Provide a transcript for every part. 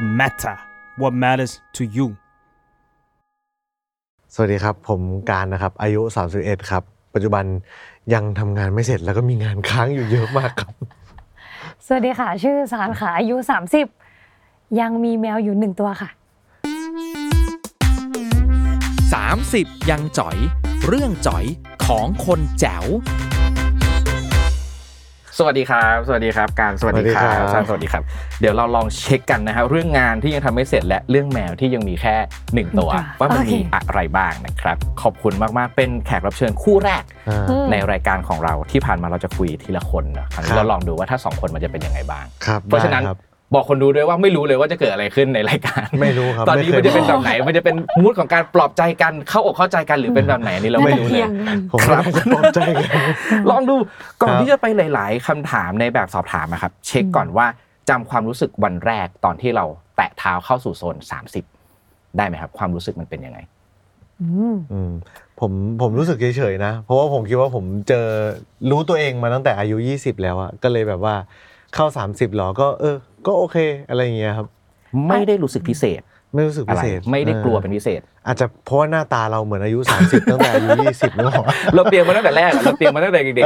matter what matters to you สวัสดีครับ ผมการนะครับ อายุ 31 ครับ ปัจจุบันยังทำงานไม่เสร็จแล้วก็มีงานค้างอยู่เยอะมากครับ สวัสดีค่ะ ชื่อสารค่ะอายุ 30 ยังมีแมวอยู่หนึ่งตัวค่ะ 30 ยังจ๋อย เรื่องจ๋อยของคนแจ๋ว สวัสดีครับ สวัสดีครับ การสวัสดีครั สวั บ สดีครับ สวัสดีครับ เดี๋ยวเราลองเช็คกันนะฮะเรื่องงานที่ยังทำไม่เสร็จและเรื่องแมวที่ยังมีแค่หนึ่งตัว หนึ่งตัว ว่ามัน โอเค มีอะไรบ้างนะครับ ขอบคุณมากๆ เป็นแขกรับเชิญคู่แรก อ่า อืม ในรายการของเราที่ผ่านมาเราจะคุยทีละคนเนอะครั้ง ครั นี้ บ เราลองดูว่าถ้าสองคนมันจะเป็นยังไงบ้าง ครับ เพราะฉะนั้น ได้ครับ บอกคนดูด้วยว่าไม่รู้เลยว่าจะเกิดอะไรขึ้นในรายการ ไม่รู้ครับ ตอนนี้ ไคย มันจะเป็บนแบอก บไหน มันจะเป็นมูดของการปลอบใจกันเข้าอกเข้าใจกันหรือเป็นแบบไหนอันนี่เราไม่รู้เลย ผม ครับ ไม่ได้ตกใจกัน ลองดูก่อน ครับ ที่จะไปหลาย ๆคำถามในแบบสอบถามนะครับ เช็คก่อนว่าจำความรู้สึกวันแรกตอนที่เราแตะเท้าเข้าสู่โซน 30 ได้ไหมครับ ความรู้สึกมันเป็นยังไง อืม อืมผมผมรู้สึกเฉยๆนะ เพราะว่าผมคิดว่าผมเจอรู้ตัวเองมาตั้งแต่อายุ 20 แล้วอะก็เลยแบบว่าเข้า 30หรอก็เออ ก็โอเคอะไรอย่างเงี้ยครับ ไม่ได้รู้สึกพิเศษ ไม่รู้สึก อะ พิ ไร เศษ ไม่ได้กลัว ออ เป็นพิเศษ อาจจะเพราะว่าหน้าตาเราเหมือนอายุ 30 ตั้งแต่อายุ 20แล้วหรอ เราเตรียมมาตั้งแต่แร กอะเราเตรียมมาตั้งแต่เด็ก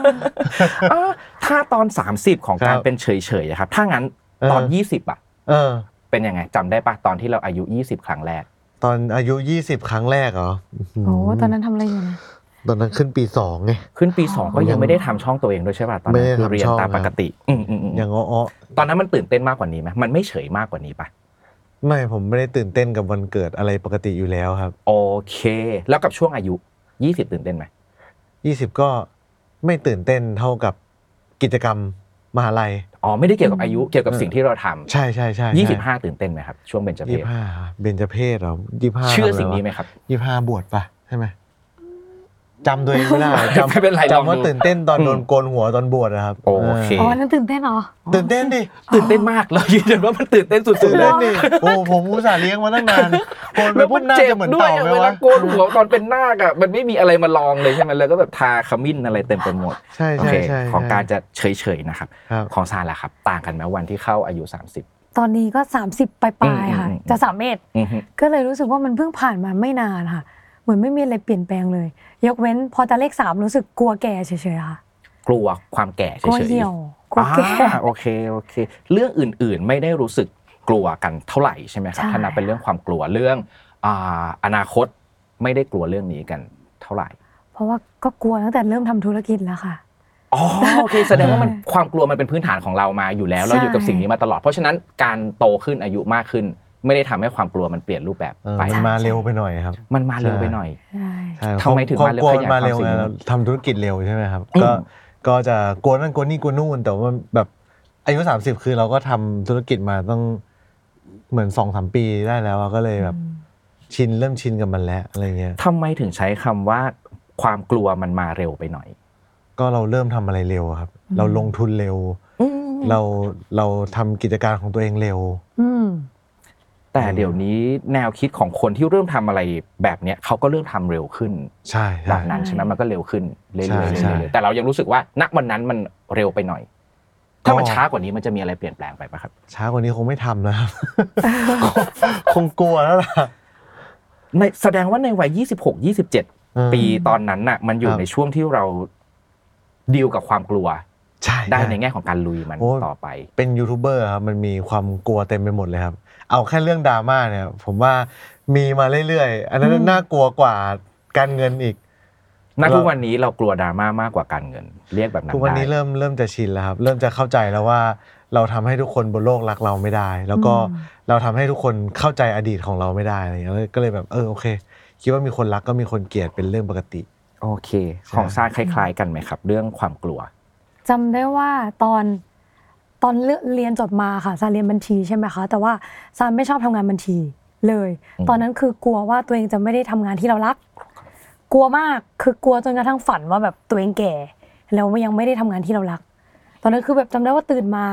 ๆอ่ะถ้าตอน 30 ของการ ครับ เป็นเฉยๆอะครับ ถ้างั้นตอน เออ 20 อ่ะ เออ เป็นยังไงจำได้ปะตอนที่เราอายุ 20 ครั้งแรก ตอนอายุ 20 ครั้งแรกเหรอ โอ้ตอนนั้นทำอะไรอยู่นะ ตอนนั้นขึ้นปีสองไง ขึ้นปี 2 ก็ยังไม่ได้ทำช่องตัวเองด้วยใช่ป่ะตอนนั้ ไม่ น ได้ คือ ทำ เรียน ช่อง ตามปก ครับ ติอืมอืมอืม อย่างอ้อ ตอนนั้นมันตื่นเต้นมากกว่านี้ไหมมันไม่เฉยมากกว่านี้ปะ ๆไม่ผมไม่ได้ตื่นเต้นกับวันเกิดอะไรปกติอยู่แล้วครั โอเค แล้วกับช่วงอายุ 20 ตื่นเต้นไหม บ 20 ก็ไม่ตื่นเต้นเท่ากับกิจกรรมมหาลัย อ๋อไม่ได้เกี่ยวกับอายุเกี่ยวกับสิ่งที่เราทำ ใช่ใช่ใช่ ยี่ ใช่ สิบห้าตื่นเต้นไหมครับช่วงเบญจเพ ยี่ ศ สิบห้าเบญจเพศเหรอยี่สิบห้า เชื่อสิ่งนี้ไหมครับ ยี่สิบห้าบวชปะใช่ไหมจำตัวเองไม่ได้ จำ ไม่เป็นไรลอง จำว่า ดู ตื่นเต้นตอน อืม โดนโกนหัวตอนบวชนะครับ โอเค อ๋อนั่นตื่นเต้นเหรอ ออตื่นเต้นดิ ตื่นเต้นมากเรายืนยันว่ามันตื่นเต้นสุ ตื่ ด น ๆเล เต้ ย นดิโอ้ผมอุตส่าห์เลี้ยงมาตั้งนานโกนไป แล้ว ปุ๊ มั บ น หน้า เจ็ จะ บ เหมือน ด้วย เต่า อะ ไหม เวลาะวโกนหัวตอนเป็นหน้ากอะมันไม่มีอะไรมารองเลยใช่ไหมเลยก็แบบทาขมิ้นอะไรเต็มไปหมด ใช่ โอ ใช่ เค ใช่ ของการจะเฉยๆนะครับ ครับ ของซานล่ะครับ ต่างกันไหมวันที่เข้าอายุ 30 ตอนนี้ก็ 30 ปลายๆค่ะ อืมอืมอืม จะสามเมตร อือฮึ ก็เลยรู้สึกว่ามันเพิ่งผ่านมาไม่นานค่ะ เหมือนไม่มีอะไรเปลี่ยนแปลงเลย ยกเว้นพอจะเลขสามรู้สึกกลัวแก่เฉยๆค่ะ กลัวความแก่เฉ กลัวย ๆ เหี่ยว กลัวแก่ อ่าโอเคโอเค เรื่องอื่นๆไม่ได้รู้สึกกลัวกันเท่าไหร่ใช่ไหมครับ ใช่ ถ้านับเป็นเรื่องความกลัวเรื่องอ่าอนาคตไม่ได้กลัวเรื่องนี้กันเท่าไหร่ เพราะว่าก็กลัวตั้งแต่เริ่มทำธุรกิจแล้วค่ะ อ๋อโอเค แสดงว่ามันความกลัวมันเป็นพื้นฐานของเรามาอยู่แล้ว เราอยู่กับสิ่งนี้มาตลอด เพราะฉะนั้นการโตขึ้นอายุมากขึ้น ไม่ได้ทำให้ความกลัวมันเปลี่ยนรูปแบบ เออ ไป มันมาเร็วไปหน่อยครับ มันมาเร็วไปหน่อย ใช่ ใช่ ทำไมถึง ค มาเร็ว คว ขยาย มาเร็ว ความสิ่งนี้ ไงเราทำธุรกิจเร็วใช่ไหมครับ อืม ก็ก็จะกลัวนั่นกลัวนี่กลัวนู่นแต่ว่าแบบอายุ 30 คือเราก็ทำธุรกิจมาต้องเหมือนสองสามปีได้แล้วอะก็เลยแบบ อืม ชินเริ่มชินกับมันแล้วอะไรเงี้ย ทำไมถึงใช้คำว่าความกลัวมันมาเร็วไปหน่อย ก็เราเริ่มทำอะไรเร็วอะครับ อืม เราลงทุนเร็ว เราเราทำกิจการของตัวเองเร็ว อื ม แต่เดี๋ยวนี้แนวคิดของคนที่เริ่มทำอะไรแบบเนี้ยเขาก็เริ่มทำเร็วขึ้น ใช่ แบ ใช่ บนั้น ใช่ ใช่ไหมมันก็เร็วขึ้นเรื่อยๆ ใช่ เรื่อยๆ ใช่ เรื่อยๆแต่เรายังรู้สึกว่าณวันนั้นมันเร็วไปหน่อย ถ้ามัน ก็ ช้ากว่านี้มันจะมีอะไรเปลี่ยนแปลงไปปะครับ ช้ากว่านี้คงไม่ทำนะครับ คงกลัวแล้วล่ะ ในแสดงว่าในวัย 26 อืม 27 ปีตอนนั้นน่ะ มันอยู่ ครับ ในช่วงที่เราดีลกับความกลัว ใช่ ได้ ช่ ในแง่ของการลุยมัน โอ้ ต่อไป เป็นยูทูบเบอร์ครับมันมีความกลัวเต็มไปหมดเลยครับ เอาแค่เรื่องดราม่าเนี่ย ผมว่ามีมาเรื่อยๆ อันนั้น อืม น่ากลัวกว่าการเงินอีก ณ เรา ทุกวันนี้เรากลัวดราม่ามากกว่าการเงิน เรียกแบบนั้น ทุกวันนี้ ได้ เริ่มเริ่มจะชินแล้วครับ เริ่มจะเข้าใจแล้วว่าเราทำให้ทุกคนบนโลกรักเราไม่ได้ แล้วก็ อืม เราทำให้ทุกคนเข้าใจอดีตของเราไม่ได้อะไรอย่างเงี้ยก็เลยแบบเออโอเค คิดว่ามีคนรักก็มีคนเกลียดเป็นเรื่องปกติ โอเค ใช่ ของซาคล้าย ๆ กันไหมครับ เรื่องความกลัว จำได้ว่าตอนตอนเลือกเรียนจบมาค่ะซาเรียนบัญชีใช่ไหมคะ แต่ว่าซาไม่ชอบทำงานบัญชีเลย อืม ตอนนั้นคือกลัวว่าตัวเองจะไม่ได้ทำงานที่เรารัก กลัวมากคือกลัวจนกระทั่งฝันว่าแบบตัวเองแก่แล้วยังไม่ได้ทำงานที่เรารัก ตอนนั้นคือแบบจำได้ว่าตื่นมา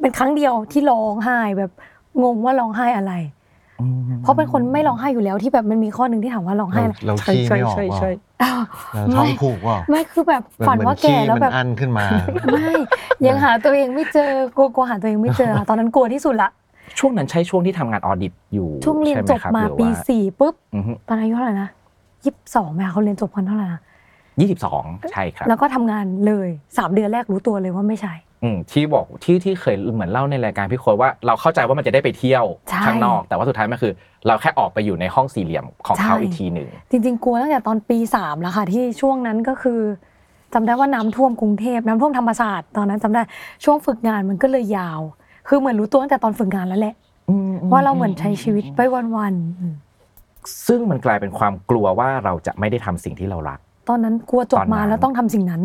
เป็นครั้งเดียวที่ร้องไห้แบบงงว่าร้องไห้อะไร เพราะเป็นคนไม่ร้องไห้อยู่แล้วที่แบบมันมีข้อหนึ่งที่ถามว่าร้องไห้ เรา อะไร เราขี้ไม่ออกว่า อ้าว เราท้องผูกว่า ไม่คือแบบ เหมือน ฝัน เหมือน ว่าแก่ ขี้ แล้ว มั แบบ นอันขึ้นมา ไม่ยังหาตัวเองไม่เจอกลัวกลัวหาตัวเองไม่เจอ ตอนนั้นกลัวที่สุดละ ช่วงนั้นใช่ช่วงที่ทำงานออดิตอยู่ ช่วงเรียน ใไห จบ ค มา หรือ ปี ว่ สี่ปุ๊บ อือฮึ ตอนอายุเท่าไหร่นะยี่สิบสองไหมคะเขาเรียนจบกันเท่าไหร่นะ ยี่สิบสองใช่ครับ แล้วก็ทำงานเลยสามเดือนแรกรู้ตัวเลยว่าไม่ใช่ อืมที่บอกที่ที่เคยเหมือนเล่าในรายการพี่โค้ดว่าเราเข้าใจว่ามันจะได้ไปเที่ยว ใช่ ข้างนอก แต่ว่าสุดท้ายมันคือ เราแค่ออกไปอยู่ในห้องสี่เหลี่ยมของเขา ใช่ อีกทีหนึ่ง จริงๆกลัวตั้งแต่ตอนปีสามแล้วค่ะที่ช่วงนั้นก็คือจำได้ว่าน้ำท่วมกรุงเทพน้ำท่วมธรรมศาสตร์ตอนนั้นจำได้ช่วงฝึกงานมันก็เลยยาว คือเหมือนรู้ตัวตั้งแต่ตอนฝึกงานแล้วแหละ ว่าเราเหมือนใช้ชีวิตไปวันๆอืม ซึ่งมันกลายเป็นความกลัวว่าเราจะไม่ได้ทำสิ่งที่เรารัก ตอนนั้นกลัวจบมา ตอนนั้น แล้วต้องทำสิ่งนั้น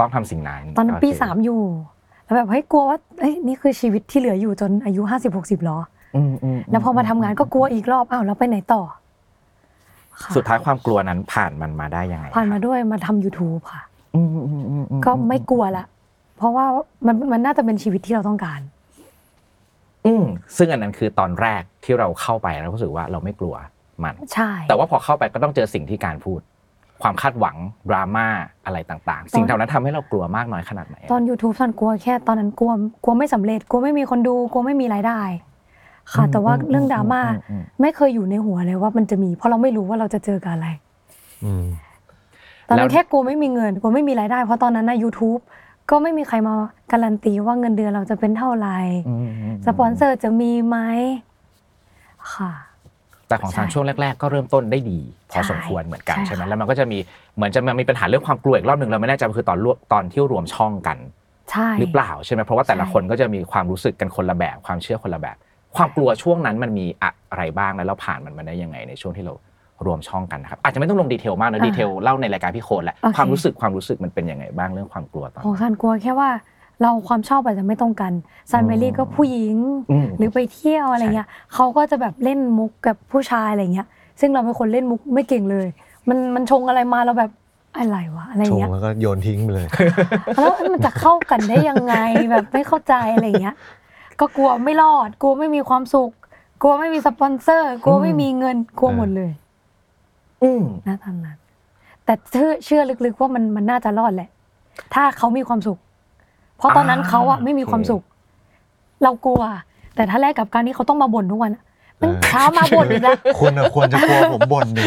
ต้องทำสิ่งนั้น ตอนนั้น โเค ปีสามอยู่แล้วแบบเฮ้ยกลัวว่าเอ้ยนี่คือชีวิตที่เหลืออยู่จนอายุห้าสิบหกสิบหรอ อืมอื แล้วพอมาทำงานก็กลัวอีกรอบอ้าวแล้วไปไหนต่อค่ะ สุดท้ายความกลัวนั้นผ่านมันมาได้ยังไง ผ่านมาด้วยมาทำ YouTube ค่ะ อืมอืมอืมอื ก็ไม่กลัวละ เพราะว่ามันมันน่าจะเป็นชีวิตที่เราต้องการ อืมซึ่งอันนั้นคือตอนแรกที่เราเข้าไปแล้วรู้สึกว่าเราไม่กลัวมัน ใช่ แต่ว่าพอเข้าไปก็ต้องเจอสิ่งที่การพูด ความคาดหวังดราม่าอะไรต่างๆ สิ่งเหล่านั้นทำให้เรากลัวมากน้อยขนาดไหนอะ ตอน YouTube ตอนกลัวแค่ตอนนั้นกลัวกลัวไม่สำเร็จกลัวไม่มีคนดูกลัวไม่มีรายได้ ค่ะ แต่ว่าเรื่องดราม่า อือืม ไม่เคยอยู่ในหัวเลยว่ามันจะมี เพราะเราไม่รู้ว่าเราจะเจอกับอะไร อืม ตอนนั้นแค่กลัวไม่มีเงินกลัวไม่มีรายได้ เพราะตอนนั้นนะ YouTube ก็ไม่มีใครมาการันตีว่าเงินเดือนเราจะเป็นเท่าไหร่ อืมอืม สปอนเซอร์จะมีไหมค่ะ แต่ของทาง ใช่ ช่วงแรก ๆ ก็เริ่มต้นได้ดี พอสมควรเหมือนกัน ใช่ ใช่ไหม ค่ะ แล้วมันก็จะมีเหมือนจะมันมีปัญหาเรื่องความกลัวอีกรอบหนึ่งเราไม่แน่ใจว่าคือตอนรวมตอนที่รวมช่องกัน ใช่ หรือเปล่าใช่ไหมเพราะว่าแต่ละ ใช่ คนก็จะมีความรู้สึกกันคนละแบบ ความเชื่อคนละแบบ ความกลัวช่วงนั้นมันมีอะไรบ้างแล้วเราผ่านมันมาได้ยังไงในช่วงที่เรารวมช่องกันนะครับอาจจะไม่ต้องลงดีเทลมากนะดีเทลเล่าในรายการพี่โคนแหละ โอเค ความรู้สึกความรู้สึกมันเป็นยังไงบ้างเรื่องความกลัวตอน ของ นั้น ซันกลัวแค่ว่าเราความชอบอาจจะไม่ตรงกันซันเมลี่ก็ผู้หญิง ม หรือไปเที่ยวอะไรเงี้ยเขาก็จะแบบเล่นมุกกับผู้ชายอะไรเงี้ย ซึ่งเราเป็นคนเล่นมุกไม่เก่งเลย มันมันชงอะไรมาเราแบบอะไรวะอะไร ชง เงี้ย แล้วก็โยนทิ้งไปเลย แล้วมันจะเข้ากันได้ยังไง แบบไม่เข้าใจอะไรเงี้ย ก็กลัวไม่รอด กลัวไม่มีความสุข กลัวไม่มีสปอนเซอร์ กลัวไม่มีเงินกลัวหมดเลย อืม นะตอนนั้นแต่เชื่อเชื่อลึกๆว่ามันมันน่าจะรอดแหละ ถ้าเขามีความสุข เพราะตอนนั้นเขาอะไม่มีความสุข เรากลัว แต่ถ้าแลกกับการที่เขาต้องมาบ่นทุกวันอะมัน เออ เช้ามาบ่นอีกแล้ว คุณอะควรจะกลัวผมบ่นดิ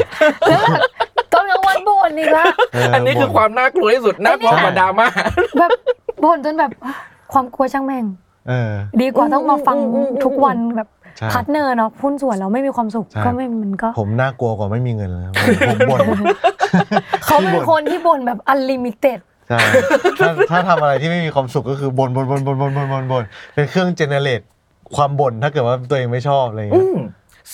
ตอนกลางวันบ่นอีกแล้ว เ อันนี้คือ บ่ ความน่ากลัวที่สุดน่ากลัวกว่าดราม่า แบบบ่นจนแบบ ความกลัวช่างแม่ง เออ ดีกว่าต้องมาฟังทุกวันแบบ ใช่ พาร์ทเนอร์เนาะหุ้นส่วนเราไม่มีความสุข ใช่ ก็ไม่มันก็ ผมน่ากลัวกว่าไม่มีเงิน แล้วผมบ่น เขาเป็นคนที่บ่นแบบอันลิมิเต็ด ใช่ถ้าถ้าทำอะไรที่ไม่มีความสุขก็คือบ่นบ่นบ่นบ่นบ่นบ่นบ่นบ่นเป็นเครื่องเจเนเรตความบ่นถ้าเกิดว่าตัวเองไม่ชอบอะไรอย่าง อื เงี้ย ม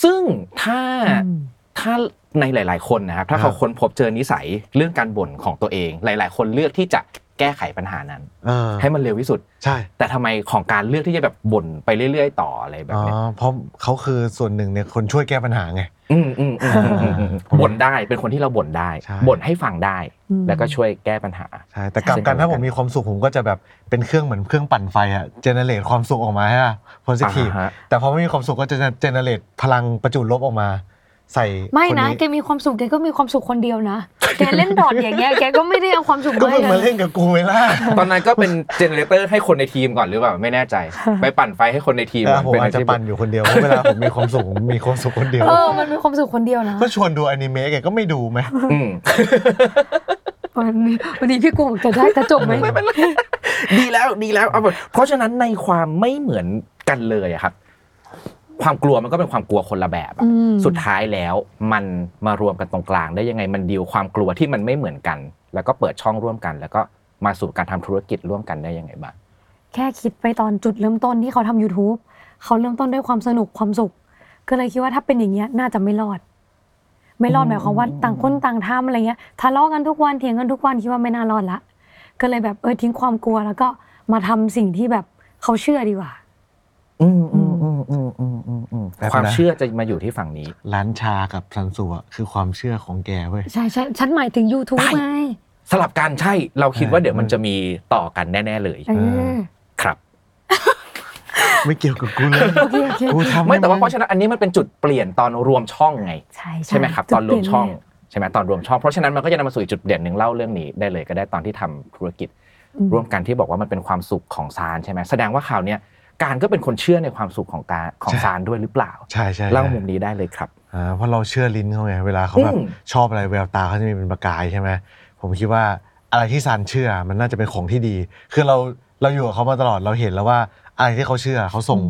ซึ่งถ้า อืม ถ้าในหลาย ๆ คนนะครับถ้าเขา ครับ ค้นพบเจอนิสัยเรื่องการบ่นของตัวเอง หลาย ๆ คนเลือกที่จะแก้ไขปัญหานั้น เออ ให้มันเร็วที่สุด ใช่ แต่ทำไมของการเลือกที่จะแบบบ่นไปเรื่อย ๆ ต่ออะไรแบบ อ๋อ เนี้ย เพราะเขาคือส่วนหนึ่งในคนช่วยแก้ปัญหาไง อืมอืมอืมอืมอืมอืม ผม บ่นได้เป็นคนที่เราบ่นได้ ใช่ บ่นให้ฟังได้ อืม แล้วก็ช่วยแก้ปัญหา ใช่แต่กลับกันถ้าผมมีความสุขผมก็จะแบบเป็นเครื่องเหมือนเครื่องปั่นไฟอะเจเนเรตความสุขออกมาฮะโพสิทีฟ อ่าฮะ แต่พอไม่มีความสุขก็จะเจเนเรตพลังประจุลบออกมา ใส่ ไม่ คน นะ นี้ แกมีความสุขแกก็มีความสุขคนเดียวนะแกเล่นดอทอย่างเงี้ยแกก็ไม่ได้เอาความสุข ก็ ด้วย มึงมาเล่นกับกูไหมล่ะ ตอนนั้นก็เป็นเจเนเรเตอร์ให้คนในทีมก่อนหรือเปล่าไม่แน่ ใจ ไปปั่นไฟให้คนในทีม เออผม เป็ อาจจะ ที่ ปั่นอยู่คนเดียวเพราะเวลาผมมีความสุขผมมีความสุขคนเดียว เออมันมีความสุขคนเดียวนะ ก็ชวนดูอนิเมะแกก็ไม่ดูไหม อืม วันนี้วันนี้พี่โกงจะได้จะจบไหม ดีแล้วดีแล้วเอาไปเพราะฉะนั้นในความไม่เหมือนกันเลยอะครับ ความกลัวมันก็เป็นความกลัวคนละแบบอะ อืม สุดท้ายแล้วมันมารวมกันตรงกลางได้ยังไงมันดีลความกลัวที่มันไม่เหมือนกัน แล้วก็เปิดช่องร่วมกัน แล้วก็มาสู่การทำธุรกิจร่วมกันได้ยังไงบ้าง แค่คิดไปตอนจุดเริ่มต้นที่เขาทำ YouTube เขาเริ่มต้นด้วยความสนุกความสุข ก็เลยคิดว่าถ้าเป็นอย่างเงี้ยน่าจะไม่รอด ไม่รอด อืม หมายความว่าต่างคนต่างทำอะไรเงี้ยทะเลาะกันทุกวันเถียงกันทุกวันคิดว่าไม่น่ารอดละ ก็เลยแบบเออทิ้งความกลัวแล้วก็มาทำสิ่งที่แบบเขาเชื่อดีกว่า อืม อืมอืมอื แป๊บนะ ความเชื่อจะมาอยู่ที่ฝั่งนี้ ร้านชากับซันสัวคือความเชื่อของแกเว้ย ใช่ใช่ฉันหมายถึง YouTube ได้ ไง สลับกันใช่เราคิดว่าเดี๋ยวมัน เออ จะมีต่อกันแน่ ๆ เลย เออ ครับ ไม่เกี่ยวกับกูเลย โอเคโอเค กูทำ ไม่แต่ว่าเพราะฉะนั้นอันนี้มันเป็นจุดเปลี่ยนตอนรวมช่องไง ใช่ ใช่ไหมครับ จุ ต ด อนรวมช่อง เปลี่ยนแ ใช่ไหมตอนรวมช่อง เพราะฉะนั้นมันก็จะนำมาสู่อีกจุดเด่นหนึ่งเล่าเรื่องนี้ได้เลยก็ได้ตอนที่ทำธุรกิจ อืม ร่วมกันที่บอกว่ามันเป็นความสุขของซานใช่ไหมแสดงว่าข่าวเนี้ย การก็เป็นคนเชื่อในความสุขของการของ ใช่ ซานด้วยหรือเปล่า ใช่ใช่ เล่ามุมนี้ได้เลยครับ อ่าเพราะเราเชื่อลิ้นเขาไงเวลาเขาแบบ อืม ชอบอะไรแววตาเขาจะมีเป็นประกายใช่ไหมผมคิดว่าอะไรที่ซันเชื่อมันน่าจะเป็นของที่ดี คือเราเราอยู่กับเขามาตลอดเราเห็นแล้วว่าอะไรที่เขาเชื่อเขาส่ง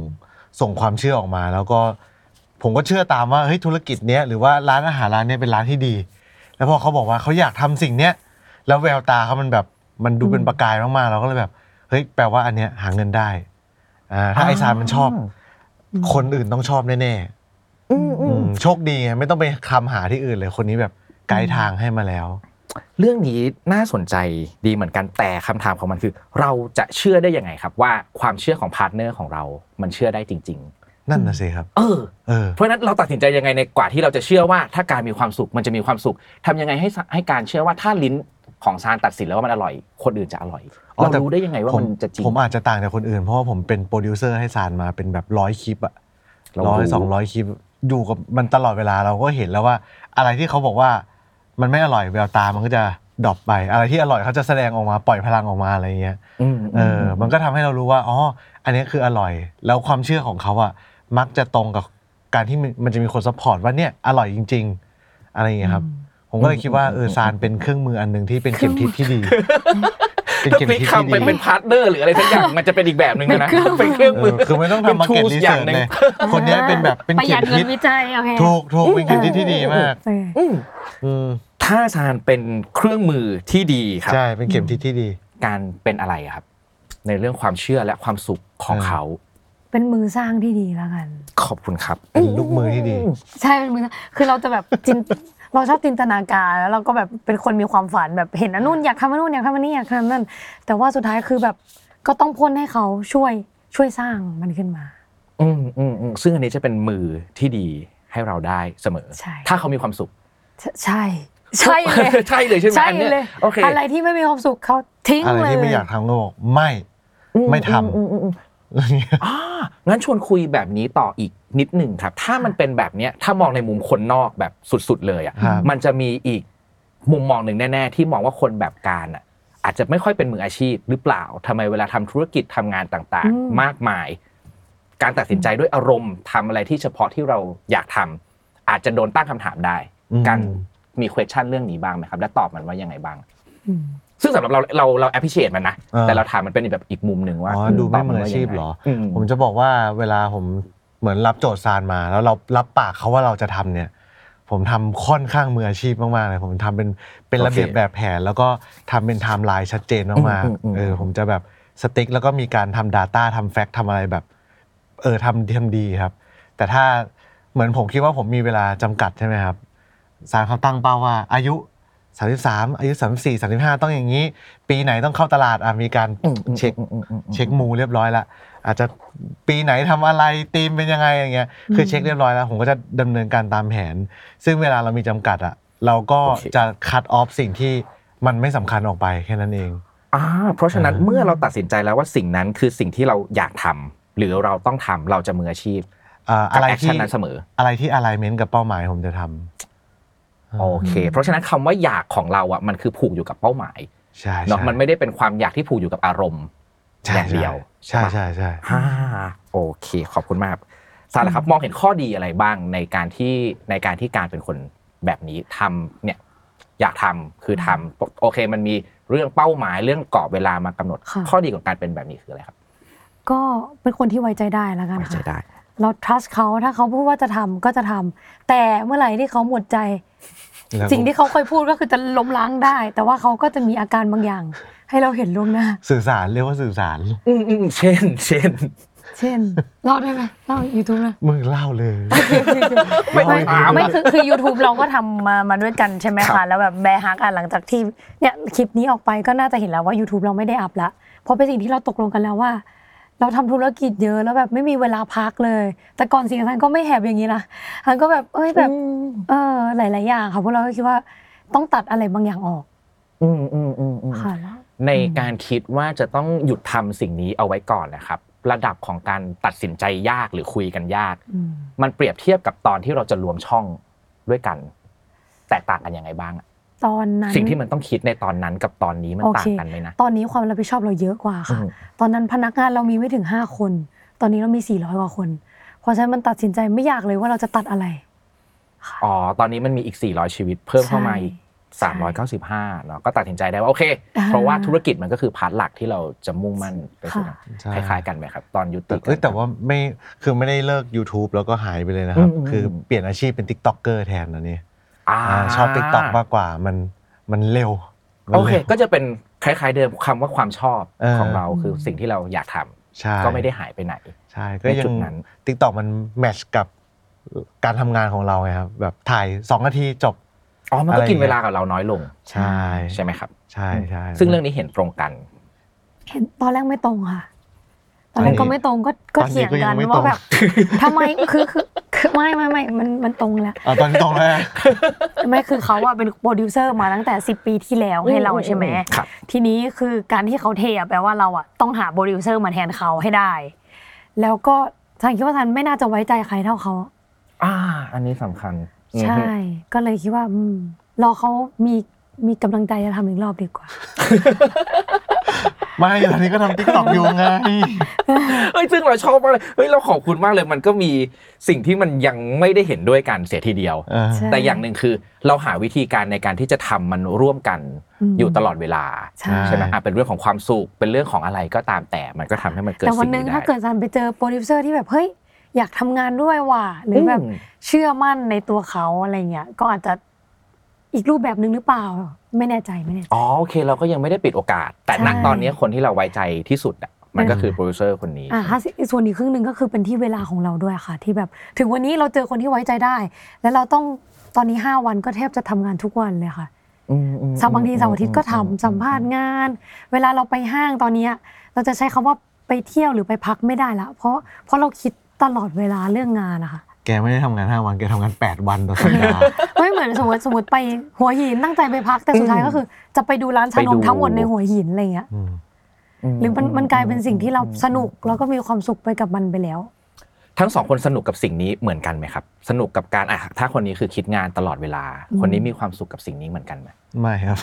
ส่งความเชื่อออกมา แล้วก็ผมก็เชื่อตามว่าเฮ้ยธุรกิจเนี้ยหรือว่าร้านอาหารร้านเนี้ยเป็นร้านที่ดี แล้วพอเขาบอกว่าเขาอยากทำสิ่งเนี้ยแล้วแววตาเขามันแบบมันดูเป็นประกายมากๆเราก็เลยแบบเฮ้ยแปลว่าอันเนี้ยหาเงินได้อ่าถ้าไอซานมันชอบ คนอื่นต้องชอบแน่ๆ อืมอื อื ม มโชคดีไงไม่ต้องไปคำหาที่อื่นเลยคนนี้แบบไกด์ทางให้มาแล้ว เรื่องนี้น่าสนใจดีเหมือนกันแต่คำถามของมันคือ เราจะเชื่อได้ยังไงครับ ว่าความเชื่อของพาร์ทเนอร์ของเรา มันเชื่อได้จริง นั่นนะสิครับ ๆ เออ เออ เพราะฉะนั้นเราตัดสินใจยังไงในกว่าที่เราจะเชื่อว่าถ้าการมีความสุขมันจะมีความสุขทำยังไงให้สให้การเชื่อว่าถ้าลิ้นของซานตัดสินแล้วว่ามันอร่อย คนอื่นจะอร่อย อ๋อ เรา แต่ รู้ได้ยังไงว่า ผ มั ม นจะจริง ผมอาจจะต่างจากคนอื่น เพราะว่าผมเป็นโปรดิวเซอร์ให้สารมาเป็นแบบร้อยคลิปอะ เรา ร้อย ดู สองร้อยคลิปอยู่กับมันตลอดเวลาเราก็เห็นแล้วว่า อะไรที่เขาบอกว่ามันไม่อร่อยแววตามันก็จะดรอปไป อะไรที่อร่อยเขาจะแสดงออกมาปล่อยพลังออกมาอะไรเงี้ย อืม เออ มันก็ทำให้เรารู้ว่า อ๋อ อันนี้คืออร่อย แล้วความเชื่อของเขาอะมักจะตรงกับการที่มันมันจะมีคนซัพพอร์ตว่าเนี่ยอร่อยจริง ๆ อะไรอย่างเงี้ยครับ ผมก็เลยคิดว่าเออซานเป็นเครื่องมืออันหนึ่งที่เป็นเข็มทิศที่ดี เป็น ถ้า เข็ม พลิก ทิศที่ คำไป ดี เป็นพาร์ทเนอร์หรืออะไรสัก อย่างมันจะเป็นอีกแบบหนึ่งนะเป็นเครื่อง เอ มื อ อ คือไม่ต้อง เป็น ทำมาเก็ต tools รี อ เสิ ย่า ร์ชงหนึ่ง เลย คนเนี้ยเป็นแบบเป็น ประห เข็ ยั ม ดเงิ ทิศ นวิจัยโอเค ถูกถูกเป็นเข็มทิศที่ดีมาก เออ อืม อืม ถ้าซานเป็นเครื่องมือที่ดีครับ ใช่เป็นเข็มทิศที่ดี การเป็นอะไรอะครับ ในเรื่องความเชื่อและความสุขของ เออ เขา เป็นมือสร้างที่ดีแล้วกัน ขอบคุณครับ เป็นลูกมือที่ดี ใช่เป็นมือสร้างคือเราจะแบบจิน เราชอบจินตนาการแล้วเราก็แบบเป็นคนมีความฝันแบบเห็นอันนู่นอยากทำอันนู่นอยากทำอันนี้อยากทำอันนั่นแต่ว่าสุดท้ายคือแบบก็ต้องพ่นให้เขาช่วยช่วยสร้างมันขึ้นมา อืมอืมอืมซึ่งอันนี้จะเป็นมือที่ดีให้เราได้เสมอ ใช่ ถ้าเขามีความสุข ใช่ใช่ใช่เลย ใช่เลยใช่ไหม ใช่ อันเนี้ย เลย โอเค อะไรที่ไม่มีความสุขเขาทิ้ง อะไร เลย ที่ไม่อยากทำก็บอกไม่ไม่ท อืมอืมอืม ำ อ่างั้นชวนคุยแบบนี้ต่ออีกนิดหนึ่งครับ ถ้ามันเป็นแบบเนี้ยถ้ามองในมุมคนนอกแบบสุดๆเลยอ่ะ ครับ มันจะมีอีกมุมมองหนึ่งแน่ ๆ ที่มองว่าคนแบบการอ่ะ อาจจะไม่ค่อยเป็นมืออาชีพหรือเปล่าทำไมเวลาทำธุรกิจทำงานต่างๆ มากมาย การตัดสินใจด้วยอารมณ์ทำอะไรที่เฉพาะที่เราอยากทำอาจจะโดนตั้งคำถามได้ อืม การมี question เรื่องนี้บ้างไหมครับ และตอบมันว่ายังไงบ้าง อืม ซึ่งสำหรับเราเราเรา appreciate มันนะ อ่า แต่เราถามมันเป็นแบบอีกมุมหนึ่งว่า อ๋อดูไม่มืออาชีพเหรอ ตบมันว่ายังไง ผมจะบอกว่าเวลาผมเหมือนรับโจทย์ซานมา แล้วเรารับปากเขาว่าเราจะทำเนี่ย ผมทำค่อนข้างมืออาชีพมากๆเลยผมทำเป็นเป็นระเบียบแบบแผน แล้วก็ทำเป็นไทม์ไลน์ชัดเจนมากๆเออผมจะแบบสติ๊กแล้วก็มีการทำ Data ทำแฟกต์ทำอะไรแบบ เออทำทำดีครับ แต่ถ้าเหมือนผมคิดว่าผมมีเวลาจำกัดใช่ไหมครับสารเขาตั้งเป้าว่า อายุ 33 อายุ 34 35 ต้องอย่างนี้ ปีไหนต้องเข้าตลาดอ่ะมีการ อืมอืม เช็ค อืมอืมอืมอืม เช็คมูเรียบร้อยละอาจจะปีไหนทำอะไรธีมเป็นยังไงอย่างเงี้ยคือเช็คเรียบร้อยแล้วผมก็จะดำเนินการตามแผน ซึ่งเวลาเรามีจำกัดอะเราก็จะคัดออฟสิ่งที่มันไม่สำคัญออกไปแค่นั้นเอง อ่าเพราะฉะนั้น อ่า เมื่อเราตัดสินใจแล้วว่าสิ่งนั้นคือสิ่งที่เราอยากทำหรือเราต้องทำเราจะมืออาชีพ อ่า กั อะ บ ไร แอคชั่ ที่ นนั้นเสมอ อะไรที่อะไรเมนต์กับเป้าหมายผมจะทำ โอเค เพราะฉะนั้นคำว่าอยากของเราอ่ะมันคือผูกอยู่กับเป้าหมาย ใช่ เนาะ ใช่ มันไม่ได้เป็นความอยากที่ผูกอยู่กับอารมณ์ ใช่ อย่างเดียว ใช่ ปะ ใช่ใช่ อ่าโอเคขอบคุณมากครับสาระครับมองเห็นข้อดีอะไรบ้างในการที่ในการที่การเป็นคนแบบนี้ทำเนี่ยอยากทำคือทำโอเค มันมีเรื่องเป้าหมายเรื่องกรอบเวลามากำหนด ค่ะ ข้อดีของการเป็นแบบนี้คืออะไรครับ ก็เป็นคนที่ไว้ใจได้แล้วกัน ไว้ใจ ค่ะ ได้ เรา trust เขาถ้าเขาพูดว่าจะทำก็จะทำแต่เมื่อไหร่ที่เขาหมดใจ แล้วก็ สิ่งที่เขาเคยพูดก็คือจะล้มล้างได้ แต่ว่าเขาก็จะมีอาการบางอย่าง ให้เราเห็นล่วงหน้า สื่อสารเรียกว่าสื่อสาร อืมอืมเช่น เช่น เช่นเล่าได้ไหมเล่า YouTube นะ มึงเล่าเลย ไม่ต้องถาม ไม่คือคือ YouTube เราก็ทำมามาด้วยกันใช่ไหม ครั คะ บ แล้วแบบแบร์ฮักอ่ะหลังจากที่เนี่ยคลิปนี้ออกไปก็น่าจะเห็นแล้วว่า YouTube เราไม่ได้อัพละเพราะเป็นสิ่งที่เราตกลงกันแล้วว่า เราทำธุรกิจเยอะแล้วแบบไม่มีเวลาพักเลย แต่ก่อนเสียงทันก็ไม่แหบอย่างนี้นะทันก็แบบเอ้ยแบบ เออหลาย ๆ อย่างค่ะพวกเราก็คิดว่าต้องตัดอะไรบางอย่างออก อืมอืมอืมอืม ค่ะแล้ว ในการคิดว่าจะต้องหยุดทำสิ่งนี้เอาไว้ก่อนนะครับ ระดับของการตัดสินใจยากหรือคุยกันยาก อืม มันเปรียบเทียบกับตอนที่เราจะรวมช่องด้วยกัน แตกต่างกันยังไงบ้างอะ ตอนนั้น สิ่งที่มันต้องคิดในตอนนั้นกับตอนนี้มันต่างกันไหมนะ ตอนนี้ความรับผิดชอบเราเยอะกว่าค่ะ ตอนนั้นพนักงานเรามีไม่ถึง 5 คน ตอนนี้เรามี 400 กว่าคน เพราะฉะนั้นมันตัดสินใจไม่ยากเลยว่าเราจะตัดอะไร อ๋อตอนนี้มันมีอีก 400 ชีวิตเพิ่มเข้ามาอีก ใช่ 395เนาะก็ตัดสินใจได้ว่าโอเค อ่า เพราะว่าธุรกิจมันก็คือพาร์ทหลักที่เราจะมุ่งมั่นไปสู่นั้น ใช่ คล้ายๆกันไหมครับ ตอนยุ แต่ ติ เอ้ยแต่ว่าไม่คือไม่ได้เลิก YouTube แล้วก็หายไปเลยนะครับ อืมอืม คือเปลี่ยนอาชีพเป็น t ิ k t o k เกอร์แทนตอนนี้ อ่า อ่าชอบ t ิ k t o k มากกว่ามันมันเร็วมัน โอเค ร็ว ก็จะเป็นคล้ายๆเดิมคำว่าความชอบ เออ ของเราคือสิ่งที่เราอยากทำ ใช่ ก็ไม่ได้หายไปไหน ใช่ก็ ใน ยั จุ ง ดนั้น t ิ k t o k มันแมทช์กับการทำงานของเราไงครับแบบถ่าย2นาทีจบ อ๋อมันก็กิน อะไรอย่างเงี้ย เวลากับเราน้อยลง ใช่ ใช่ไหมครับ ใช่ใช่ ซึ่งเรื่องนี้เห็นตรงกัน เห็นตอนแรกไม่ตรงค่ะ ตอนแรก ต ก็ อนนี้ ไม่ตรงก็ก็เถียงกั ตอนนี้ก็ยั น งไม่ตรง ว่าแบบทำไมคือคือคือไม่ไม่ไม่มันมันตรงแล้ว อ่ะตอนนี้ตรงแล้ว ไม่คือเขาอะเป็นโปรดิวเซอร์มาตั้งแต่ 10 ปีที่แล้วให้เราใช่ไหม ครับ ทีนี้คือการที่เขาเทอะแปลว่าเราอะต้องหาโปรดิวเซอร์มาแทนเขาให้ได้ แล้วก็ทันคิดว่าทันไม่น่าจะไว้ใจใครเท่าเขา อ่า อันนี้สำคัญ ใช่ ก็เลยคิดว่าอืมรอเขามีมีกำลังใจจะทำอีกรอบดีกว่า ไม่ตอนนี้ก็ทำ t ิ k t o k อยู่ไง เอ้ยซึ่งเราชอบมากเลยเฮ้ยเราขอบคุณมากเลยมันก็มีสิ่งที่มันยังไม่ได้เห็นด้วยกันเสียทีเดียว เออ ใช่ แต่อย่างหนึ่งคือเราหาวิธีการในการที่จะทำมันร่วมกัน ม อยู่ตลอดเวลา ใช่ ใช่ไหมอ่ะเป็นเรื่องของความสุขเป็นเรื่องของอะไรก็ตามแต่มันก็ทำให้มันเกิด แต่วัน สิ่ง หนึง นี้ได้ ถ้าเกิดซันไปเจอโปรดิวเซอร์ที่แบบเฮ้ยอยากทำงานด้วยว่ะหรืออแบบ ม เชื่อมั่นในตัวเขาอะไรเงี้ยก็อาจจะอีกรูปแบบหนึ่งหรือเปล่า ไม่แน่ใจไม่แน่ใจ อ๋อโอเคเราก็ยังไม่ได้ปิดโอกาส แต่ณ ใช่ ตอนนี้คนที่เราไว้ใจที่สุดอ่ะมันก็คือโปรดิวเซอร์คนนี้ อ่ะห้าสิบส่วนอีกครึ่งหนึ่งก็คือเป็นที่เวลาของเราด้วยค่ะ ที่แบบถึงวันนี้เราเจอคนที่ไว้ใจได้ แล้วเราต้องตอนนี้ 5 วันก็แทบจะทำงานทุกวันเลยค่ะ อืมอืม เสาร์บางทีเสาร์อาทิตย์ก็ทำ อื สัมภาษณ์งาน เวลาเราไปห้างตอนเนี้ยเราจะใช้คำว่าไปเที่ยวหรือไปพักไม่ได้ละเพราะเพราะเราคิดตลอดเวลาเรื่องงานนะคะ แกไม่ได้ทำงาน 5 วัน แกทำงาน 8 วันต่อสัปดา ห์ ไม่เหมือนสมมติสมมติไปหัวหินตั้งใจไปพักแต่สุดท้ายก็คือ จะไปดูร้านชานมทั้งหมดในหัวหินอะไรเงี้ย อืม อื หรือมันมันกลายเป็นสิ่งที่เราสนุกแล้วก็มีความสุขไปกับมันไปแล้ว ทั้งสองคนสนุกกับสิ่งนี้เหมือนกันไหมครับ สนุกกับการอ่ะถ้าคนนี้คือคิดงานตลอดเวลา อืม คนนี้มีความสุขกับสิ่งนี้เหมือนกันไหม ไม่ครับ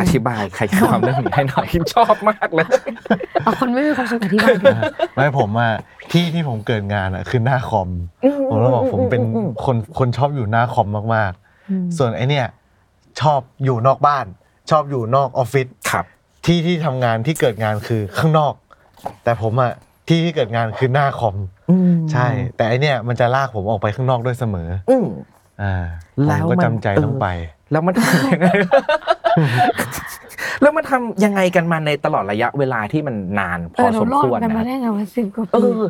อธิบายขยายความเรื่องนี้ให้หน่อย ชอบมากเลย เอาคนไม่มีความสุขอธิบาย ไม่ผมอ่ะที่ที่ผมเกิดงานอ่ะคือหน้าคอม ผมต้องบอกผมเป็นคนคนชอบอยู่หน้าคอมมากๆ ส่วนไอเนี่ยชอบอยู่นอกบ้าน ชอบอยู่นอกออฟฟิศ ครับ ที่ที่ทำงานที่เกิดงานคือข้างนอก แต่ผมอ่ะที่ที่เกิดงานคือหน้าคอมใช่ แต่ไอเนี่ยมันจะลากผมออกไปข้างนอกด้วยเสมอ อืม อ่าผ แล้ ม ว ก็ มัน จำใจต้องไป แล้วมันทำยังไง แล้วมันทำยังไงกันมาในตลอดระยะเวลาที่มันนานพ เอ อ อเรา สม รอด ควร กันมา นะ ได้ไงวะสิบกว่า เอ ปี อ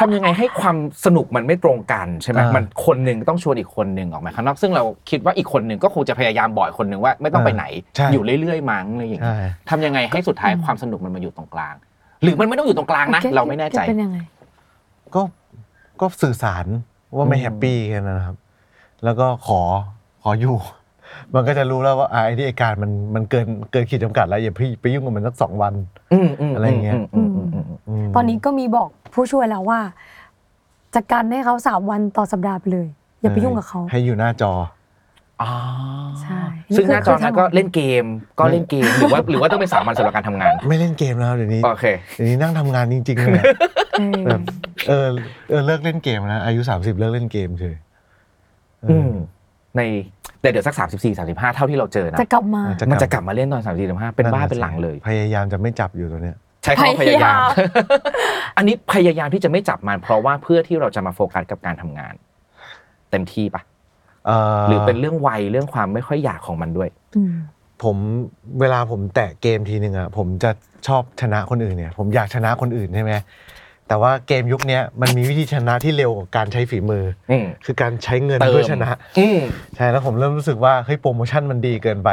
ทำยังไงให้ความสนุกมันไม่ตรงกันใช่ไหม อ่ามั มันคนหนึ่งต้องชวนอีกคนหนึ่งออกมาข้างนอกซึ่งเราคิดว่าอีกคนหนึ่งก็คงจะพยายามบอกอีกคนหนึ่งว่าไม่ต้องไปไหน ใช่ อยู่เรื่อยๆมั้งอะไรอย่างเงี้ย ใช่ ทำยังไงให้สุดท้ายความสนุกมันมาอยู่ตรงกลาง หรือมันไม่ต้องอยู่ตรงกลางนะ เราไม่แน่ใจ จะเป็นยังไง ก็ก็สื่อสารว่าไม่ อืม แฮปปี้แค่นั้นนะครับ แล้วก็ขอขออยู่ มันก็จะรู้แล้วว่าอ่าไอ้ที่ไอการมันมันเกินเกินขีดจำกัดแล้วอย่าพี่ไปยุ่งกับมันสักสองวัน อืมม อะไรอย่างเงี้ย อืมอืมอืมอืม ม ตอนนี้ก็มีบอกผู้ช่วยแล้วว่าจัดการให้เขาสามวันต่อสัปดาห์ไปเลย อย่าไปยุ่งกับเขา ให้อยู่หน้าจอ อ๋อ ใช่ ซึ่งหน้าจอ นี่คือ นั้นก็ ทำ เล่นเกม ก็เล่นเกม หรือว่าหรือว่าต้องเป็นสามวันสำหรับการทำงาน ไม่เล่นเกมแล้วเดี๋ยวนี้ โอเค เดี๋ยวนี้นั่งทำงานจริงๆเลย นะ เออ แบบ เออเออเลิกเล่นเกมนะอายุ 30 เลิกเล่นเกมเฉยเออ อืมในแต่เดี๋ยวสักสามสิบสี่สามสิบห้าเท่าที่เราเจอนะ จะกลับมา มันจะกลับมาเล่นตอนสามสี่สามห้าเป็นบ้า ะสิ เป็นหลังเลย พยายามจะไม่จับอยู่ตัวเนี้ย ใช้คำว่าพยายาพมยายาม อันนี้พยายามที่จะไม่จับมันเพราะว่าเพื่อที่เราจะมาโฟกัสกับการทำงาน เต็มที่ปะ เห รือเป็นเรื่องวัยเรื่องความไม่ค่อยอยากของมันด้วย อืม ผมเวลาผมแตะเกมทีหนึ่งอะผมจะชอบชนะคนอื่นเนี่ยผมอยากชนะคนอื่นใช่ไหมแต่ว่าเกมยุคเนี้ยมันมีวิธีชนะที่เร็วกว่าการใช้ฝีมือ อืม คือการใช้เงิน เติ เพื่ ม อชนะ อืม ใช่แล้วผมเริ่มรู้สึกว่าเฮ้ยโปรโมชั่นมันดีเกินไป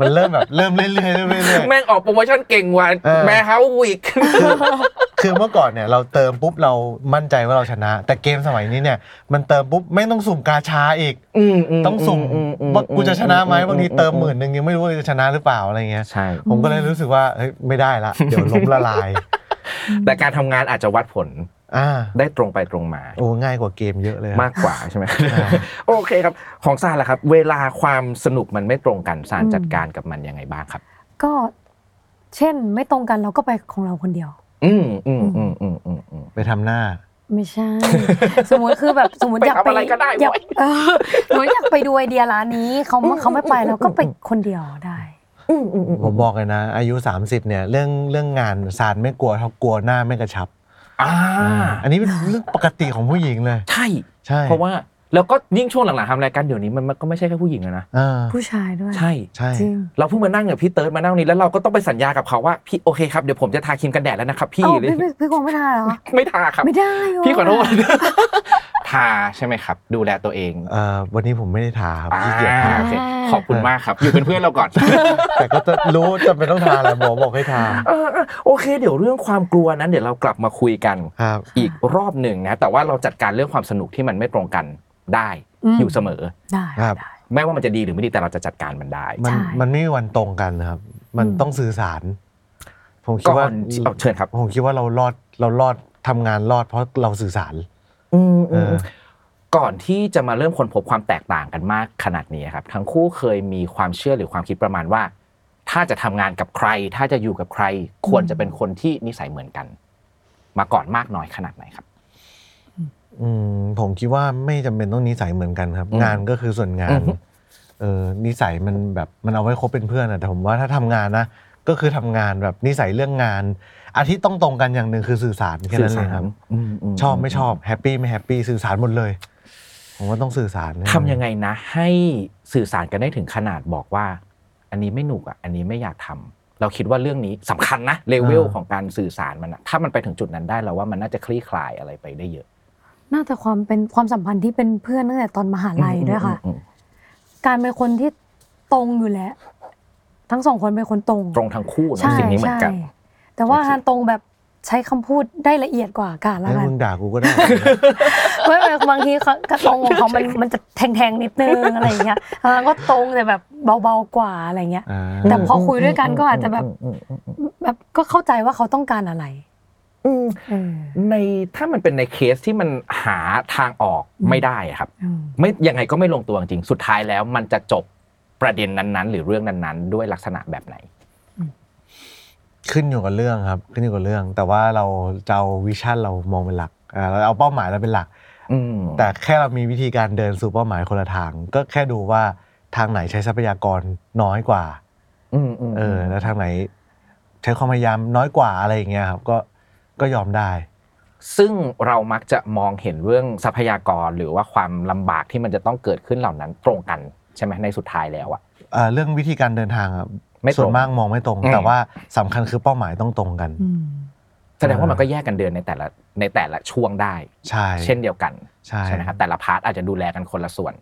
มันเริ่มแบบ เริ่มเรื่อยๆเรื่อยๆเรื่อย แม่งออกโปรโมชั่นเก่งกว่า เออ แม่เฮาวิก ๆคือเมื่อก่อนเนี่ยเราเติมปุ๊บเรามั่นใจว่าเราชนะ แต่เกมสมัยนี้เนี่ยมันเติมปุ๊บไม่ต้องสุ่มกาชาอีก ต้องสุ่มว่ากูจะชนะไหมบางทีเติมหมื่นหนึ่งยังไม่รู้ว่าจะชนะหรือเปล่าอะไรเงี้ย ใช่ ผมก็เลยรู้สึกว่าเฮ้ยไม่ได้ ละ เดี๋ยวล้มละลาย แต่การทำงานอาจจะวัดผล อ่า ได้ตรงไปตรงมา โอ้ง่ายกว่าเกมเยอะเลยอะ มากกว่าใช่ไหม ใช่ โอเคครับ ของซานล่ะครับ เวลาความสนุกมันไม่ตรงกันซานจัดการกับมันยังไงบ้างครับ ก็เช่นไม่ตรงกันเราก็ไปของเราคนเดียว อืมอืมอืมอืมอืมอืม ทำหน้า ไม่ ใช่ สมมติคือแบบสมมติอยาก ไปทำอะไรก็ได้ อยาก เว้ย เออสมมติอยากไปดูไอเดียร้านนี้เขามาเขาไม่ไปเราก็ไปคนเดียวได้ อืมอืมอืม ผมบอกเลยนะ อายุ 30 เนี่ยเรื่องเรื่องงานซานไม่กลัวเท่ากลัวหน้าไม่กระชับ อ่า อันนี้เป็นเรื่องปกติของผู้หญิงเลย ใช่ ใช่ เพราะว่าแล้วก็ยิ่งช่วงหลังๆทำรายการเดี๋ยวนี้มันมันก็ไม่ใช่แค่ผู้หญิงแล้วนะ อ่า ผู้ชายด้วย ใช่ ใช่ จริง เราเพิ่งมานั่งกับพี่เติร์ดมานั่งวันนี้แล้วเราก็ต้องไปสัญญากับเขาว่าพี่โอเคครับเดี๋ยวผมจะทาครีมกันแดดแล้วนะครับพี่ เอ้า หรือ พี่พี่พี่คงไม่ทาเหรอ ไม่ทาครับ ไม่ได้เหร พี่ขอโทษ ทาใช่ไหมครับ ดูแลตัวเอง เอ่อวันนี้ผมไม่ได้ทาครับ อ่า ขี้เกียจทา โอเคขอบคุณมากครับอยู่เป็นเพื่อนเราก่อน แต่ก็จะรู้จำเป็นต้องทาแห ละหมอบอกให้ทา เออเออโอเค เดี๋ยวเรื่องความกลัวนั้น เดี๋ยวเรากลับมาคุยกัน ครับ อีกรอบหนึ่งนะ แต่ว่าเราจัดการเรื่องความสนุกที่มันไม่ตรงกันได้ ม อยู่เสมอ ได้ ครับ ได้ ไม่ว่ามันจะดีหรือไม่ดีแต่เราจะจัดการมันได้ มัน ใช่ มันไม่มีวันตรงกันนะครับ มัน อืม ต้องสื่อสาร ผมคิด ก่อ ว่าน เอาเชิญครับ ผมคิดว่าเรารอดเรารอดทำงานรอดเพราะเราสื่อสาร อืมอืม เออ ก่อนที่จะมาเริ่มค้นพบความแตกต่างกันมากขนาดนี้ครับทั้งคู่เคยมีความเชื่อหรือความคิดประมาณว่า ถ้าจะทำงานกับใคร ถ้าจะอยู่กับใคร ควรจะเป็นคนที่นิสัยเหมือนกัน มาก่อนมากน้อยขนาดไหนครับ อืมผมคิดว่าไม่จำเป็นต้องนิสัยเหมือนกันครับ อืม งานก็คือส่วนงา อื น อฮึ เออนิสัยมันแบบมันเอาไว้คบเป็นเพื่อนอะแต่ผมว่าถ้าทำงานนะก็คือทำงานแบบนิสัยเรื่องงานอาทิตย์ต้องตรงกันอย่างหนึ่งคือสื่อสารแค่นั้นเองครับ อืมม ชอบไม่ชอบแฮปปี้ไม่แฮปปี้สื่อสารหมดเลย ผมว่าต้องสื่อสารแน่ ทำยังไงนะ ให้สื่อสารกันได้ถึงขนาดบอกว่า อันนี้ไม่หนุกอ่ะอันนี้ไม่อยากทำเราคิดว่าเรื่องนี้สำคัญนะเลเวลของการสื่อสารมันอะถ้ามันไปถึงจุดนั้นได้เราว่ามันน่าจะคลี่คลายอะไรไปได้เยอะ น่าจะความเป็นความสัมพันธ์ที่เป็นเพื่อนตั้งแต่ตอนมหาลัยด้วยค่ะ อืมอืม การเป็นคนที่ตรงอยู่แล้ว ทั้งสองคนเป็นคนตรง ตรงทั้งคู่เนอะ ใช่ สิ่งนี้เหมือน ใช่ กัน แต่ว่า โอเค การตรงแบบใช้คำพูดได้ละเอียดกว่าการละ เอ้ย กัน มึงด่ากูก็ ได้ ไม่ไม่บางทีเขากระตรงของเขามันมันจะแทงๆนิดนึงอะไรอย่างเงี้ยอ่าก็ตรงแต่แบบเบาๆกว่าอะไรเงี้ย อ่า แต่พอคุยด้วยกันก็อาจจะแบบ อืมอืมอืม แบบก็เข้าใจว่าเขาต้องการอะไร อืม เออ ในถ้ามันเป็นในเคสที่มันหาทางออก อืม ไม่ได้อะครับ อืม ไม่ยังไงก็ไม่ลงตัวจริงๆสุดท้ายแล้วมันจะจบประเด็นนั้นๆ หรือเรื่องนั้นๆ ด้วยลักษณะแบบไหน ขึ้นอยู่กับเรื่องครับ ขึ้นอยู่กับเรื่อง แต่ว่าเราจะเอาวิชั่นเรามองเป็นหลักอ่าเราเอาเป้าหมายเราเป็นหลัก อืม แต่แค่เรามีวิธีการเดินสู่เป้าหมายคนละทาง ก็แค่ดูว่าทางไหนใช้ทรัพยากรน้อยกว่า อืมอืม เออ แล้วทางไหน ใช้ความพยายามน้อยกว่าอะไรอย่างเงี้ยครับ ก็ก็ยอมได้ ซึ่งเรามักจะมองเห็นเรื่องทรัพยากรหรือว่าความลำบากที่มันจะต้องเกิดขึ้นเหล่านั้นตรงกันใช่ไหมในสุดท้ายแล้วอะ เอ่อเรื่องวิธีการเดินทางอะ ไม่ตรง ส่วนมากมองไม่ตรง อืม แต่ว่าสำคัญคือเป้าหมายต้องตรงกัน อืม แสดงว่ามันก็แยกกันเดินในแต่ละในแต่ละช่วงได้ ใช่ เช่นเดียวกัน ใช่ ใช่ไหมครับแต่ละพาร์ทอาจจะดูแลกันคนละส่วน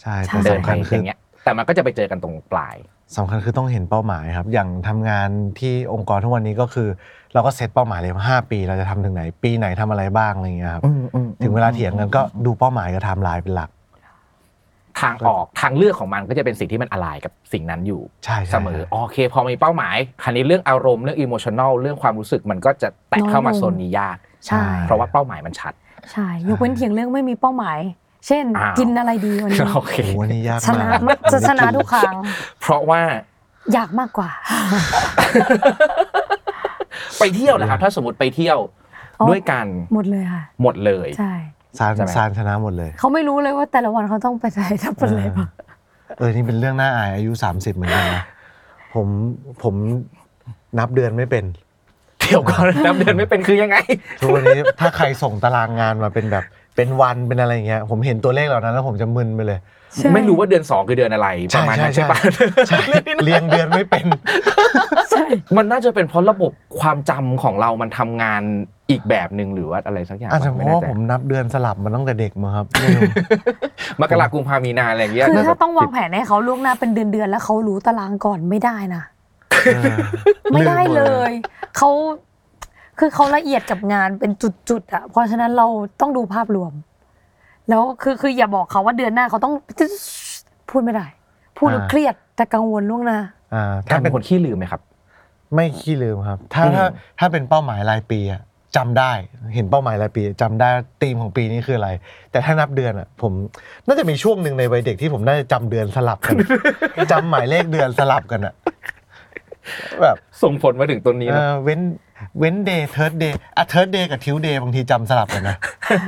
ใช่ ใช่ แต่ เดิน สำ ไป คัญ อ คืออย่าง เงี้ยแต่มันก็จะไปเจอกันตรงปลาย สำคัญคือต้องเห็นเป้าหมายครับ อย่างทำงานที่องค์กรทุกวันนี้ก็คือ เราก็เซตเป้าหมายเลยว่าห้าปี เราจะทำถึงไหน ปีไหนทำอะไรบ้างอะไรอย่างเงี้ยครับถึงเวลาเถียงกันก็ดูเป้าหมายกับไทม์ไลน์เป็นหลัก ทางออกทางเลือกของมันก็จะเป็นสิ่งที่มันอะไรกับสิ่งนั้นอยู่ ใช่ใช่ เสมอโอเค พอมีเป้าหมายคราวนี้เรื่องอารมณ์เรื่องอิโมชันแนลเรื่องความรู้สึกมันก็จะแตกเข้ามา น้อยลง โซนนี้ยาก ใช่ เพราะว่าเป้าหมายมันชัด ใช่ยกเว้นเถียงเรื่องไม่มีเป้าหมาย เช่น อ้าว กินอะไรดีวัน นี้ โอเค โอ้โหอันนี้ยาก ชนะ มาก มากจะชนะทุกครั้ง เพราะว่า อยากมากกว่า ไปเที่ยวนะครับถ้าสมมติไปเที่ยว อ๋อ ด้วยกัน หมดเลยค่ะ หมดเลย ใช่ ซาน ใช่ไหม ซานชนะหมดเลย เขาไม่รู้เลยว่าแต่ละวันเขาต้องไปไหนทำอะไรบ้าง เออนี่เป็นเรื่องน่าอายอายุ 30 เหมือนกันนะผมผมนับเดือนไม่เป็น เที่ยวก่อน นับเดือนไม่เป็นคือยังไง ทุกวันนี้ ถ้าใครส่งตารางงานมาเป็นแบบเป็นวันเป็นอะไรอย่างเงี้ยผมเห็นตัวเลขเหล่านั้นแล้วผมจะมึนไปเลย ใช่ ไม่รู้ว่าเดือนสองคือเดือนอะไรประมาณนั้น ใช่ ใช่ ใช่ ปะ ใช่เรียงเดือนไม่เป็น ใช่ มันน่าจะเป็นเพราะระบบความจำของเรามันทำงานอีกแบบหนึ่งหรือว่าอะไรสักอย่าง อาจจะเพ ไม่ ราะ แน่ ว่า ใจ ผมนับเดือนสลับมาตั้งแต่เด็กมาครับไม่รู้ มกราคมกุมภาพันธ์มีนาอะไรอย่างเงี้ย คือ น่จะ ถ้าต้องวางแผนให้เขาล่วงหน้าเป็นเดือนๆแล้วเขารู้ตารางก่อนไม่ได้นะ เออ ไม่ได้เล มหม ยเขาคือเขาละเอียดกับงานเป็นจุดๆอ่ะเพราะฉะนั้นเราต้องดูภาพรวม แล้วคือคืออย่าบอกเขาว่าเดือนหน้าเขาต้องพูดไม่ได้ พูดแล้วเครียดแต่กังวลล่วงหน้า อ่า การ ถ้า เป็ เป็น น คนขี้ลืมไหมครับ ไม่ขี้ลืมครับ ถ้า อืม ถ้าถ้าเป็นเป้าหมายรายปีอะจำได้เห็นเป้าหมายรายปีจำได้ธีมของปีนี้คืออะไร แต่ถ้านับเดือนอะผมน่าจะมีช่วงหนึ่งในวัยเด็กที่ผมน่าจะจำเดือนสลับกัน จำหมายเลขเดือนสลับกันอะแบบ ส่งผลมาถึงตัวนี้ เอ นะ อเว้น เว้นเดย์เทิร์ดเดย์อ่ะเทิร์ดเดย์กับทิวเดย์บางทีจำสลับกันนะ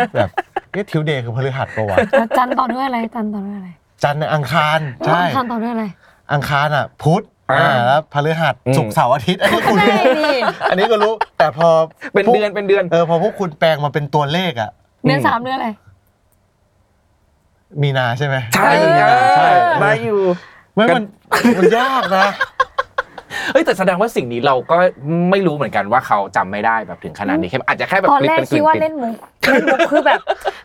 แบบเนี่ยทิวเดย์คือพฤหัสปะวะ แล้วจันทร์ต่อด้วยอะไรจันทร์ต่อด้วยอะไร จันทร์อังคารใช่ อังคารต่อด้วย อะไร อังคารอ่ะ พุธ อ่า อ่าแล้วพฤหัส อืม ศุกร์เสาร์อาทิตย์ อันนี้คุณ ใช่ดิ อันนี้ก็รู้ แต่พอ เป็น พวก เดือนเป็นเดือน เออพอพวกคุณแปลงมาเป็นตัวเลขอ่ะ เดือนสามเดือนอะไร มีนาใช่ไหม ใช่ มีนา ใช่ ใช่ ได้อยู่ ไม่ กั มัน นมันยากนะ เอ้ยแต่แสดงว่าสิ่งนี้เราก็ไม่รู้เหมือนกันว่าเขาจำไม่ได้แบบถึงขนาดนี้แค่อาจจะแค่แบบ ตอนแรก เป็น คิดว่า ป็ เล่นมุกเล่นมุกคือแบบ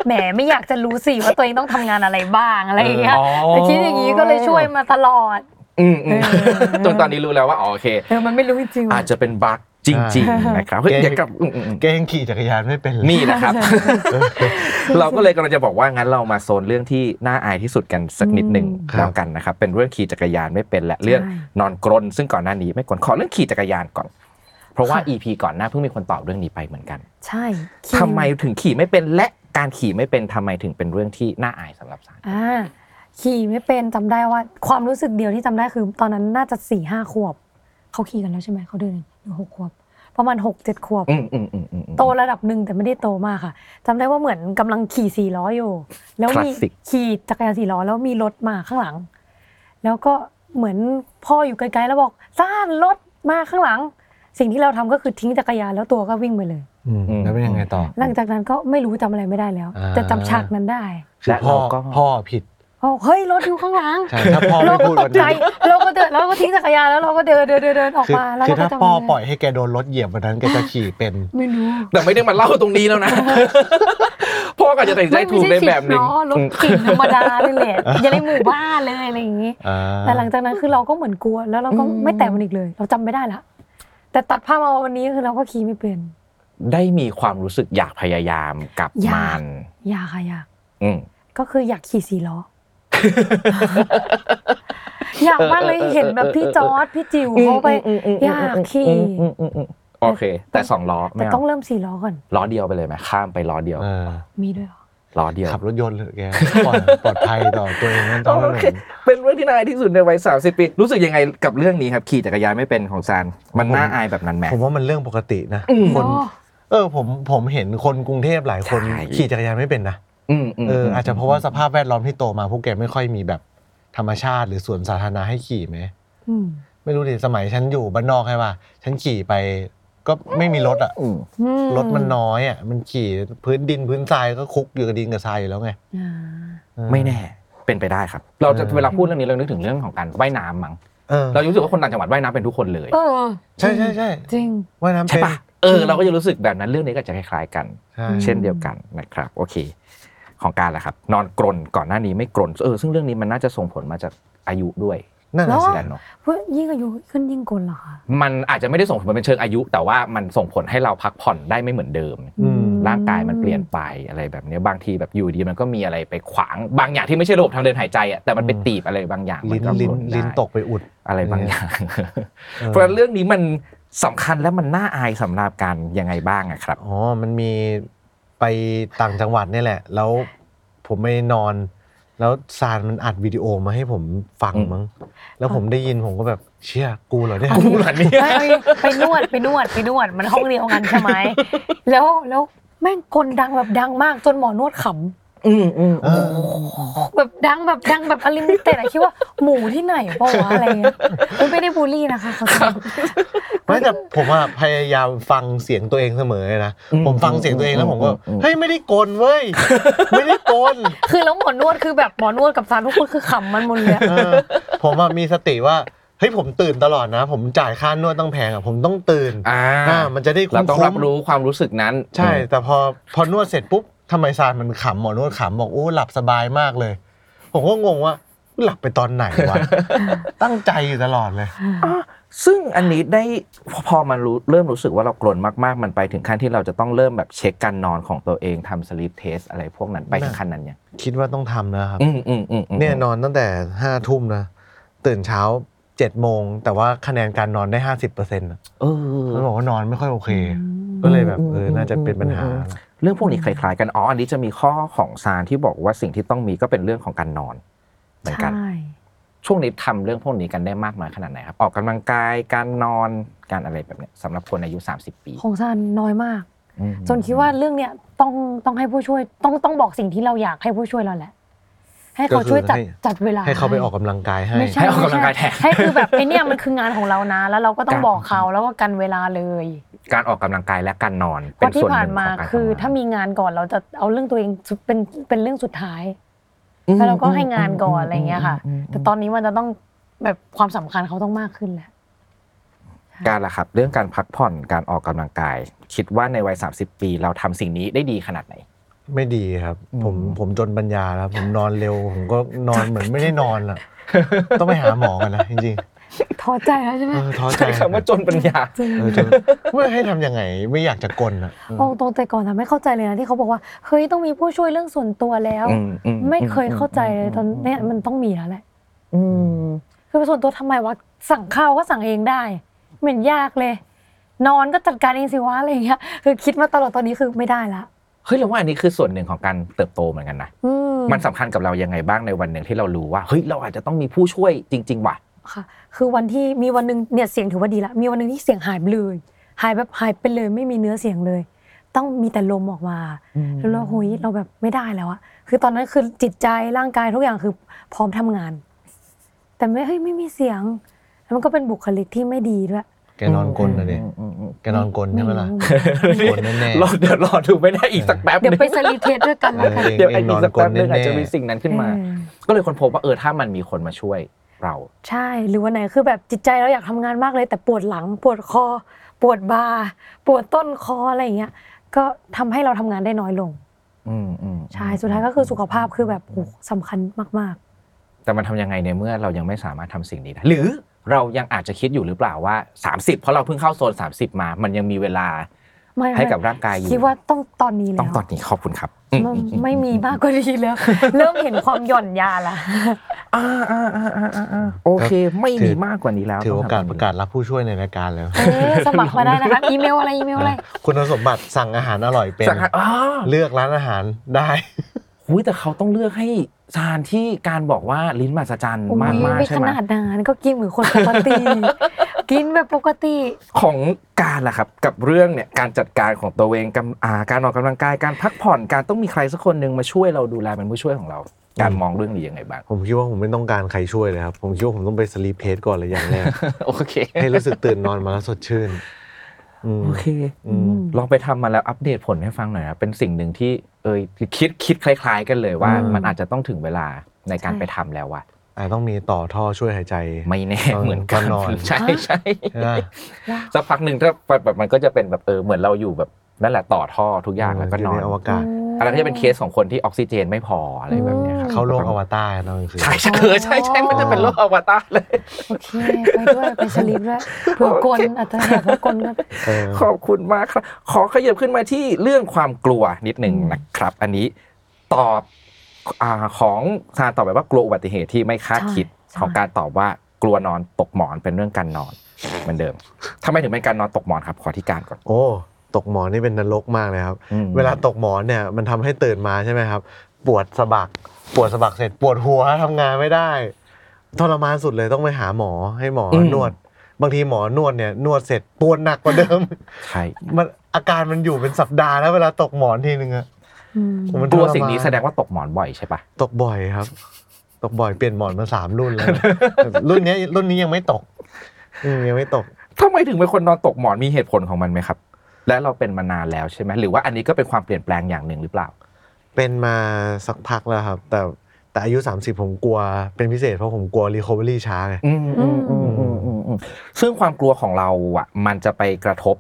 แหมไม่อยากจะรู้สิว่าตัวเองต้องทำงานอะไรบ้างอะไรอย่างเงี้ย อ๋อ แต่คิดอย่างนี้ก็เลยช่วยมาตลอด อืมอืม เออ จนตอนนี้รู้แล้วว่าอ๋อโอเค เออมันไม่รู้จริงๆว่ะ อาจจะเป็นบั๊กจริง ๆ นะครับเฮ้ยเดี๋ยวกลับอืมอืมอืม เก่งขี่จักรยานไม่เป็นเลย นี่นะครับ เราก็เลยกำลังจะบอกว่างั้นเรามาโซนเรื่องที่น่าอายที่สุดกันสักนิดหนึ่งแล้วกันนะครับ เป็นเรื่องขี่จักรยานไม่เป็นและเรื่องนอนกรนซึ่งก่อนหน้านี้ไม่กรนขอเรื่องขี่จักรยานก่อน เพราะว่า EP ก่อนหน้าเพิ่งมีคนตอบเรื่องนี้ไปเหมือนกัน ใช่ ทำไมถึงขี่ไม่เป็นและการขี่ไม่เป็นทำไมถึงเป็นเรื่องที่น่าอายสำหรับสาร อ่าขี่ไม่เป็นจำได้ว่า ความรู้สึกเดียวที่จำได้คือ ตอนนั้นน่าจะสี่ห้าขวบเขาขี่กันแล้วใช่ไหมเขาเดินหรือหกขวบ ประมาณหกเจ็ดขวบ อืมอืมอืมอืมอืม โตระดับหนึ่งแต่ไม่ได้โตมากค่ะจำได้ว่าเหมือนกำลังขี่สี่ล้ออยู่ แล้วมี Classic ขี่จักรยานสี่ล้อแล้วมีรถมาข้างหลัง แล้วก็เหมือนพ่ออยู่ไกลๆแล้วบอกซ่านรถมาข้างหลัง สิ่งที่เราทำก็คือทิ้งจักรยานแล้วตัวก็วิ่งไปเลย อืมแล้วเป็นยังไงต่อ หลังจากนั้นก็ไม่รู้จำอะไรไม่ได้แล้ว อ่า แต่จำฉากนั้นได้ คือพ่อ และเราก็ พ่อผิด พ่อบอกเฮ้ยรถอยู่ข้างหลัง ใช่ถ้าพ่อ เรา ไม่ ก็ พูด ต วัน กใจ นั้น เราก็เดินเราก็ทิ้งจักรยานแล้วเราก็เดินเดินเดินเดินออก คือ มาแล้ว คือ เราก็ ถ้า จำ พ่อ ไม่ ป ได้ ล่อยให้แกโดนรถเหยียบวันนั้นแกจะขี่เป็น ไม่รู้ แต่ไม่ได้มาเล่าตรงนี้แล้ว นะ พ่อก็อาจจะตัดสินใจถูกในแบบหนึ่ง ไม่ใช่สิบล้อรถเก่งธรรมดาเลย แหละอย่าในหมู่บ้านเลยอะไรอย่างนี้ อ่า แต่หลังจากนั้นคือเราก็เหมือนกลัว แล้วเราก็ไม่แตะมันอีกเลย เราจำไม่ได้ละแต่ตัดภาพมาวันนี้คือเราก็ขี่ไม่เป็น ได้มีความรู้สึกอยากพยายามกับ อยาก มัน อยากค่ะอยาก อืม ก็คืออยากขี่สี่ล้อ อยากมากเลย เออเออเออ เห็นแบบพี่จอร์ดพี่จิ๋วเขาไป อยากขี่ อืมอืมอืมโอเค แต่สองล้อ แต่ ไม่ ต้อ เอา งเริ่มสี่ล้อก่อน ล้อเดียวไปเลยไหมข้ามไปล้อเดียว เออ มีด้วยเหรอ ล้อเดียว ขับรถยนต์เลยแกปลอดปลอดภัยต่อตัวเองนั่นต้อง โอ ถ เคน น เป็นเรื่องที่น่าอายที่สุดในวัยสามสิบปี รู้สึกยังไงกับเรื่องนี้ครับขี่จักรยานไม่เป็นของซานมันน่าอายแบบนั้นไหม ผมว่ามันเรื่องปกตินะคน อ๋อ เออผมผมเห็นคนกรุงเทพหลายคน ใช่ ขี่จักรยานไม่เป็นนะ อืมม เอออาจจะเพราะว่าสภาพแวดล้อมที่โตมาพวกแกไม่ค่อยมีแบบธรรมชาติหรือสวนสาธารณะให้ขี่ไหม อืม ไม่รู้ดิสมัยฉันอยู่บ้านนอกใช่ป่ะฉันขี่ไปก็ไม่มีรถอ่ะ อืม อื รถมันน้อยอ่ะมันขี่พื้นดินพื้นทรายก็คลุกอยู่กับดินกับทรายอยู่แล้วไง อ่า เออ ไม่แน่เป็นไปได้ครับ เราจะ เออ เวลาพูดเรื่องนี้เรานึกถึงเรื่องของการว่ายน้ำมั้ง เออ เรารู้สึกว่าคนต่างจังหวัดว่ายน้ำเป็นทุกคนเลย เออ ใช่ใช่ใช่ จริง ว่ายน้ำ ใช่ เป็น ปะเออเราก็จะรู้สึกแบบนั้นเรื่องนี้ก็จะคล้ายๆกัน ใช่ อืม เช่นเดียวกันนะครับ โอเค ของการแหละครับ นอนกรนก่อนหน้านี้ไม่กรนเออซึ่งเรื่องนี้มันน่าจะส่งผลมาจากอายุด้วย นั่น เหร น่ะ อ สิ แหละเนาะ เพื่อยิ่งอายุขึ้นยิ่งกลนเหรอคะ มันอาจจะไม่ได้ส่งผลมาเป็นเชิงอายุ แต่ว่ามันส่งผลให้เราพักผ่อนได้ไม่เหมือนเดิม อืม ร่างกายมันเปลี่ยนไปอะไรแบบเนี้ยบางทีแบบอยู่ดีมันก็มีอะไรไปขวาง บางอย่างที่ไม่ใช่ระบบทางเดินหายใจอ่ะแต่มันไปตีบอะไรบางอย่างมั ลิ้น ก็ ลิ้น กได้ ลิ้นตกไปอุด อะไรบาง เออ อ อ ย่าง เออ เพราะฉะนั้นเรื่องนี้มันสำคัญและมันน่าอายสำหรับการยังไงบ้างอะครับ อ๋อมันมีไปต่างจังหวัดเนี่ยแหละ แล้วผมไม่นอน แล้วซานมันอัดวิดีโอมาให้ผมฟัง อืม มั้งแล้วผมได้ยินผมก็แบบเชี่ยกูเหรอเนี่ย กูเหรอเนี่ย ไม่เอาไปนวดไปนวดไปนวดมันห้องเดียวกันใช่ไหมแล้วแล้วแม่งกลดังแบบดังมากจนหมอนวดข อืมอืม เออ ำแบบดังแบบดังแบบอลิมิเต็ดอะคิดว่าหมูที่ไหนเปล่าวะอะไรเงี้ยมันไม่ได้บูลลี่นะคะเขาจะ ไม่แต่ผมอะพยายามฟังเสียงตัวเองเสมอเลยนะ ผมฟังเสียงตัวเองแล้วผมก็เฮ้ยไม่ได้โกนเว้ย ไม่ได้โกน คือแล้วหมอนวดคือแบบหมอนวดกับซานทุกคนคือขำมันหมดเลยอะ เออผมอะมีสติว่าเฮ้ยผมตื่นตลอดนะ ผมจ่ายค่านวดต้องแพงอะผมต้องตื่น อ่า อ่ามันจะได้คุ้เราม ต้อง ๆ รับรู้ความรู้สึกนั้น ใช่ แต่พอพอนวดเสร็จปุ๊บทำไมซานมันขำหมอนวดขำบอกโอ้หลับสบายมากเลย ผมก็งงว่าหลับไปตอนไหน วะตั้งใจอยู่ตลอดเลย ซึ่งอันนี้ได้พอมันรู้เริ่มรู้สึกว่าเรากลนมากๆ มันไปถึงขั้นที่เราจะต้องเริ่มแบบเช็คการนอนของตัวเองทำสลีปเทสอะไรพวกนั้นไปถึงขั้นนั้นยัง คิดว่าต้องทำนะครับ อืมอืมอืมอืม เนี่ยนอนตั้งแต่ห้าทุ่มนะ ตื่นเช้าเจ็ดโมง แต่ว่าคะแนนการนอนได้ห้าสิบเปอร์เซ็นต์ เออ เขาบอกว่านอนไม่ค่อยโอเค อื ก็ ม เลยแบบเออ อืม น่าจะเป็นปัญหา อืม เรื่องพวกนี้คล้ายๆกันอ๋ออันนี้จะมีข้อของซานที่บอกว่าสิ่งที่ต้องมีก็เป็นเรื่องของการนอนเหมือนกัน ใช่ ช่วงนี้ทำเรื่องพวกนี้กันได้มากน้อยขนาดไหนครับ ออกกำลังกายการนอนการอะไรแบบเนี้ยสำหรับคนอายุ 30 ปี ของซันน้อยมาก อืม จนคิดว่าเรื่องเนี้ยต้องต้องให้ผู้ช่วยต้องต้องบอกสิ่งที่เราอยากให้ผู้ช่วยเราแหละ ให้เขาช่วยจัด ก็คือให้ จัดเวลา ให้เขาไปออกกำลังกายให้ ไม่ ให้ ใช่ ออกกำลังกายแทน ให้คือแบบไอ เนี่ยมันคืองานของเรานะ แล้วเราก็ต้องครับ บอกเขาแล้วก็กันเวลาเลย การออกกำลังกายและการนอน เพ เป็ ราะ น ที่ ส่วนห ผ่าน นึ่งข มา องการ คือถ้ามีงานก่อนเราจะเอาเรื่องตัวเองสุดเป็นเป็นเรื่องสุดท้าย แล้วเราก็ให้งานก่อนอะไรอย่างเงี้ยค่ะ แต่ตอนนี้มันจะต้องแบบความสำคัญเขาต้องมากขึ้นแหละ การละครับ เรื่องการพักผ่อนการออกกำลังกาย คิดว่าในวัย 30 ปีเราทำสิ่งนี้ได้ดีขนาดไหน ไม่ดีครับ อืม ผมผมจนปัญญาแล้วผมนอนเร็ว ผมก็นอนเหมือนไม่ได้นอนอ่ะ ต้องไปหาหมอกันนะจริง ท้อใจแล้วใช่ ๆ ไหม เออท้อใจ ใช้คำว่าจนปัญญา จริง เออจนไม่ให้ทำยังไงไม่อยากจะกลนอ่ะ เอาตรงแต่ก่อนทำไม่เข้าใจเลยนะที่เขาบอกว่าเฮ้ยต้องมีผู้ช่วยเรื่องส่วนตัวแล้ว อืมอื ไม่เคยเข้าใจเลยตอนเนี้ยมันต้องมีแล้วแหละคือส่วนตัวทำไมวะสั่งข้าวก็สั่งเองได้ไม่เหม็นยากเลย นอนก็จัดการเองสิวะอะไรอย่างเงี้ยคือคิดมาตลอดตอนนี้คือไม่ได้ละ เฮ้ยเราว่าอันนี้คือส่วนหนึ่งของการเติบโตเหมือนกันนะ อืม มันสำคัญกับเรายังไงบ้างในวันหนึ่งที่เรารู้ว่าเฮ้ยเราอาจจะต้องมีผู้ช่วยจริง ๆ ว่ะ ค่ะ คือวันที่มีวันหนึ่งเนี่ยเสียงถือว่าดีละมีวันหนึ่งที่เสียงหายไปเลยหายแบบหายไปเลยไม่มีเนื้อเสียงเลย ต้องมีแต่ลมออกมา แล้วเราโหยเราแบบไม่ได้แล้วอะคือตอนนั้นคือจิตใจร่างกายทุกอย่างคือพร้อมทำงาน แต่ไม่เฮ้ยไม่มีเสียง แล้วมันก็เป็นบุคลิกที่ไม่ดีด้วย แกนอนกลนะดิแกนอนกลใช่ไหมล่ะ ไม่รู้ กลแน่ รอเดี๋ยวรอดูไม่ได้อีกสักแป๊บ เดี๋ยว นึง ไปสลีเทสด้วยกัน ๆเออแล้วกัน เอง เดี๋ยว เองน อี อก น สัก กล แป๊บนึงอาจ แน่ จะมีสิ่งนั้นขึ้นมา เออ ก็เลยคนพบว่าเออถ้ามันมีคนมาช่วยเรา ใช่ หรือวันไหนคือแบบจิตใจเราอยากทำงานมากเลย แต่ปวดหลัง ปวดคอ ปวดบ่าปวดต้นคออะไรอย่างเงี้ย ก็ทำให้เราทำงานได้น้อยลง อืมอืม ใช่ สุดท้ายก็คือสุขภาพคือแบบโหสำคัญมาก แต่มันทำยังไงในเมื่อเรายังไม่สามารถทำสิ่งนี้ได้หรือเรายังอาจจะคิดอยู่หรือเปล่าว่า 30 เพราะเราเพิ่งเข้าโซน 30 มา มันยังมีเวลา ๆ ไม่ ให้กับร่างกายอยู่ คิดว่าต้องตอนนี้แล้ว ต้องตอนนี้ขอบคุณครับอืม มัน อืมอืม ไม่มีมากกว่านี้ แล้ว เริ่มเห็นความหย่อนยาละ อ่าอ่าอ่าอ่าอ่าอ่าโอเค ไม่มีมากกว่านี้แล้ว ๆถือโอกาส ต้งทำ ประกาศรับผู้ช่วยในรายการเลย เอ๊ะสมัครมาได้นะคะอีเมลอะไรอีเมล อะไร คุณสมบัติสั่งอาหารอร่อยเป็น สั่งอาหารอ๋อ เลือกร้านอาหารได้ หุ้ยแต่เขาต้องเลือกให้สถานที่การบอกว่าลิ้นมหัศจรรย์ โอ้ย มากมาก ไม่ ใช่ ข ไหม นาดนั้นก็กินเหมือนคนปก ติ กินแบบปกติ ของการล่ะครับ กับเรื่องเนี่ยการจัดการของตัวเองกับอ่าการออกกำลังกายการพักผ่อนการต้องมีใครสักคนหนึ่งมาช่วยเราดูแลเป็นผู้ช่วยของเรา การมองเรื่องนี้ยังไงบ้าง ผมคิดว่าผมไม่ต้องการใครช่วยเลยครับ ผมคิดว่าผมต้องไปสลีปเพจก่อนเลยอย่างแร ก โอเค ให้รู้สึกตื่นนอนมาแล้วสดชื่นอืม โอเค อืม ลองไปทำมาแล้วอัปเดตผลให้ฟังหน่อยนะเป็นสิ่งหนึ่งที่เอยคิดคิดคล้าย ๆ กันเลยว่า อืม มันอาจจะต้องถึงเวลาในการ ใช่ ไปทำแล้วอะ อาจต้องมีต่อท่อช่วยหายใจ ไม่แน่เหมือนกัน ตอนน อน ใช่ใช่ นะ สักพักหนึ่งถ้าแบบมันก็จะเป็นแบบเออเหมือนเราอยู่แบบนั่นแหละต่อท่อทุกอย่างแล้วก็นอน ยู่ในอวกาศ อันนั้นก็จะเป็นเคสของคนที่ออกซิเจนไม่พออะไรแบบเนี้ยครับ เข้าโลกอวตารตอนกลางคืน ใช่ใช่เออใช่ใช่มันจะเป็นโลกอวตารเลย โอเค ไปด้วย ไปสลิป ด้วยเผื่อกลอาจจะอยากว่ากลก็ เออ ขอบคุณมากครับ ขอขยับขึ้นมาที่เรื่องความกลัวนิดหนึ่งนะครับ อันนี้ตอบอาของซานตอบแบบว่ากลัวอุบัติเหตุที่ไม่คาดคิด ใช่ ของการตอบว่ากลัวนอนตกหมอนเป็นเรื่องการนอนเหมือนเดิมทำไมถึงเป็นการนอนตกหมอนครับขอที่การก่อน โอ้ ตกหมอนนี่เป็นนรกมากเลยครับ อืม เวลาตกหมอนเนี่ยมันทำให้ตื่นมาใช่ไหมครับ ปวดสะบัก ปวดสะบักเสร็จปวดหัวทำงานไม่ได้ทรมานสุดเลยต้องไปหาหมอให้หมออ ม นวด บางทีหมอนวดเนี่ยนวดเสร็จปวดหนักกว่าเดิม ใช่ มันอาการมันอยู่เป็นสัปดาห์แล้วเวลาตกหมอนทีนึงอะ อืม มันทรมาก ลัวสิ่งนี้แสดงว่าตกหมอนบ่อยใช่ปะ ตกบ่อยครับ ตกบ่อยเปลี่ยนหมอนมาสามรุ่นแล้ว รุ่นเนี้ยรุ่นนี้ยังไม่ตกอืมยังไม่ตก ทำไมถึงเป็นคนนอนตกหมอนมีเหตุผลของมันไหมครับ และเราเป็นมานานแล้วใช่ไหมหรือว่าอันนี้ก็เป็นความเปลี่ยนแปลงอย่างหนึ่งหรือเปล่า เป็นมาสักพักแล้วครับ แต่แต่อายุ 30 ผมกลัวเป็นพิเศษเพราะผมกลัวรีคอเวอรี่ช้าไง อืมอืมอืมอืมอืมอืมซึ่งความกลัวของเราอ่ะมันจะไปกระทบ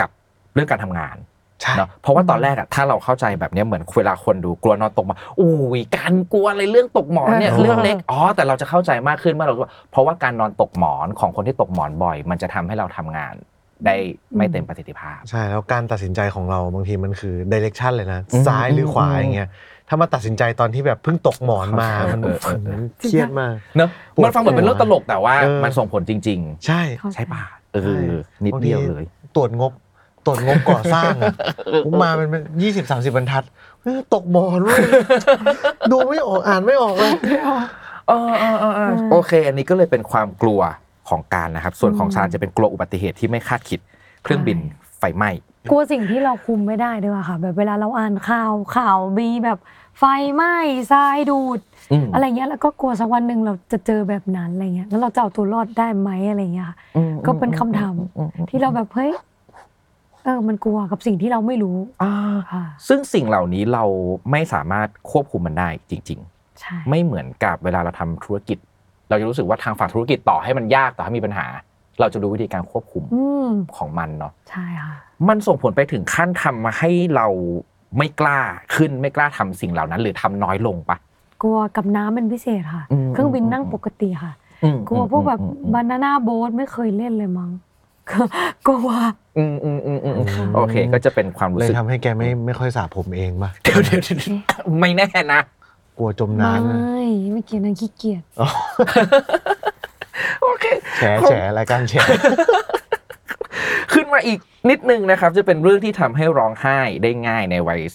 กับเรื่องการทำงาน ใช่ เนาะเพราะว่าตอนแรกอ่ะถ้าเราเข้าใจแบบเนี้ยเหมือนเวลาคนดูกลัวนอนตกหมอนอุ้ยการกลัวอะไรเรื่องตกหมอนเนี่ยเรื่องเล็กอ๋อแต่เราจะเข้าใจมากขึ้นเมื่อเรารู้ว่าเพราะว่าการนอนตกหมอนของคนที่ตกหมอนบ่อย มันจะทำให้เราทำงานได้ไม่เต็มประสิทธิภาพ ใช่แล้วการตัดสินใจของเราบางทีมันคือด r เรกชันเลยนะ อืม ซ้ายหรือขวา อืม อย่างเงี้ยถ้ามาตัดสินใจตอนที่แบบเพิ่งตกหมอนมา เข้าใจ มัน เออเออเออ เครียดมาก เนอะมันฟังเหมือนเป็นเรื่องตลกแต่ว่า เออ มันส่งผลจริง ๆ ใช่ เข้าจ ใช่ป่ะเออ นิด บางที เดียวเลย ตรวจงบตรวจงบก่อสร้างอะผมมามันเป็นยี่สิบสามสิบบรรทัดเฮ้ยตกหมอนเว้ยดูไม่ออกอ่านไม่ออกเลย เออเออเออเออโอเค อันนี้ก็เลยเป็นความกลัวของการนะครับ ส่วนของ อืม ซานจะเป็นกลัวอุบัติเหตุที่ไม่คาดคิด เครื่องบินไฟไหม้ กลัวสิ่งที่เราคุมไม่ได้ด้วยว่ะค่ะ แบบเวลาเราอ่านข่าวข่าวมีแบบไฟไหม้ทรายดูด อืม อะไรเงี้ยแล้วก็กลัวสักวันหนึ่งเราจะเจอแบบนั้นอะไรเงี้ยแล้วเราจะเอาตัวรอดได้ไหมอะไรเงี้ยค่ะ อืม ก็เป็นคำถาม อือืม ที่เราแบบเฮ้ยเออมันกลัวกับสิ่งที่เราไม่รู้ อ่า ค่ะ ซึ่งสิ่งเหล่านี้เราไม่สามารถควบคุมมันได้จริง ๆ ใช่ ไม่เหมือนกับเวลาเราทำธุรกิจ เราจะรู้สึกว่าทางฝั่งธุรกิจต่อให้มันยากต่อให้มีปัญหา เราจะรู้วิธีการควบคุม อืม ของมันเนาะ ใช่ค่ะ มันส่งผลไปถึงขั้นทำมาให้เราไม่กล้าขึ้นไม่กล้าทำสิ่งเหล่านั้น หรือทำน้อยลงปะ กลัวกับน้ำเป็นพิเศษค่ะ อืม เครื่องบิน อืม นั่งปกติค่ะ อืม กลัวพวกแบบ อืมอืมอืม บานาน่าโบ๊ทไม่เคยเล่นเลยมั้ง กลัว อืมอืมอืมอืมอืม ค่ะ โอเค ก็จะเป็นความรู้ เลย สึก ทำให้แกไม่ไม่ค่อยสระผมเองป่ะ เดี๋ยวเดี๋ยวเดี๋ยวไม่แน่ นะ กลัวจม ไม่ น้ำนะ ไม่เกี่ยวนันขี้เกียจ อ๋อ โอเค แฉแฉรายการแฉ ขึ้นมาอีกนิดนึงนะครับ จะเป็นเรื่องที่ทำให้ร้องไห้ได้ง่ายในวัย อื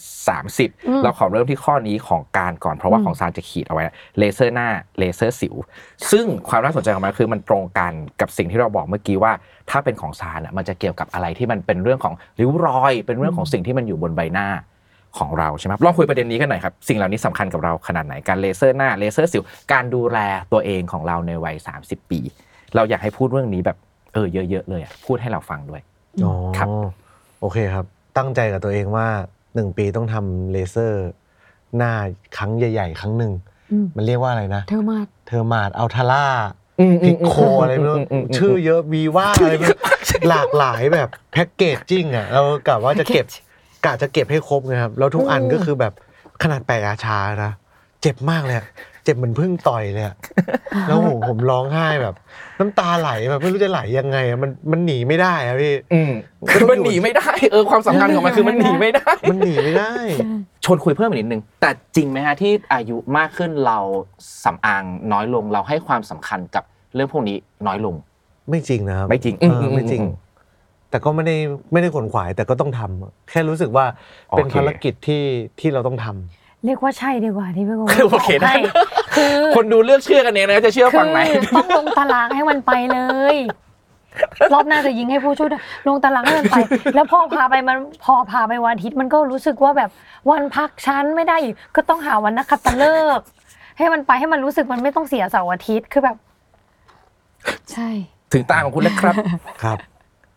ม 30 เราขอเริ่มที่ข้อนี้ของการก่อนเพราะว่า อืม ของซานจะขีดเอาไว้นะเลเซอร์หน้าเลเซอร์สิว ซึ่งความน่าสนใจของมันคือมันตรงกันกับสิ่งที่เราบอกเมื่อกี้ว่า ถ้าเป็นของซานน่ะมันจะเกี่ยวกับอะไรที่มันเป็นเรื่องของริ้วรอย เป็นเรื่องของสิ่งที่มันอยู่บนใบหน้าของเราใช่ไหมครับลองคุยประเด็นนี้กันหน่อยครับสิ่งเหล่านี้สำคัญกับเราขนาดไหนการเลเซอร์หน้าเลเซอร์สิวการดูแลตัวเองของเราในวัย 30 ปี เราอยากให้พูดเรื่องนี้แบบเออเยอะๆเลยอะพูดให้เราฟังด้วย อ๋อ ครับ โอเคครับ ตั้งใจกับตัวเองว่าหนึ่งปีต้องทำเลเซอร์ หน้าครั้งใหญ่ ๆ ครั้งหนึ่ง อืม มันเรียกว่าอะไรนะ เธอมา เทอร์มาดอัลทาร่า อืม พิกโคอะไรไม่รู้ มมม ชื่อเยอะวีว่าอะไรไม่รู้หลากหลายแบบแพ็กเกจจิ้งอ่ะเรากะว่าจะเก็บกะจะเก็บให้ครบนะครับ แล้วทุกอันก็คือแบบขนาดแปะอาชานะ เจ็บมากเลยอะเจ็บเหมือนเพึ่งต่อยเลยอะ แล้วผมผมร้องไห้แบบ น้ำตาไหลแบบไม่รู้จะไหลยังไงอะมันมันหนีไม่ได้อะพี่ อืมคือมันหนีไม่ได้เออความสำคัญ ของมันคือมันหนีไม่ได้ มันหนีไม่ได้ ชวนคุยเพิ่มอีกนิดนึง แต่จริงไหมฮะที่อายุมากขึ้นเราสำอางน้อยลงเราให้ความสำคัญกับเรื่องพวกนี้น้อยลง ไม่จริงนะครับ ไม่จริง เอออ ม ไม่จริง อืม แต่ก็ไม่ได้ไม่ได้ขวนขวาย แต่ก็ต้องทำอะแค่รู้สึกว่าเป็น โอเค ภารกิจที่ที่เราต้องทำ เรียกว่าใช่ดีกว่าที่พี่โก คือโอเคได้ ให้คือ คนดูเลือกเชื่อกันเองนะจะเชื่อ คื ฝั่งไหน อต้องลงตารางให้มันไปเลย รอบหน้าจะยิงให้ผู้ช่วยด้วยลงตารางให้มันไป แล้วพอพาไปมันพอพาไปวันอาทิตย์มันก็รู้สึกว่าแบบวันพักชั้นไม่ได้อีกก็ต้องหาวันนักขัตฤกษ์ให้มันไปให้มันรู้สึกมันไม่ต้องเสียเสาร์อาทิตย์คือแบบ ใช่ ถึงตาของคุณแล้วครับ ครับ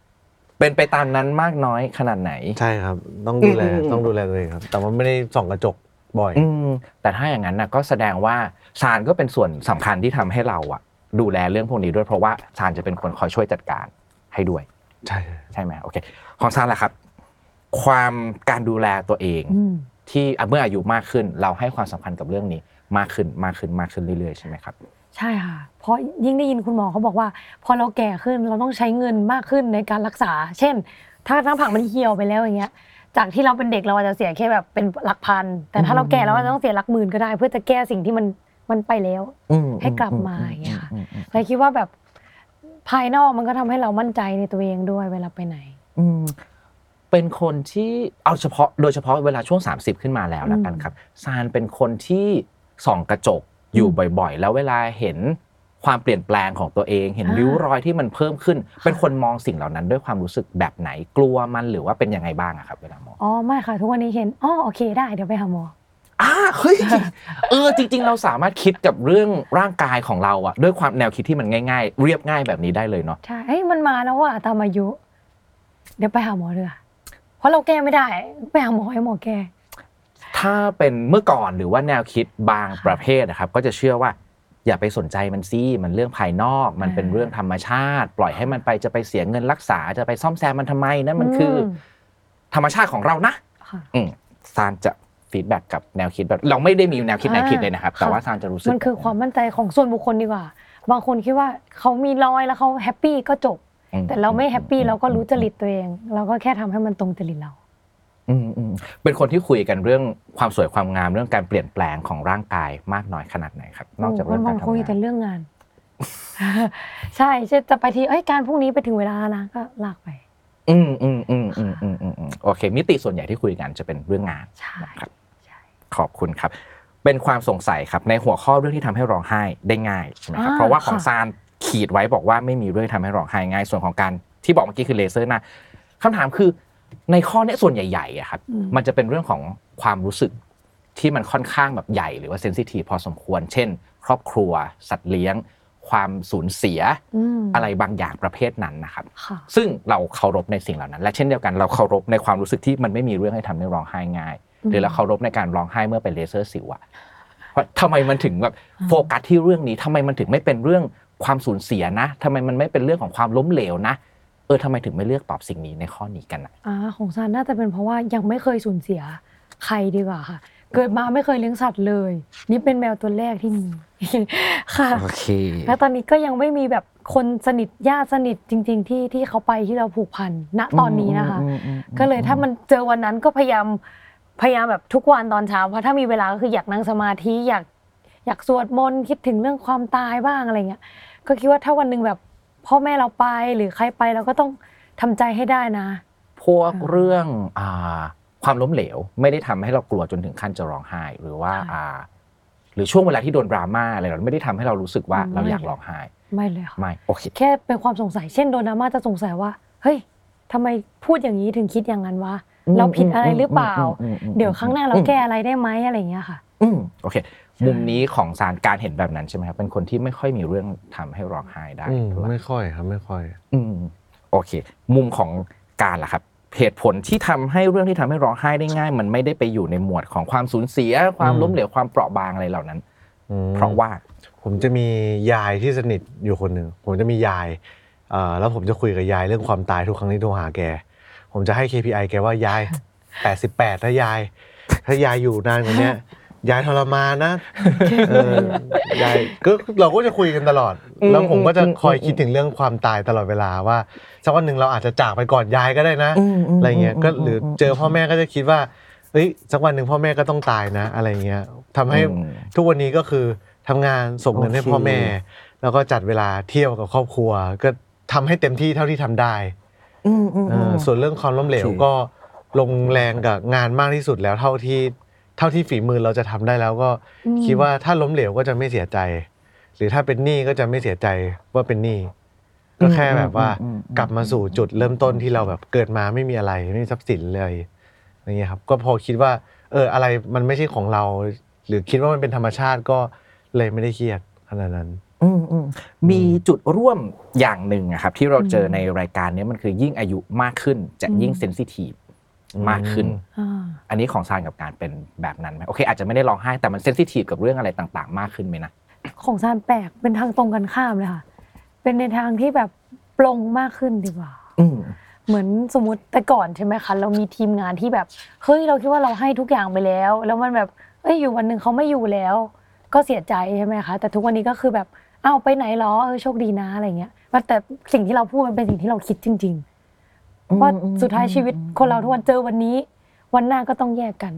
เป็นไปตามนั้นมากน้อยขนาดไหน ใช่ครับ ต้องดูแล อืมอืม ต้องดูแลตัวเองครับ แต่ว่าไม่ได้ส่องกระจกบ่อย อืมแต่ถ้าอย่างนั้นนะก็แสดงว่าซานก็เป็นส่วนสำคัญที่ทำให้เราอะดูแลเรื่องพวกนี้ด้วยเพราะว่าซานจะเป็นคนคอยช่วยจัดการให้ด้วย ใช่ ใช่ไหมโอเค ของซานล่ะครับ ความการดูแลตัวเอง อืม ที่อ่ะเมื่ออายุมากขึ้นเราให้ความสำคัญกับเรื่องนี้มากขึ้นมากขึ้นมากขึ้นเรื่อยๆใช่ไหมครับ ใช่ค่ะ เพราะยิ่งได้ยินคุณหมอเขาบอกว่า พอเราแก่ขึ้นเราต้องใช้เงินมากขึ้นในการรักษา เช่น ถ้าหน้าผากมันเหี่ยวไปแล้วอย่างเงี้ย จากที่เราเป็นเด็กเราอาจจะเสียแค่แบบเป็นหลักพัน แต่ถ้าเราแก่เราอาจจะต้องเสียหลักหมื่นก็ได้ เพื่อจะแก้สิ่งที่มันมันไปแล้ว ให้กลับมาอย่างเงี้ยค่ะ เลยคิดว่าแบบภายนอกมันก็ทำให้เรามั่นใจในตัวเองด้วยเวลาไปไหน อืมเป็นคนที่เอาเฉพาะโดยเฉพาะเวลาช่วง 30 ขึ้นมาแล้ว อืม แล้วกันครับซานเป็นคนที่ส่องกระจกอยู่บ่อยๆ แล้วเวลาเห็นความเปลี่ยนแปลงของตัวเอง เห็น อ่า ริ้วรอยที่มันเพิ่มขึ้น เป็นคนมองสิ่งเหล่านั้นด้วยความรู้สึกแบบไหนกลัวมันหรือว่าเป็นยังไงบ้างอะครับ เวลามอง อ๋อไม่ค่ะ ทุกวันนี้เห็นอ๋อโอเคได้เดี๋ยวไปหาหมอ อ่าเฮ้ย เออจริง ๆ เราสามารถคิดกับเรื่องร่างกายของเราอะด้วยความแนวคิดที่มันง่ายๆ เรียบง่ายแบบนี้ได้เลยเนาะ ใช่เฮ้ยมันมาแล้วว่ะตามอายุ เดี๋ยวไปหาหมอเถอะเพราะเราแก้ไม่ได้ไปหาหมอให้หมอแก้ ถ้าเป็นเมื่อก่อนหรือว่าแนวคิดบางประเภทนะครับ ก็จะเชื่อว่า อย่าไปสนใจมันสิมันเรื่องภายนอก มันเป็นเรื่องธรรมชาติ ปล่อยให้มันไปจะไปเสียเงินรักษาจะไปซ่อมแซมมันทำไมนั่นมันคืออ ม ธรรมชาติของเรานะ ค่ะ อืมซานจะฟีดแบ็กกับแนวคิดแบบเราไม่ได้มีแนวคิดไหน อ่า ผิดเลยนะครับ แต่ ค่ะ ว่าซานจะรู้สึก มันคือความมั่นใจของส่วนบุคคลดีกว่า บางคนคิดว่าเขามีรอยแล้วเขาแฮปปี้ก็จบ อื แต่เราไม่แฮปปี้เราก็รู้จริตตัวเอง เราก็แค่ทำให้มันตรงจริตเรา อืมอืมเป็นคนที่คุยกันเรื่องความสวยความงามเรื่องการเปลี่ยนแปลงของร่างกายมากน้อยขนาดไหนครับนอกจากเรื่อง มั การ น ทำ คง งา แต่ น เรื่องงาน ใช่ใช่จะไปทีเอ้ยการพรุ่งนี้ไปถึงเวลาแล้วนะก็ลากไป อืมอืมอืมอืมอืมอืมอืมโอเค มิติส่วนใหญ่ที่คุยกันจะเป็นเรื่องงาน ใช่ ครับ ขอบคุณครับ เป็นความสงสัยครับในหัวข้อเรื่องที่ทำให้ร้องไห้ได้ง่ายใช่ไหมครับ อ่า เพราะว่าของ ค่ะ ซานขีดไว้บอกว่าไม่มีเรื่องทำให้ร้องไห้ง่าย ส่วนของการที่บอกเมื่อกี้คือเลเซอร์หนะคำถามคือในข้อเนี้ยส่วนใหญ่ๆอะครับ อืม มันจะเป็นเรื่องของความรู้สึกที่มันค่อนข้างแบบใหญ่หรือว่าเซนซิทีฟพอสมควร เช่น ครอบครัว สัตว์เลี้ยง ความสูญเสีย อืม อะไรบางอย่างประเภทนั้นนะครับ ค่ะ ซึ่งเราเคารพในสิ่งเหล่านั้น และเช่นเดียวกันเราเคารพในความรู้สึกที่มันไม่มีเรื่องให้ทำให้ร้องไห้ง่าย หรือเราเคารพในการร้องไห้เมื่อเป็นเลเซอร์สิวอะว่าทำไมมันถึงแบบ อ่า โฟกัสที่เรื่องนี้ทำไมมันถึงไม่เป็นเรื่องความสูญเสียนะทำไมมันไม่เป็นเรื่องของความล้มเหลวนะ เออทำไมถึงไม่เลือกตอบสิ่งนี้ในข้อนี้กันนะ อ่าของซานน่าจะเป็นเพราะว่ายังไม่เคยสูญเสียใครดีกว่าค่ะ เกิดมาไม่เคยเลี้ยงสัตว์เลย นี่เป็นแมวตัวแรกที่มี ค่ะ โอเค และตอนนี้ก็ยังไม่มีแบบคนสนิทญาติสนิทจริง ๆ ที่ที่เขาไปที่เราผูกพันณตอนนี้นะคะ ก็เลยถ้ามันเจอวันนั้นก็พยายามพยายามแบบทุกวันตอนเช้าเพราะถ้ามีเวลาก็คืออยากนั่งสมาธิอยากอยากสวดมนต์คิดถึงเรื่องความตายบ้างอะไรเงี้ยก็คิดว่าถ้าวันหนึ่งแบบพ่อแม่เราไปหรือใครไปเราก็ต้องทำใจให้ได้นะ พวกเรื่องอ่าความล้มเหลวไม่ได้ทำให้เรากลัวจนถึงขั้นจะร้องไห้ หรือว่า ใช่ อ่า หรือช่วงเวลาที่โดนดราม่าอะไรเราไม่ได้ทำให้เรารู้สึกว่า อืม เราอยากร้องไห้ ไม่เลยค่ะ ไม่โอเค แค่เป็นความสงสัย เช่นโดนาม่าจะสงสัยว่า เฮ้ยทำไมพูดอย่างนี้ถึงคิดอย่างนั้นวะ เราผิดอะไรหรือเปล่า เดี๋ยวครั้งหน้าเราแก้อะไรได้ไหมอะไรอย่างเงี้ยค่ะ อืมโอเค มุมนี้ของสารการเห็นแบบนั้นใช่ไหมครับเป็นคนที่ไม่ค่อยมีเรื่องทำให้ร้องไห้ได้ อืม เท่าไหร่ ไม่ค่อยครับไม่ค่อย อืมโอเค มุมของการล่ะครับเหตุผลที่ทำให้เรื่องที่ทำให้ร้องไห้ได้ง่าย มันไม่ได้ไปอยู่ในหมวดของความสูญเสีย ความ อืม ล้มเหลวความเปราะบางอะไรเหล่านั้น อืม เพราะว่า ผมจะมียายที่สนิทอยู่คนหนึ่ง ผมจะมียายเอ่อแล้วผมจะคุยกับยายเรื่องความตายทุกครั้งที่โทรหาแก ผมจะให้ KPI แกว่ายาย 88ถ้ายาย ถ้ายายอยู่นานกว่าเนี้ย ยายทรมาน นะเออยายก็เราก็จะคุยกันตลอด อืม แล้วผมก็จะ อืม คอยคิดถึงเรื่องความตายตลอดเวลาว่าสักวันหนึ่งเราอาจจะจากไปก่อนยายก็ได้นะ อะไรเงี้ยก็หรือเจอพ่อแม่ก็จะคิดว่าเอ้ยสักวันหนึ่งพ่อแม่ก็ต้องตายนะ อะไรเงี้ยทำให้ อืม ทุกวันนี้ก็คือทำงานส่งเงินให้ โอเค พ่อแม่ แล้วก็จัดเวลาเที่ยวกับครอบครัว ก็ทำให้เต็มที่เท่าที่ทำได้ อืมอืม เอ อื อ ม ส่วนเรื่องความล้มเหลว โอเค ก็ลงแรงกับงานมากที่สุดแล้วเท่าที่เท่าที่ฝีมือเราจะทำได้แล้วก็ อืม คิดว่าถ้าล้มเหลวก็จะไม่เสียใจ หรือถ้าเป็นหนี้ก็จะไม่เสียใจว่าเป็นหนี้ก็แค่แบบว่า อืมอืม กลับมาสู่จุดเริ่มต้นที่เราแบบเกิดมาไม่มีอะไรไม่มีทรัพย์สินเลยอะไรเงี้ยครับก็พอคิดว่า เอออะไรมันไม่ใช่ของเรา หรือคิดว่ามันเป็นธรรมชาติก็เลยไม่ได้เครียดขนาดนั้น อืมอืมมีจุดร่วมอย่างหนึ่งอะครับ ที่เราเจอในรายการเนี้ยมันคือยิ่งอายุมากขึ้นจะยิ่ง อืม เซนซิทีฟมากขึ้น อ่า อันนี้ของซานกับการเป็นแบบนั้นไหมโอเค อาจจะไม่ได้ร้องไห้แต่มันเซนซิทีฟกับเรื่องอะไรต่าง ๆ มากขึ้นไหมนะ ของซานแปลกเป็นทางตรงกันข้ามเลยค่ะ เป็นในทางที่แบบปลงมากขึ้นดีกว่า อืม เหมือนสมมติแต่ก่อนใช่ไหมคะเรามีทีมงานที่แบบเฮ้ยเราคิดว่าเราให้ทุกอย่างไปแล้ว แล้วมันแบบเอ้ยอยู่วันหนึ่งเขาไม่อยู่แล้ว ก็เสียใจใช่ไหมคะแต่ทุกวันนี้ก็คือแบบอ้าวไปไหนเหรอเออโชคดีนะอะไรเงี้ยมันแต่สิ่งที่เราพูดมันเป็นสิ่งที่เราคิดจริงๆว่าสุดท้ายชีวิตคนเราทุกวันเจอวันนี้ วันหน้าก็ต้องแยกกัน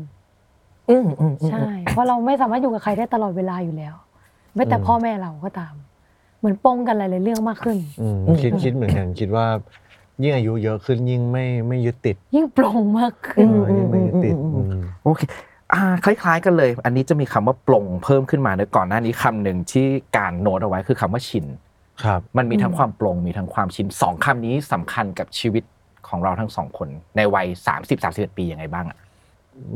อืมอืมอืม ใช่เพราะเราไม่สามารถอยู่กับใครได้ตลอดเวลาอยู่แล้ว ไม่แต่ อืม พ่อแม่เราก็ตาม เหมือนปงกันหลายๆเรื่องมากขึ้น อืมคิดคิดเหมือนกันคิดว่า ยิ่งอายุเยอะขึ้นยิ่งไม่ไม่ยึดติด ยิ่งปลงมาก เอ ขึ้น อยิ่งไม่ยึดติดอืม โอเคอ่าคล้ายๆกันเลย อันนี้จะมีคำว่าปลงเพิ่มขึ้นมาเนอะก่อนหน้านี้คำหนึ่งที่การโน้ตเอาไว้คือคำว่าชิน ครับ มันมีทั้ง อืม ความปลงมีทั้งความชินสองคำนี้สำคัญกับชีวิตของเราทั้งสองคน ในวัย 30 31 ปียังไงบ้างอะ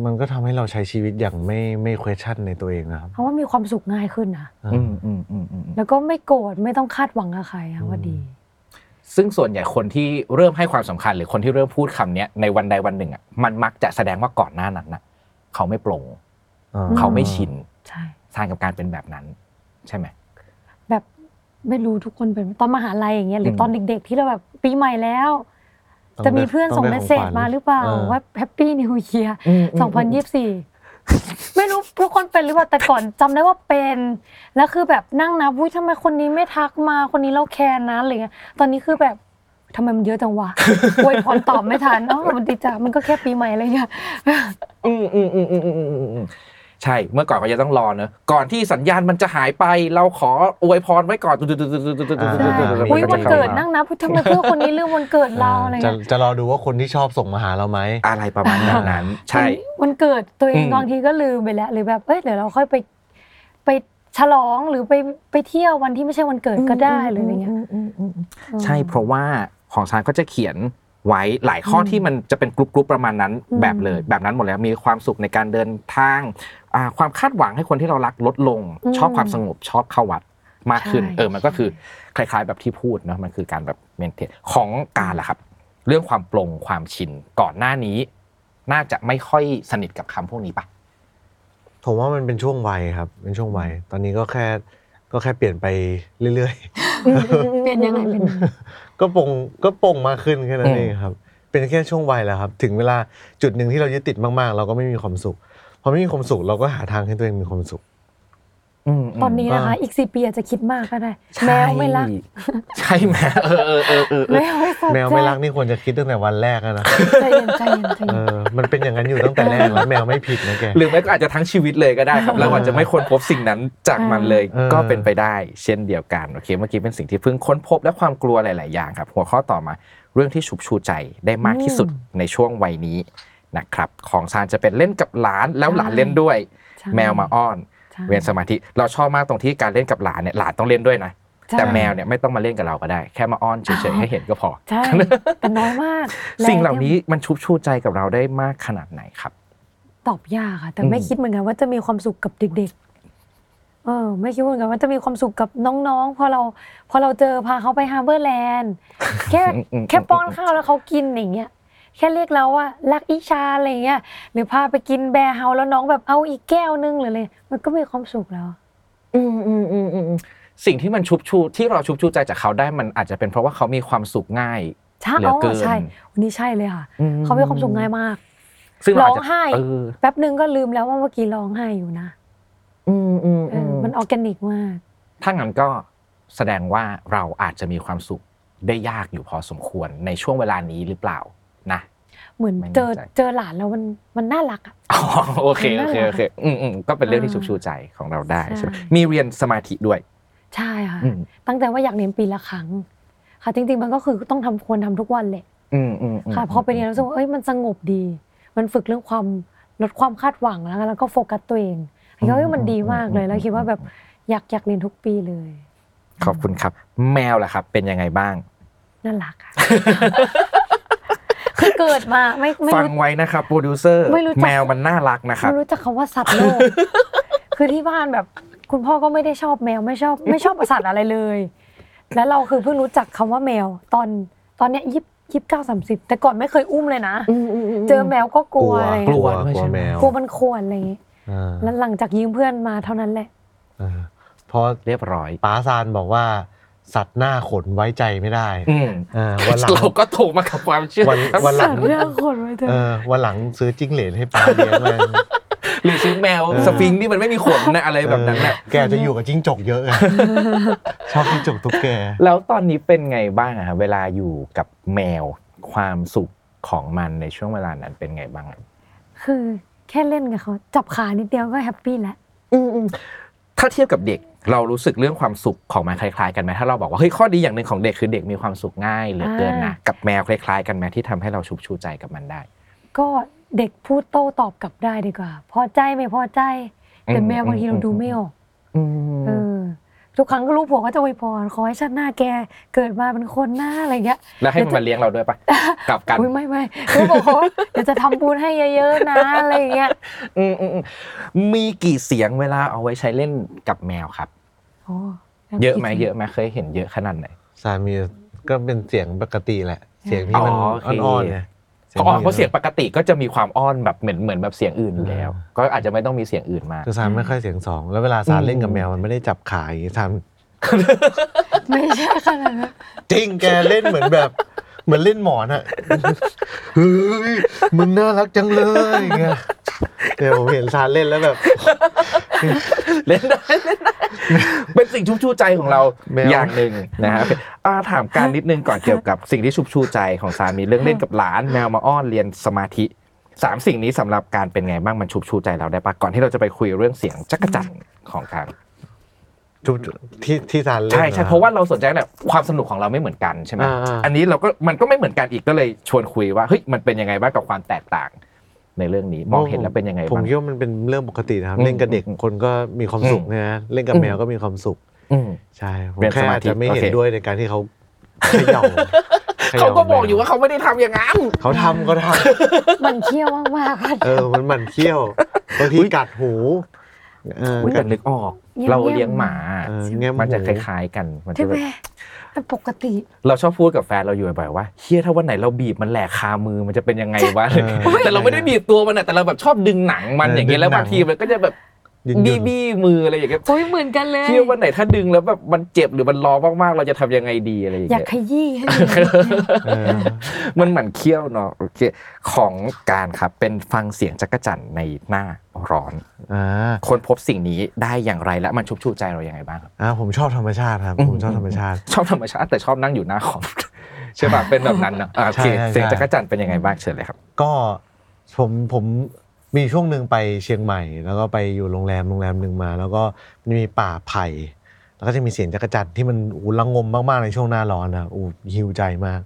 มันก็ทำให้เราใช้ชีวิตอย่างไม่ไม่ question ในตัวเองนะครับ เพราะว่ามีความสุขง่ายขึ้นนะ อ่า อืมอืมอืมอืมอืม แล้วก็ไม่โกรธไม่ต้องคาดหวังกับใคร อื ค่ะ ม ว่าดี ซึ่งส่วนใหญ่คนที่เริ่มให้ความสำคัญ หรือคนที่เริ่มพูดคำเนี้ยในวันใดวันหนึ่งอ่ะมันมักจะแสดงว่าก่อนหน้านั้นน่ะเขาไม่ปลง อ่ เขาไม่ชิน ใช่ ทานกับการเป็นแบบนั้น ใช่ไหม แบบไม่รู้ทุกคนเป็นไหมตอนมหาลัยอย่างเงี้ยหรืออ ม ตอนเด็ก ๆ ที่เราแบบปีใหม่แล้ว ต้ง จะมีเพื่อน ได้ ส่ง ได้ขเมส อ เซจ ขวัญ มาหรือเปล่า เออ ว่าแฮปปี้นิวเยียร์ อืมอืมอืม 2024 ไม่รู้ทุกคนเป็นหรือเปล่าแต่ก่อนจำได้ว่าเป็น แล้วคือแบบนั่งนับวุ้ยทำไมคนนี้ไม่ทักมาคนนี้เราแคร์นะอะไรเงี้ยตอนนี้คือแบบทำไมมันเยอะจังวะ อวยพรตอบไม่ทันเอ้ามันติดจ้ะมันก็แค่ปีใหม่อะไรเงี้ย อืมอืมอืมอืมอืมอืมอืม ใช่เมื่อก่อนเขาจะต้องรอเนอะก่อนที่สัญญาณมันจะหายไปเราขออวยพรไว้ก่อน ใช่ ใช่ อุ๊ อุ้ย ย วันเกิดนั่งนับทำไมเพื่อนคนนี้ลืมวันเกิดเราอะไร จะ เงี้ย จะรอดูว่าคนที่ชอบส่งมาหาเราไหม อะไรประมาณนั้น ใช่ วันเกิดตัวเอง อืม บางทีก็ลืมไปแล้ว หรือแบบเอ้ยเดี๋ยวเราค่อยไป ไปฉลองหรือไปไปเที่ยววันที่ไม่ใช่วันเกิดก็ได้หรืออะไรเงี้ย ใช่เพราะว่าของซานก็จะเขียนไว้หลายข้ออ ม ที่มันจะเป็นกรุ๊ปๆประมาณนั้น อืม แบบเลย แบบนั้นหมดแล้วมีความสุขในการเดินทางอ่าความคาดหวังให้คนที่เรารักลดลง อืม ชอบความสงบชอบเข้าวัดมากขึ้น ใช่ เออมันก็คือคล้าย ๆ แบบที่พูดเนาะมันคือการแบบเมนเทนของการล่ะครับ เรื่องความปรงความชินก่อนหน้านี้ น่าจะไม่ค่อยสนิทกับคำพวกนี้ปะ ผมว่ามันเป็นช่วงวัยครับ เป็นช่วงวัย ตอนนี้ก็แค่ก็แค่เปลี่ยนไปเรื่อย เปลี่ยนยังไงเป็น ๆ ก็ปลงก็ปลงมากขึ้นแค่นั้นอืม เองครับ เป็นแค่ช่วงวัยแหละครับ ถึงเวลาจุดหนึ่งที่เรายึดติดมากๆ เราก็ไม่มีความสุขพอไม่มีความสุขเราก็หาทางให้ตัวเองมีความสุข อืมม ตอนนี้นะคะ อีกสี่ปีอาจจะคิดมากก็ได้แมวไม่รัก ใช่แมวเออเออเออเออเอ แม อ วไม่สนใจ แมวไม่รักนี่ควรจะคิดตั้งแต่วันแรกแล้วนะ ใจเย็นใจเย็นใจ เอ เย็อนมันเป็นอย่างนั้นอยู่ตั้งแต่แรก แล้วแมวไม่ผิดนะแก หรือไม่ก็อาจจะทั้งชีวิตเลยก็ได้ ครับ แล้วอาจจะไม่ค้นพบสิ่งนั้นจากมันเลย เออ ก็เป็นไปได้เช่นเดียวกันโอเคเมื่อกี้เป็นสิ่งที่เพิ่งค้นพบและความกลัวหลาย ๆ อย่างครับ หัวข้อต่อมาเรื่องที่ฉุบชูใจได้มากที่สุดในช่วงวัยนี้นะครับของซานจะเป็นเล่นกับหลานแล้วหลาน ใช่ เล่นด้วย ใช่ แมวมาอ้อน ใช่ เรียนสมาธิเราชอบมากตรงที่การเล่นกับหลานเนี่ยหลานต้องเล่นด้วยนะ ใช่ แต่แมวเนี่ยไม่ต้องมาเล่นกับเราก็ได้ แค่มาอ้อนเฉย ๆ ให้เห็นก็พอ ใช่ แต่น้อยมาก สิ่งเหล่า แะ นี้มันชุบชูใจกับเราได้มากขนาดไหนครับ ตอบยากค่ะ แต่ อืม ไม่คิดเหมือนกันว่าจะมีความสุขกับเด็ก ๆ เออ ไม่คิดเหมือนกันว่าจะมีความสุขกับน้องๆ พอเราพอเราเจอพาเขาไปฮาร์เบอร์แลน ด์แค่ อืมม แค่ป้อนข้าวแล้วเขากินอย่างเงี้ยแค่เรียกเราว่ารักอิชาอะไรเงี้ยหรือพาไปกินแบร์เฮาส์แล้วน้องแบบเอาอีกแก้วนึงหรืออะไรมันก็มีความสุขแล้ว อืมอืมอืมอืมอืมสิ่งที่มันชุบชูที่เราชุบชูใจจากเขาได้มันอาจจะเป็นเพราะว่าเขามีความสุขง่าย ใช่ เหลือ อ๋ เกิ อน ใช่วันนี้ใช่เลยค่ะ อื เขามีความสุขง่ายมาก ซึ่งเราอาร้จอจะงไห้ เออ แป๊บนึงก็ลืมแล้วว่าเมื่อกี้ร้องไห้อยู่นะ อืมอืม เอออืม มันออร์แกนิกมาก ถ้างั้นก็แสดงว่าเราอาจจะมีความสุขได้ยากอยู่พอสมควรในช่วงเวลานี้หรือเปล่านะ เหมือน ไม่แน่ เจอ ใจ เจอหลานแล้วมันมันน่ารักอะ อ๋อโอเคโอเค นั่นแหละ โอเคอืมอืมก็เป็นเรื่องที่ อ่า ชุบชูใจของเราได้ใช่ไหม ใช่ มีเรียนสมาธิด้วย ใช่ค่ะ อืม ตั้งแต่ว่าอยากเรียนปีละครั้ง ค่ะจริง ๆ มันก็คือต้องทำควรทำทุกวันแหละ อืมอืมม ค่ะพอไปเรียนรู้สึกว่าเอ้ยมันสงบดี มันฝึกเรื่องความลดความคาดหวังแล้วแล้วก็โฟกัสตัวเองอันนี้ก็เอ้ยมันดีมากเลยแล้วคิดว่าแบบอยากอยากเรียนทุกปีเลย ขอบคุณครับ แมวล่ะครับ เป็นยังไงบ้าง น่ารัก อะ คือเกิดมาไม่ไม่ ฟัง รู้ ไว้นะครับโปรดิวเซอร์ ไม่รู้จัก แมวมันน่ารักนะครับ ไม่รู้จักคำว่าสัตว์ โลก คือที่บ้านแบบ คุณพ่อก็ไม่ได้ชอบแมวไม่ชอบ ไม่ชอบสัตว์อะไรเลย แล้วเราคือเพิ่งรู้จักคำว่าแมว ตอนตอนเนี้ยยี่สิบเก้าสามสิบแต่ก่อนไม่เคยอุ้มเลยนะเจอแมวก็กลัวอะไร ก กลั ลัว วด้วย กลัว ใช่ไหม แมว กลัวมันควรอะไรอย่างงี้ อ่า แล้วหลังจากยืมเพื่อนมาเท่านั้นแหละ อ่าเพราะ เรียบร้อย ป้าซานบอกว่า สัตว์หน้าขนไว้ใจไม่ได้ อืม อ่าวันหลัง เราก็ถูกมากับความเชื่อ วันวันหลั สัต ง ว์เรื่องคนไว้เถ เอ อะ อวันหลังซื้อจิ้งเหลนให้ป้าเลี้ยงเลย หรือซื้อแมวสฟิงค์ที่มันไม่มีขนนะอะไรแบบนั้นแหละ แกจะอยู่กับจิ้งจกเยอะไง ชอบจิ้งจกตุ๊กแก แล้วตอนนี้เป็นไงบ้างอะฮะเวลาอยู่กับแมวความสุขของมันในช่วงเวลานั้นเป็นไงบ้างอะ คือแค่เล่นกับเขาจับขานิดเดียวก็แฮปปี้แล้ว ถ้าเทียบกับเด็กเรารู้สึกเรื่องความสุขของมันคล้ายๆกันไหมถ้าเราบอกว่าเฮ้ยข้อดีอย่างหนึ่งของเด็กคือเด็กมีความสุขง่ายเหลือเกินนะ อ่า กับแมวคล้ายๆ กันไหมที่ทำให้เราชุบชูใจกับมันได้ ก็เด็กพูดโต้ตอบกลับได้ดีกว่า พอใจไม่พอใจ แต่ อืม แมวบางทีเรา อืม ดูไม่ออก อืม เออทุกครั้งก็ลูกผัวก็จะอวยพรขอให้ชาติหน้าแกเกิดมาเป็นคนหน้าอะไรเงี้ย แล้วให้มันมาเลี้ยงเราด้วยปะ กลับกัน อุ้ยไม่ไม่ลูกบอกเขาว่าเดี๋ยวจะทำบุญให้เยอะๆนะอะไรเงี้ย อืมอืมอืมมีกี่เสียงเวลาเอาไว้ใช้เล่นกับแมวครับ โอ้ เยอะไหมเยอะไหมเคยเห็นเยอะขนาดไหน สามีก็เป็นเสียงปกติแหละ เสียงที่มัน อ๋อโอเค อ่อนๆเนี่ย เพราะอ้อนเพราะเสียงปกติก็จะมีความอ้อนแบบเหมือนเหมือนแบบเสียงอื่นอยู่แล้ว ก็อาจจะไม่ต้องมีเสียงอื่นมา คือซานไม่ค่อยเสียงสอง แล้วเวลาซานเล่นกับแมวมันไม่ได้จับขาอย่างงี้ซาน ไม่ใช่ขนาดนั้น จริงแกเล่นเหมือนแบบ เหมือนเล่นหมอนอะ เฮ้ยมึงน่ารักจังเลยอย่างเงี้ย เดี๋ยวผมเห็นซานเล่นแล้วแบบ เล่นได้เล่นได้เป็นสิ่งชุบชูใจของเรา แมว อย่างหนึ่งนะฮะอ่าถามการนิดนึงก่อนเกี่ยวกับสิ่งที่ชุบชูใจของสามีเรื่องเล่นกับหลาน แมวมาอ้อนเรียนสมาธิ สามสิ่งนี้สำหรับการเป็นไงบ้างมันชุบชูใจเราได้ปะก่อนที่เราจะไปคุยเรื่องเสียงจักรจันทร์ของกลาง จุดที่ที่ซานเล่น ใช่ น ใช่เพราะว่าเราสนใจแหละความสนุกของเราไม่เหมือนกันใช่ไหม อ่าๆ อันนี้เราก็มันก็ไม่เหมือนกันอีกก็เลยชวนคุยว่าเฮ้ยมันเป็นยังไงบ้างกับความแตกต่าง ในเรื่องนี้มองเห็นแล้วเป็นยังไง ผม บ้าง คิดว่ามันเป็นเรื่องปกตินะครับ อืม เล่นกับเด็ก อืม คนก็มีความสุขนะฮะเล่นกับ อืม แมวก็มีความสุข อืม ใช่ผม เป็น แค่ สมา อาจ ธิ จะไม่เห็น โอเค ด้วยในการที่ เขาเขย่า เขาก็ ข บอกอยู่ว่าเขาไม่ได้ทำอย่างนั้น เขาทำเขาท มันเที่ยวมากๆค่ะ ำเออมันหมันเขี้ยวบางทีกัดหูเออ อุ๊ยแต่นึกออก เงียบๆ เราเลี้ยงหมา เออแง้ม มันจะ หู คล้ายๆกันมัน ใช่ จะ ไหมแบบ มันปกติ เราชอบพูดกับแฟนเราอยู่บ่อยๆว่าเฮียถ้าวันไหนเราบีบมันแหลกคามือมันจะเป็นยังไงวะ เออ แต่เราไม่ได้บีบตัวมันอะแต่เราแบบชอบดึงหนังมัน เออ อย่างเงี้ย ดึง แล้ว หนัง บางทีมันก็จะแบบ ยืน บี้ ยืน บี้มืออะไรอย่างเงี้ย โอ้ยเหมือนกันเลย เฮียวันไหนถ้าดึงแล้วแบบมันเจ็บหรือมันร้องมากๆเราจะทำยังไงดีอะไรอย่าง อยาก เงี้ย ขยี้ให้มันเห็น เออ มันเหมือนเคี้ยวเนาะโอเคของการครับเป็นฟังเสียงจักรจันในหน้าร้อน อ่า คนพบสิ่งนี้ได้อย่างไรและมันชุบชูใจเราอย่างไรบ้างครับ อ่าผมชอบธรรมชาติครับ อืม ผมชอบธรรมชาติ ชอบธรรมชาติแต่ชอบนั่งอยู่หน้าคอม ใช่ป่ะเป็นแบบนั้นเนอะอ่ะโอเค ใช่ใช่ เสียงจักรจันเป็นยังไงบ้างเชิญเลยครับ ก็ผมผมมีช่วงหนึ่งไปเชียงใหม่ แล้วก็ไปอยู่โรงแรมโรงแรมหนึ่งมา แล้วก็มีป่าไผ่แล้วก็จะมีเสียงจักรจันทร์ที่มันอูระงมมากๆในช่วงหน้าร้อนนะอูหิวใจมาก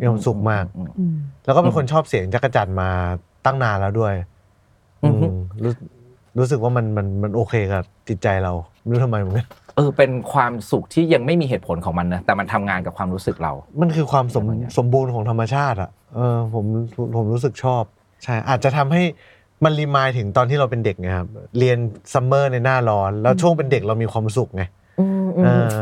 มีความสุขมาก อืม แล้วก็เป็นคนชอบเสียงจักรจันทร์มาตั้งนานแล้วด้วย อื อื ม ม รู้รู้สึกว่ามันมันมันโอเคกับจิตใจเราไม่รู้ทำไมเหมือนกัน เออเป็นความสุขที่ยังไม่มีเหตุผลของมันนะแต่มันทำงานกับความรู้สึกเรา มันคือความสม ทำไมอะ สมบูรณ์ของธรรมชาติอ่ะเออผมผมผมรู้สึกชอบ ใช่ อาจจะทำให้มันรีมายถึงตอนที่เราเป็นเด็กไงครับเรียนซัมเมอร์ในหน้าร้อน แล้วช่วงเป็นเด็กเรามีความสุขไงเออ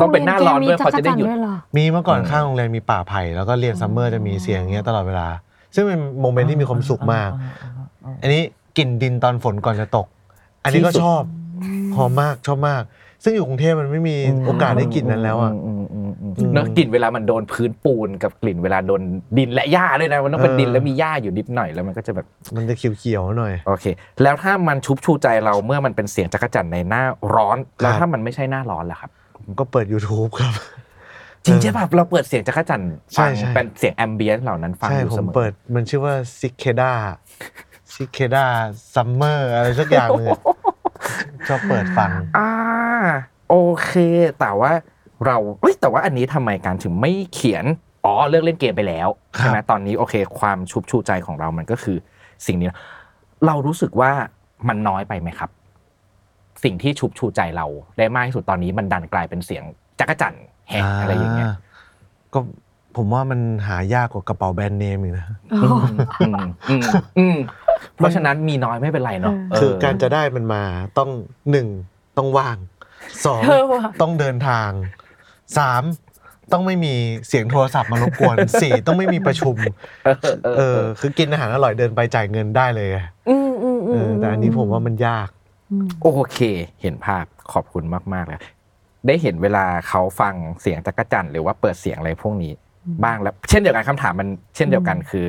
ต้องเป็นหน้าร้อนด้วย โง เขาจะได้หยุด มีกรนวเหรอ มีเมื่อก่อน อืม ข้างโรงเรียนมีป่าไผ่แล้วก็เรียนซัมเมอร์จะมีเสียงอย่างเงี้ยตลอดเวลา ซึ่งเป็นโมเมนต์ที่มีความสุขมาก อันนี้กลิ่นดินตอนฝนก่อนจะตก อันนี้ก็ชอบหอมมากชอบมาก ซึ่งอยู่กรุงเทพมันไม่มีโอกาสได้กลิ่นนั้นแล้วอ่ะ มอืมอืม อืม เนอะกลิ่นเวลามันโดนพื้นปูนกับกลิ่นเวลาโดนดินและหญ้าด้วยนะมันต้องเป็น เออ ดินแล้วมีหญ้าอยู่นิดหน่อยแล้วมันก็จะแบบ มันจะเขียวๆหน่อย โอเค แล้วถ้ามันชุบชูใจเราเมื่อมันเป็นเสียงจักรจั่นในหน้าร้อน แล้ว ครั ถ้า บ มันไม่ใช่หน้าร้อนล่ะครับ ผมก็เปิด YouTube ครับ จริงใช่ป่ะเราเปิดเสียงจักรจั่น ใช่ ฟัง ใช่ เป็นเสียงแอมเบียนเหล่านั้นฟัง ใช่ อยู่ ผ เส ม มอ เปิดมันชื่อว่าซิเคดาซิเคดาซัมเมอร์อะไรสักอย่างเลยชอบเปิดฟัง อ่าโอเค แต่ว่าเราเอ้ยแต่ว่าอันนี้ทำไมการถึงไม่เขียนอ๋อเลิกเล่นเกมไปแล้วใช่ไหมตอนนี้โอเค ความชุบชูใจของเรามันก็คือสิ่งนี้ เรารู้สึกว่ามันน้อยไปไหมครับ สิ่งที่ชุบชูใจเราได้มากที่สุดตอนนี้มันดันกลายเป็นเสียงจักรจั่นแหกอะไรอย่างเงี้ย ก็ผมว่ามันหายากกว่ากระเป๋าแบรนด์เนมอีกนะ อืมอืมอืมเพราะฉะนั้นมีน้อยไม่เป็นไรเนาะเ คือการจะได้มันมาต้องหนึ่งต้องว่างสอง เออว่ะ ต้องเดินทางสามต้องไม่มีเสียงโทรศัพท์มารบกวน สี่ต้องไม่มีประชุม เออเออ เอ เอ อ อ คือกินอาหารอร่อยเดินไปจ่ายเงินได้เลยไง อืมอืมอื เอ ม อแต่อันนี้ผมว่ามันยาก อืม โอเค เห็นภาพขอบคุณมาก ๆ เลย ได้เห็นเวลาเขาฟังเสียงจักรจันหรือว่าเปิดเสียงอะไรพวกนี้ อืม บ้างแล้ว เช่นเดียวกันคำถามมันเช่นเดียวกัน อืม คือ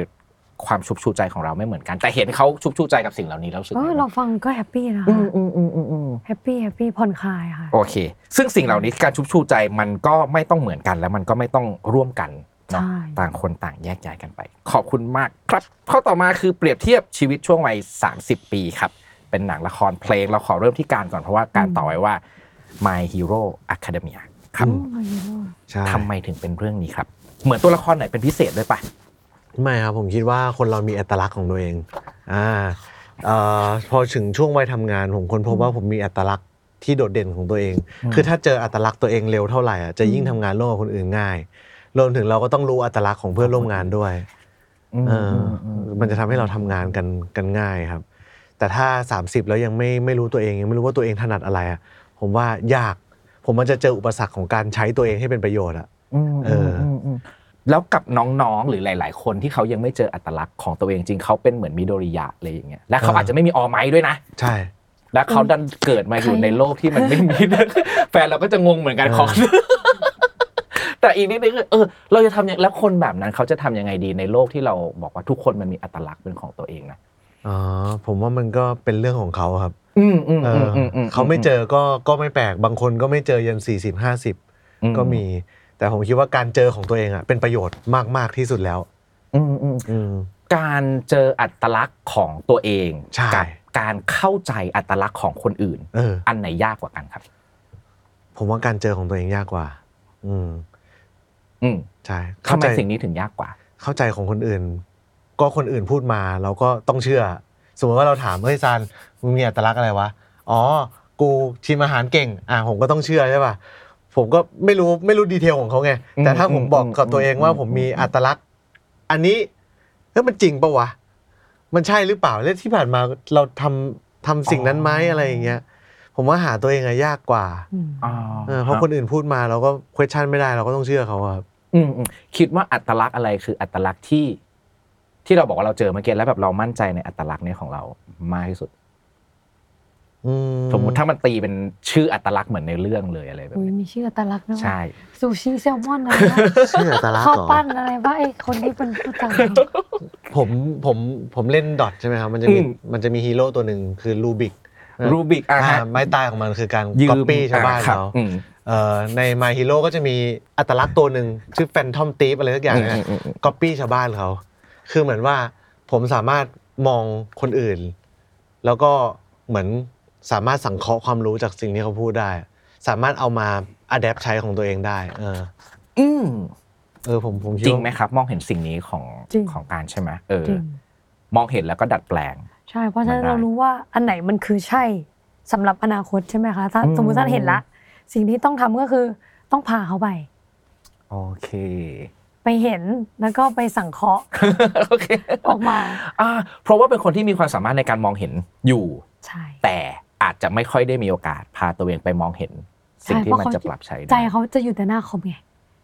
ความชุบชูใจของเราไม่เหมือนกัน แต่เห็นเขาชุบชูใจกับสิ่งเหล่านี้แล้วรู้สึก เออ ไง เรา บ้าง ฟังก็แฮปปี้นะ อื คะ มอืมอืมอืมอืม แฮปปี้แฮปปี้ผ่อนคลายค่ะ โอเค ซึ่งสิ่งเหล่านี้การชุบชูใจมันก็ไม่ต้องเหมือนกัน แล้วมันก็ไม่ต้องร่วมกันเนาะ ใช่ ต่างคนต่างแยกย้ายกันไป ขอบคุณมากครับข้อต่อมาคือเปรียบเทียบชีวิตช่วงวัย30 ปีครับ เป็นหนังละครเพลงเราขอเริ่มที่การก่อนเพราะว่าการต่อไว้ว่า My Hero Academia ครับ อื โอ้ย ใช่ ทำไมถึงเป็นเรื่องนี้ครับ เหมือนตัวละครไหนเป็นพิเศษด้วยปะ ไม่ครับผมคิดว่าคนเรามีอัตลักษณ์ของตัวเองอ่าเอ่อพอถึงช่วงวัยทำงาน ผมค้นพบว่าผมมีอัตลักษณ์ที่โดดเด่นของตัวเอง คือถ้าเจออัตลักษณ์ตัวเองเร็วเท่าไหร่อ่ะจะยิ่งทำงานร่วมกับคนอื่นง่าย รวมถึงเราก็ต้องรู้อัตลักษณ์ของเพื่อนร่วมงานด้วย อืม เออ อื อ อื มันจะทำให้เราทำงานกันกันง่ายครับ แต่ถ้า 30 แล้วยังไม่ไม่รู้ตัวเองยังไม่รู้ว่าตัวเองถนัดอะไรอะผมว่ายาก ผมมันจะเจออุปสรรคของการใช้ตัวเองให้เป็นประโยชน์อะ อืม เอออื มอืมแล้วกับน้องๆ หรือหลาย ๆ คนที่เขายังไม่เจออัตลักษณ์ของตัวเองจริงเขาเป็นเหมือนมิโดริยะอะไรอย่างเงี้ยและเขาอาจจะไม่มีออไม้ด้วยนะ ใช่ แล้วเขาดันเกิดมาอยู่ในโลกที่มันไม่มี แฟนเราก็จะงงเหมือนกัน เออ ขอ แต่อีกนิดนึงคือเออ เราจะทำยังแล้วคนแบบนั้นเขาจะทำยังไงดีในโลกที่เราบอกว่าทุกคนมันมีอัตลักษณ์เป็นของตัวเองนะ อ๋อผมว่ามันก็เป็นเรื่องของเขาครับ อืมอืม เอ อื อ ม อ อืมอื เขาไม่เจอก็ก็ไม่แปลกบางคนก็ไม่เจอยัน 40 อื 50 ก็มี แต่ผมคิดว่าการเจอของตัวเองอะเป็นประโยชน์มาก ๆ ที่สุดแล้ว อืมอืม อืม การเจออัตลักษณ์ของตัวเอง ใช่ กัการเข้าใจอัตลักษณ์ของคนอื่น เออ อันไหนยากกว่ากันครับ ผมว่าการเจอของตัวเองยากกว่า อืม อืม ใช่ ทำ เข้า ไม ใจ สิ่งนี้ถึงยากกว่า เข้าใจของคนอื่น ก็คนอื่นพูดมา เราก็ต้องเชื่อ สมมติว่าเราถามเฮ้ยซานมึงมีอัตลักษณ์อะไรวะอ๋อ กูชิมอาหารเก่ง อ่ะผมก็ต้องเชื่อใช่ป่ะผมก็ไม่รู้ไม่รู้ดีเทลของเขาไง อืม แต่ถ้าผมบอกกับ อืม ตัวเองว่า อืม ผมมีอัตลักษณ์ อันนี้เฮ้ยมันจริงปะวะมันใช่หรือเปล่าแล้วที่ผ่านมาเราทำทำสิ่งนั้นไหมอะไรอย่างเงี้ย ผมว่าหาตัวเองอะยากกว่า อืม เออเพราะคนอื่นพูดมาเราก็ question ไม่ได้เราก็ต้องเชื่อเขาอะครับ อืมอืมคิดว่าอัตลักษณ์อะไรคืออัตลักษณ์ที่ ที่เราบอกว่าเราเจอเมื่อกี้แล้วแบบเรามั่นใจในอัตลักษณ์เนี้ของเรามากที่สุด อื สมมุติถ้ามันตีเป็นชื่ออัตลักษณ์เหมือนในเรื่องเลยอะไรแบบ อุ้ย นี้ มีชื่ออัตลักษณ์ด้วย ใช่ ซูชิแซลมอนอะไรวะ เชื่ออัตลักษ ข้าว ณ์เหรอ ปั้นอะไรวะไอ้คนที่เป็นผู้จัด ผมผมผมเล่นดอทใช่ไหมครับ มันจะมี อืม มันจะมีฮีโร่ตัวหนึ่งคือลูบิก รูบิกอ่ะฮะ ไม้ตายของมันคือการ ยื ก๊อป ม ปี้ชาวบ้าน อ่ะครั เขา อืม เอ่อในมาฮีโร่ก็จะมีอัตลักษณ์ตัวหนึ่งชื่อแฟนทอมตีฟอะไรสักอย่าง อื นะ มอืมอืม ก๊อปปี้ชาวบ้านเขาคือเหมือนว่าผมสามารถมองคนอื่น แล้วก็เหมือนสามารถสังเคราะห์ความรู้จากสิ่งที่เขาพูดได้ สามารถเอามาอัดแอปใช้ของตัวเองได้ เออ อืม เออผมผมคิด จริง ว่า ไหมครับ มองเห็นสิ่งนี้ของ จริง ของการใช่ไหมเออ จริง มองเห็นแล้วก็ดัดแปลง ใช่ เพราะฉะนั้น มันได้ เรารู้ว่าอันไหนมันคือใช่สำหรับอนาคตใช่ไหมคะถ้า อืม สมมติท่านเห็นละ สิ่งที่ต้องทำก็คือต้องพาเขาไป โอเค ไปเห็นแล้วก็ไปสั่งเคราะห์ โอเค ออกมา อ่าเพราะว่าเป็นคนที่มีความสามารถในการมองเห็นอยู่ ใช่ แต่อาจจะไม่ค่อยได้มีโอกาสพาตัวเองไปมองเห็น สิ่งที่มันจะปรับใช้ได้ ใจเขาจะอยู่แต่หน้าคอมไง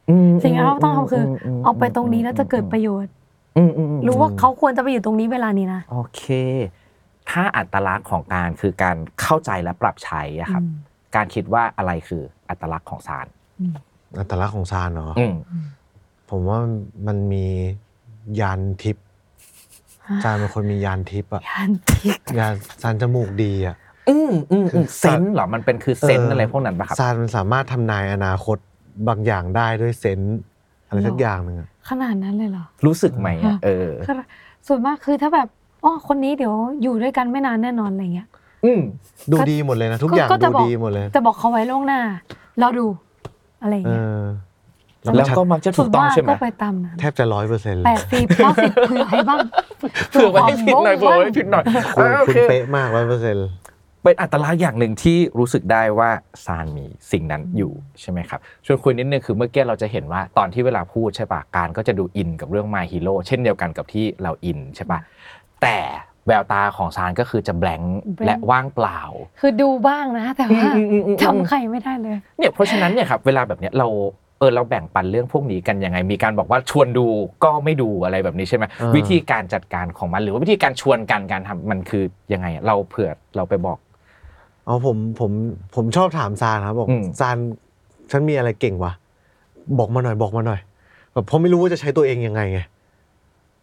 อืม สิ่งที่เราต้องทำคือ ม เอาไปตรงนี้แล้วจะเกิดประโยชน์ อืมอืมอืม รู้ว่าเขาควรจะไปอยู่ตรงนี้เวลานี้นะ โอเค ถ้าอัตลักษณ์ของการคือการเข้าใจและปรับใช้อะครับ อืม การคิดว่าอะไรคืออัตลักษณ์ของสาร อัตลักษณ์ของซานเหรออ อืม ผมว่ามันมียานทิพย์ ฮะ ซานเป็นคนมียานทิพย์อะ ยานทิก ยานซานจมูกดีอะ อืมอืมคือืมอ เซนส์เหรอมันเป็นคือเซนส์อะไรพวกนั้นปะครับ ซานมันสามารถทำนายอนาคตบางอย่างได้ด้วยเซนส์อะไรสักอย่างหนึ่งอะ ขนาดนั้นเลยเหรอ รู้สึกไหมอะเออ คือส่วนมากคือถ้าแบบอ๋อคนนี้เดี๋ยวอยู่ด้วยกันไม่นานแน่นอนอะไรเงี้ย อืม ดูดีหมดเลยนะ ทุกอย่าง ก็จะ ดู บอก ดีหมดเลย จะบอกเขาไว้ล่วงหน้า เราดูอะไร เอ เงี้ย อ แล้วก็มักจะถูกต้องใช่ไหม ส่วนากก็ไปตามนั้น แทบจะร้อยเปอร์เซ็นต์เล แป ย ดสิบเก้าสิบเผื่อให้บ้าง เผื่อไว้ให้ผิดหน่อยเผื่อไว้ให้ผิดหน่อย คุณ อ่าโอ คุณ เค เป๊ะมากร้อยเปอร์เซ็นต์ เป็นอัตลักษณ์อย่างหนึ่งที่รู้สึกได้ว่าซานมีสิ่งนั้นอยู่ใช่ไหมครับชวนคุยนิดนึงคือเมื่อกี้เราจะเห็นว่าตอนที่เวลาพูดใช่ปะการก็จะดูอินกับเรื่อง My Hero เช่นเดียวกันกับที่เราอินใช่ปะแต่แววตาของซานก็คือจะแบงค์และว่างเปล่า คือดูบ้างนะ แต่ว่า อืมอืมอืมอืม จำใครไม่ได้เลย เนี่ยเพราะฉะนั้นเนี่ยครับเวลาแบบเนี้ยเราเออเราแบ่งปันเรื่องพวกนี้กันยังไง มีการบอกว่าชวนดูก็ไม่ดูอะไรแบบนี้ใช่ไหมวิธีการจัดการของมันหรือว่าวิธีการชวนกันการทำมันคือยังไงอะเราเผื่อเราไปบอก อ๋อผมผมผมชอบถามซานครับบอก อืม ซานฉันมีอะไรเก่งวะบอกมาหน่อยบอกมาหน่อยแบบเพราะไม่รู้ว่าจะใช้ตัวเองยังไงไง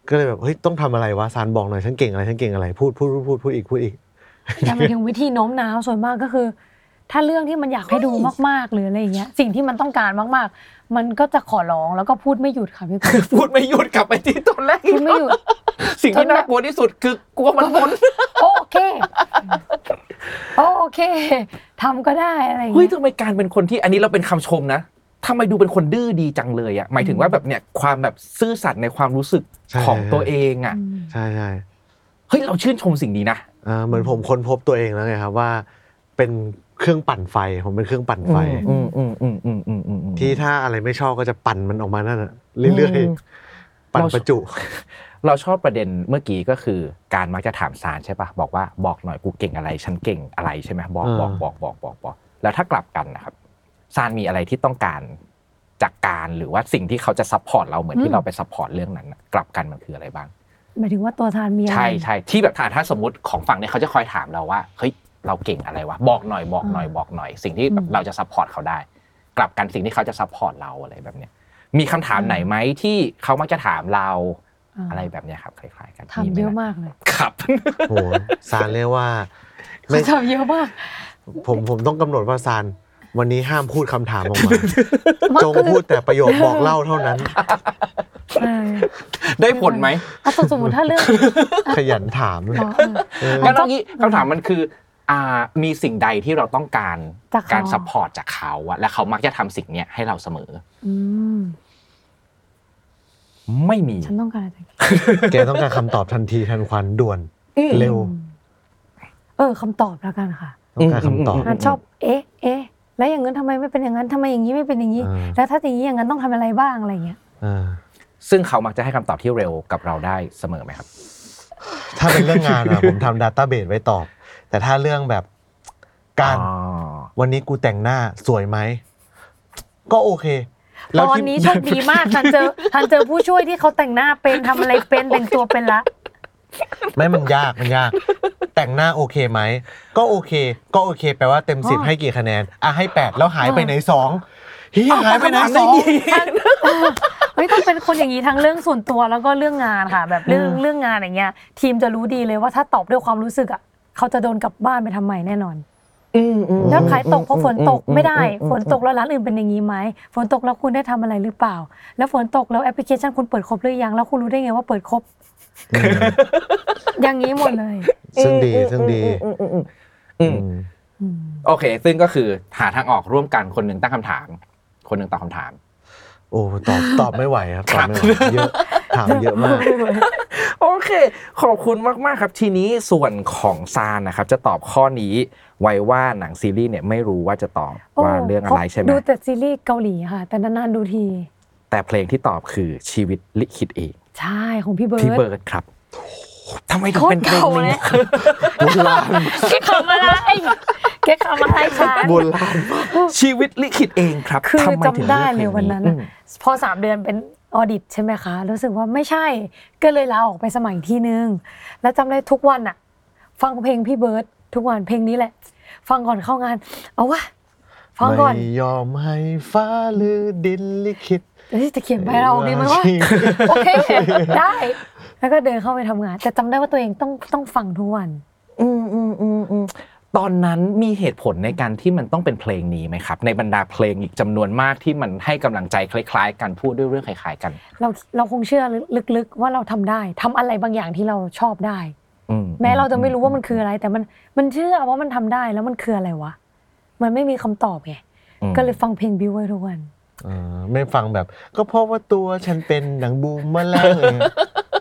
ก็เลยแบบเฮ้ยต้องทำอะไรวะซานบอกหน่อยฉันเก่งอะไรฉันเก่งอะไรพูดพูดพูดพูดพูดอีกพูดอีก แต่หมายถึงวิธีโน้มน้าวส่วนมากก็คือ ถ้าเรื่องที่มันอยากให้ดูมากๆหรืออะไรอย่างเงี้ย สิ่งที่มันต้องการมากๆ มันก็จะขอร้องแล้วก็พูดไม่หยุดค่ะพี่ปุ๊ก พูดไม่หยุดกลับไปที่ตอนแรก พูดไม่หยุด สิ่งที่น่ากลัวที่สุดคือกลัวมันพ้น โอเค โอเคทำก็ได้อะไรอย่าง เฮ้ย เงี้ย ทำไมการเป็นคนที่อันนี้เราเป็นคำชมนะทำไมดูเป็นคนดื้อดีจังเลยอ่ะหมายถึงว่าแบบเนี่ยความแบบซื่อสัตย์ในความรู้สึก ใช่ ของตัวเองอ่ะ อืม ใช่ใช่ เฮ้ยเราชื่นชมสิ่งนี้นะ เอ่อเหมือนผมค้นพบตัวเองแล้วไงครับว่า เป็นเครื่องปั่นไฟ ผมเป็นเครื่องปั่นไฟ อืมอืมอืมอืมอืมอืมอืม ที่ถ้าอะไรไม่ชอบก็จะปั่นมันออกมานั่นน่ะเรื่อย อืม ๆ ปั่นประจุ เราชอบประเด็นเมื่อกี้ก็คือการมักจะถามซานใช่ปะบอกว่าบอกหน่อยกูเก่งอะไร ฉันเก่งอะไรใช่ไหมบอก เออ บอกบอกบอกบอกบอกแล้วถ้ากลับกันนะครับซานมีอะไรที่ต้องการจากการหรือว่าสิ่งที่เขาจะซัพพอร์ตเราเหมือนที่เราไปซัพพอร์ตเรื่องนั้นน่ะกลับกันมันคืออะไรบ้าง หมายถึงว่าตัวทานมีอะไร ใช่ใช่ที่แบบถ้าถ้าสมมติของฝั่งเนี่ยเขาจะคอยถามเราว่าเฮ้ยเราเก่งอะไรวะบอกหน่อยบอกหน่อยบอกหน่อย สิ่งที่แบบเราจะซัพพอร์ตเขาได้ กลับกันสิ่งที่เขาจะซัพพอร์ตเราอะไรแบบเนี้ยมีคำถามไหนไหมที่เขามักจะถามเรา า อะไรแบบเนี้ยครับคล้ายๆกัน ทำเยอะ ไหน มากเลย ครับ โหซานเรียกว่าไม่ ทำเยอะมาก ผมผมต้องกำหนดว่าซานวันนี้ห้ามพูดคำถามออกมา มัน จง คือ พูดแต่ประโยคบอกเล่าเท่านั้น เออ ได้ผลไหม อ่ะสมมติถ้าเรื่อง ขยันถามเลย อ๋อเออ เออ งั้นเอางี้คำถามมันคืออ่ามีสิ่งใดที่เราต้องการ จากเขา การซัพพอร์ตจากเขาอะและเขามักจะทำสิ่งเนี้ยให้เราเสมอ อืม ไม่มี ฉันต้องการอะไรจากแก แกต้องการคำตอบทันทีทันควันด่วน เร็ว เออคำตอบแล้วกันค่ะ ต้องการคำตอบ ม อ่ะชอบ เอ๊ะเอ๊ะแล้วอย่างนั้นทำไมไม่เป็นอย่างนั้นทำไมอย่างนี้ไม่เป็นอย่างนี้ เออ แล้วถ้าอย่างนี้อย่างนั้นต้องทำอะไรบ้างอะไรอย่างเงี้ย เออ ซึ่งเขามักจะให้คำตอบที่เร็วกับเราได้เสมอไหมครับ ถ้าเป็นเรื่องงานอะ ผมทำดัตต้าเบสไว้ตอบ แต่ถ้าเรื่องแบบการ อ๋อ วันนี้กูแต่งหน้าสวยไหม ก็โอเค ต แล้ว อน ที่ นี้โชคดีมากทันเจอทันเจอผู้ช่วยที่เขาแต่งหน้าเป็นทำอะไรเป็นแต่งตัวเป็นละ ไม่มันยากมันยาก แต่งหน้าโอเคไหม ก็โอเค ก็โอเคแปลว่าเต็มสิบ อ๋อ ให้กี่คะแนนอ่ะให้แปดแล้วหายไป เออ ไหนสองเฮียหายไปไหนสอง เฮ้ยต้องเป็นคนอย่างนี้ทั้งเรื่องส่วนตัวแล้วก็เรื่องงานค่ะ แบบเรื่องเรื่องงานอย่างเงี้ย ทีมจะรู้ดีเลยว่าถ้าตอบด้วยความรู้สึกอ่ะเขาจะโดนกลับบ้านไปทำไมแน่นอนยอดขายตกเพราะฝนตกไม่ได้ ฝนตกแล้วร้านอื่นเป็นอย่างนี้ไหมฝนตกแล้วคุณได้ทำอะไรหรือเปล่า แล้วฝนตกแล้วแอปพลิเคชันคุณเปิดครบหรือยังแล้วคุณรู้ได้ไงว่าเปิดครบ อย่างนี้หมดเลย ซึ่งดีซึ่งดี อืม อืม อืม โอเค ซึ่งก็คือหาทางออกร่วมกันคนหนึ่งตั้งคำถาม คนหนึ่งตอบคำถาม โอ้ตอบตอบไม่ไหวครับตอบไม่ไหวเยอะถามเยอะมาก โอเค ขอบคุณมาก ๆ ครับ ทีนี้ส่วนของซานนะครับ จะตอบข้อนี้ไว้ว่าหนังซีรีส์เนี่ยไม่รู้ว่าจะตอบ โอ้ ว่าเรื่องอะไรใช่ไหม ดูแต่ซีรีส์เกาหลีค่ะ แต่นานๆดูที แต่เพลงที่ตอบคือชีวิตลิขิตเอง ใช่ของพี่เบิร์ พี่ ด เบิร์ดครับทำไมถึง โคต เป็ ร นเพลง เก่าเล นี้ ยแกขำอะไรแกขำอะไรฉัน โบราณมากชีวิตลิขิตเองครับ คือ ทำมถึง จำได้ พ เลยวันนั้น อื น่ะ ม พอสามเดือนเป็นออดิตใช่ไหมคะ รู้สึกว่าไม่ใช่ก็เลยลาออกไปสมัครอีกที่นึง แล้วจำได้ทุกวันอะฟังเพลงพี่เบิร์ดทุกวันเพลงนี้แหละ ฟังก่อนเข้างาน เอาวะฟังก่อน ไม่ยอมให้ฟ้าหรือดินลิขิต เอ้ยจะเขียนใบเราออกดีไหมวะ โอเคได้ แล้วก็เดินเข้าไปทำงาน แต่จำได้ว่าตัวเองต้องต้องฟังทุกวัน อืมอืมอืมอืมตอนนั้นมีเหตุผลในการที่มันต้องเป็นเพลงนี้ไหมครับ ในบรรดาเพลงอีกจำนวนมากที่มันให้กำลังใจคล้าย ๆ กันพูดด้วยเรื่องคล้าย ๆ กัน เราเราคงเชื่อลึกๆว่าเราทำได้ทำอะไรบางอย่างที่เราชอบได้ อื แม้เราจะไม่รู้ว่ามันคืออะไร แต่มันมันเชื่อว่ามันทำได้แล้วมันคืออะไรวะ มันไม่มีคำตอบไง อืม ก็เลยฟังเพลงบิวไว้ทุกวัน เออไม่ฟังแบบ ก็เพราะว่าตัวฉันเป็นหนังบูมเมอแรงอะไรเงี้ย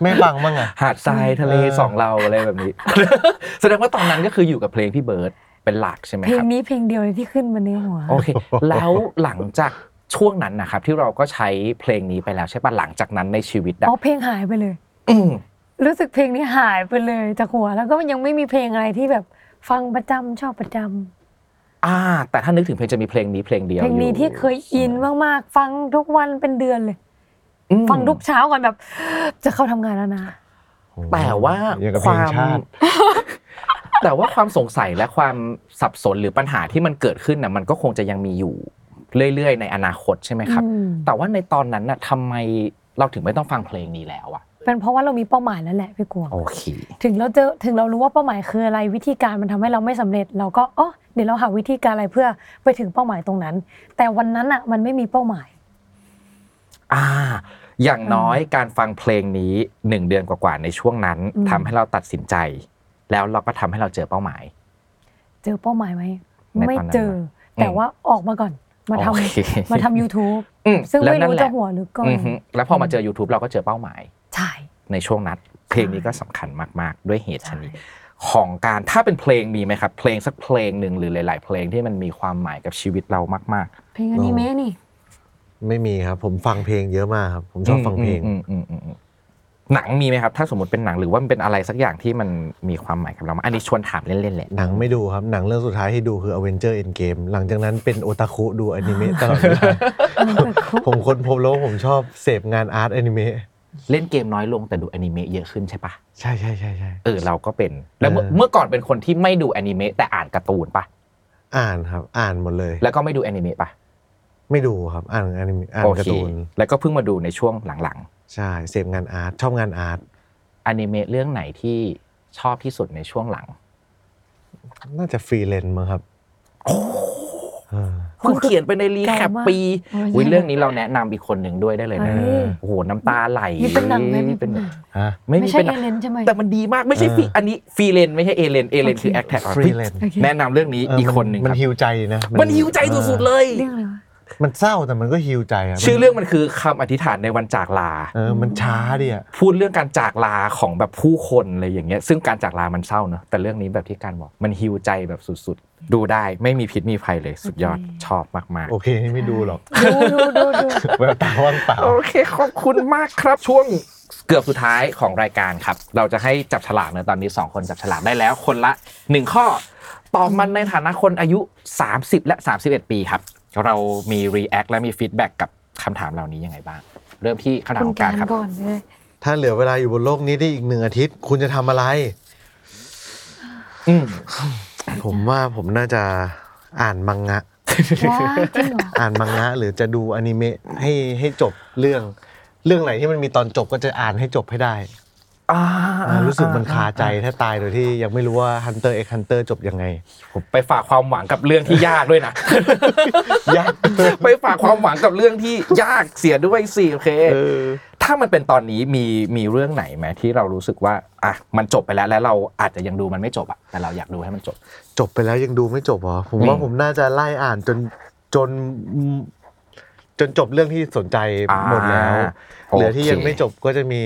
ไม่ฟังบ้างอ่ะ หาดทรายทะเล เออ สองเราอะไรแบบนี้ แสดงว่าตอนนั้นก็คืออยู่กับเพลงพี่เบิร์ดเป็นหลักใช่ไหม เพล ค ง รับ นี้เพลงเดียวเลยที่ขึ้นมาในหัว โอเค แล้วหลังจากช่วงนั้นนะครับ ที่เราก็ใช้เพลงนี้ไปแล้วใช่ปะหลังจากนั้นในชีวิตอะ อ๋อเพลงหายไปเลย ม รู้สึกเพลงนี้หายไปเลยจากหัว แล้วก็มันยังไม่มีเพลงอะไรที่แบบฟังประจำชอบประจำ อ่า แต่ถ้านึกถึงเพลงจะมีเพลงนี้เพลงเดียว เพลงนี้ อยู่ ที่เคยอินมากๆ ฟังทุกวันเป็นเดือนเลย อืม ฟังทุกเช้าก่อนแบบ จะเข้าทำงานแล้วนะ แต่ว่า อย่างกับ ค เพล วาง ม ชาติ แต่ว่าความสงสัยและความสับสนหรือปัญหาที่มันเกิดขึ้นน่ะมันก็คงจะยังมีอยู่เรื่อยๆ ในอนาคตใช่ไหมครับ อืม แต่ว่าในตอนนั้นน่ะทำไมเราถึงไม่ต้องฟังเพลงนี้แล้วอะ เป็นเพราะว่าเรามีเป้าหมายแล้วแหละพี่กวาง โอเค ถึงเราเจอถึงเรารู้ว่าเป้าหมายคืออะไรวิธีการมันทำให้เราไม่สำเร็จ เราก็อ๋อเดี๋ยวเราหาวิธีการอะไรเพื่อไปถึงเป้าหมายตรงนั้น แต่วันนั้นอ่ะมันไม่มีเป้าหมาย อ่า อย่างน้อยการฟังเพลงนี้หนึ่งเดือนกว่าๆในช่วงนั้น อืม ทำให้เราตัดสินใจ แล้วเราก็ทำให้เราเจอเป้าหมาย เจอเป้าหมายไหม ในตอนนั้น ไม่เจอ ม แต่ว่าออกมาก่อนมาทำ โอเค มาทำ YouTube อืม ซึ่ง แล้ว ไม่ นั่น รู้ แหล จะหัวหรือก้อย อือฮึแล้วพอมาเจอ YouTube เราก็เจอเป้าหมาย ใช่ ในช่วงนั้น เพลงนี้ก็สำคัญมาก ๆ ด้วยเหตุชนนี้ของการถ้าเป็นเพลงมีไหมครับ เพลงสักเพลงหนึ่งหรือหลาย ๆ เพลงที่มันมีความหมายกับชีวิตเรามาก เพลงอนิเมะนี่ ไม่มีครับ ผมฟังเพลงเยอะมากครับ ผม ๆ ชอบฟังเพลง อืมอืมอืมอืมหนังมีไหมครับ ถ้าสมมติเป็นหนังหรือว่ามันเป็นอะไรสักอย่างที่มันมีความหมายกับเราอันนี้ชวนถามเล่น ๆ แหละ หนังไม่ดูครับ หนังเรื่องสุดท้ายที่ดูคือ Avenger Endgame หลังจากนั้นเป็นโอตาคุดูอนิเมะตลอดเวลา ผมค้นพบแล้วว่าผมชอบเสพงานอาร์ตอนิเมะ เล่นเกมน้อยลงแต่ดูอนิเมะเยอะขึ้นใช่ปะ ใช่ใช่ใช่ใช่ เออเราก็เป็นแล้วเมื่อ เออ เมื่อก่อนเป็นคนที่ไม่ดูอนิเมะแต่อ่านการ์ตูนปะ อ่านครับ อ่านหมดเลย แล้วก็ไม่ดูอนิเมะปะ ไม่ดูครับ อ่านอนิเมะอ่าน โอ การ์ เค ตูน แล้วก็เพิ่งมาดูในช่วงหลังๆ ใช่เสพงานอาร์ตชอบงานอาร์ต อนิเมะเรื่องไหนที่ชอบที่สุดในช่วงหลัง น่าจะฟรีเลนซ์มั้งครับเออ เพิ่งเขียนไปในรีแคป เก่ามาก ปี โอ้ย อุ๊ยเรื่องนี้เราแนะนำอีกคนหนึ่งด้วยได้เลยนะ เออ โอ้โหน้ำตาไหล มีเป็นหนังไหมมี นี่ เป็ เป็นน หนัง ฮะ ไม่มี ไม่ใช่ เป็นหนั เอง เลนใช่ไหม แต่มันดีมากไม่ใช่ฟรี เอออั อันนี้ฟรีเลนไม่ใช่เอเลนเอเลน โอเค คือ Act Tag on ฟรีเลน โอเค แนะนำเรื่องนี้อีกคนหนึ่ง มัน ครับ ฮิวใจนะ มันหิวใจสุดๆเลย เรื่องอะไรวะ มันเศร้าแต่มันก็ฮิวใจอะ ชื่อเรื่องมันคือคำอธิษฐานในวันจากลา เออมันช้าดิอะ พูดเรื่องการจากลาของแบบผู้คนอะไรอย่างเงี้ย ซึ่งการจากลามันเศร้าเนอะแต่เรื่องนี้แบบที่การบอกมันฮิวใจแบบสุดๆ ดูได้ไม่มีพิษมีภัยเลยสุดยอด โอเค ชอบมาก โอเคนี่ไม่ดูหรอก ดูดูดูดู แววตาว่างเปล่า ๆ โอเค ขอบคุณมากครับช่วงเกือบสุดท้ายของรายการครับ เราจะให้จับฉลากเนอะตอนนี้ 2 คนจับฉลากได้แล้วคนละ 1 ข้อตอบมันในฐานะคนอายุ 30 และ 31 ปีครับ เรามี React และมีฟีดแบ็กกับคำถามเหล่านี้ยังไงบ้าง เริ่มที่คำถาม คุณของ กา การ ร ครับ ก่อนเล ย ถ้าเหลือเวลาอยู่บนโลกนี้ได้อีกหนึ่งอาทิตย์ คุณจะทำอะไร อืม ผมว่าผมน่าจะอ่านมังงะ ว้ายจริงเหรอ อ่านมังงะ หรือจะดูอนิเมะให้ให้จบเรื่อง เรื่องไหนที่มันมีตอนจบก็จะอ่านให้จบให้ได้ อ่า อ่ารู้สึกมันคาใจถ้าตายโดยที่ยังไม่รู้ว่า Hunter x Hunter จบยังไง ผมไปฝากความหวังกับเรื่องที่ยากด้วยนะ ยาก ไปฝากความหวังกับเรื่องที่ยากเสียด้วยสิโอเค เออ ถ้ามันเป็นตอนนี้มีมีเรื่องไหนไหมที่เรารู้สึกว่าอ่ะมันจบไปแล้วแล้วเราอาจจะยังดูมันไม่จบอ่ะแต่เราอยากดูให้มันจบ จบไปแล้วยังดูไม่จบเหรอผม อื ว่าม ผมน่าจะไล่อ่านจนจนจนจบเรื่องที่สนใจ อ่า หมดแล้ว โอเค เหลือที่ยังไม่จบก็จะมี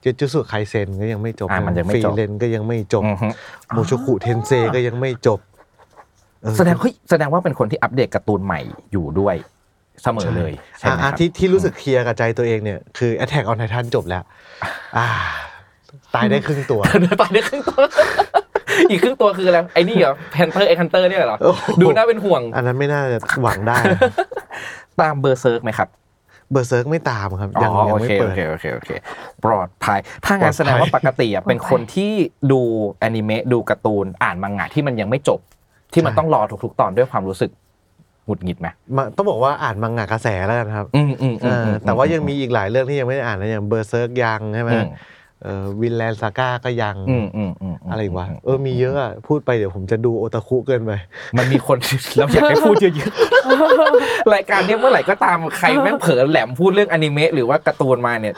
เจจูสุไคเซนก็ยังไม่จบ อ่ามันยังไม่ ฟรี จบ เลนก็ยังไม่จบ อือฮึ โมชูคุเทนเซก็ยังไม่จบเออ แสดงเฮ้ยแสดงว่าเป็นคนที่อัปเดตการ์ตูนใหม่อยู่ด้วยเสมอเลยใช่ อ่ะ ไหมค อา รับ ทิตย์ที่รู้สึกเคลียร์กับใจตัวเองเนี่ยคือ Attack on Titan จบแล้ว อ่า ตายได้ครึ่งตัว ตายได้ครึ่งตัว อีกครึ่งตัวคืออะไรไอ้นี่เหรอแพนเตอร์ไอ้ฮันเตอร์เนี่ยเหรอ โอ้โห ดูน่าเป็นห่วง อันนั้นไม่น่าจะหวังได้นะ ตามเบอร์เซิร์กไหมครับ เบอร์เซิร์กไม่ตามครับ อ๋อ ยังยังไม่เปิด โอเคโอเคโอเคปลอดภัย ถ้า ปล งา อน ดภัย แสดงว่าปกติอ่ะ ปลอดภัย เป็นคนที่ดูแอนิเมะดูการ์ตูนอ่านมังงะที่มันยังไม่จบ ที่มันต้องรอทุกๆตอนด้วยความรู้สึกหงุดหงิดไหม มาต้องบอกว่าอ่านมังงะกระแสแล้วกันครับ อืมอืมอื เอ ม อ อื แต่ว่ายังมีอีกหลายเรื่องที่ยังไม่ได้อ่านนะอย่างเบอร์เซิร์กยังใช่ไหม อืม เออวินแลนด์ซาก้าก็ยัง อืมอืมอืมม อะไรวะเออมีเยอะอะพูดไปเดี๋ยวผมจะดูโอตาคุเกินไป มันมีคน เราอยากให้พูดเยอะๆ รายการเนี้ยเมื่อไหร่ก็ตามใครแม่งเผลอแหลมพูดเรื่องอนิเมะหรือว่าการ์ตูนมาเนี่ย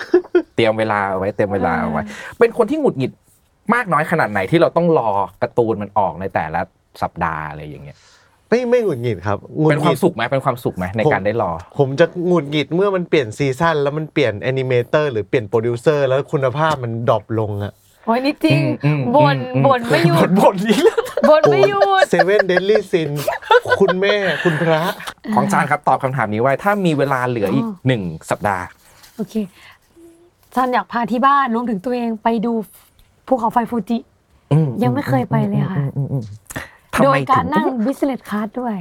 เตรียมเวลาเอาไว้เตรียมเวลาเอาไว้ เป็นคนที่หงุดหงิดมากน้อยขนาดไหนที่เราต้องรอการ์ตูนมันออกในแต่ละสัปดาห์อะไรอย่างเงี้ย ไม่ไม่หงุดหงิดครับหงุด เป็น ห ค งิ วาม ด สุขไหมเป็นความสุขไหมใน ผม การได้รอ ผมจะหงุดหงิดเมื่อมันเปลี่ยนซีซั่นแล้วมันเปลี่ยนแอนิเมเตอร์หรือเปลี่ยนโปรดิวเซอร์แล้วคุณภาพมันดรอปลงอะ โอ้ยนี่จริง อืมอืม บ่น อืม บ่นไม่หยุด บทนี้เลย บ่นไม่หยุด เซเว่นเดนลี่ซิน คุณแม่คุณพระ ของจานครับตอบคำถามนี้ไว้ถ้ามีเวลาเหลืออีกหนึ่งสัปดาห์ โอเคซันอยากพาที่บ้านรวมถึงตัวเองไปดูภูเขาไฟฟูจิ ยังไม่เคยไปเลยค่ะ ทำ โด ไม ยกา ถึ รง นั่ง business class ด้วย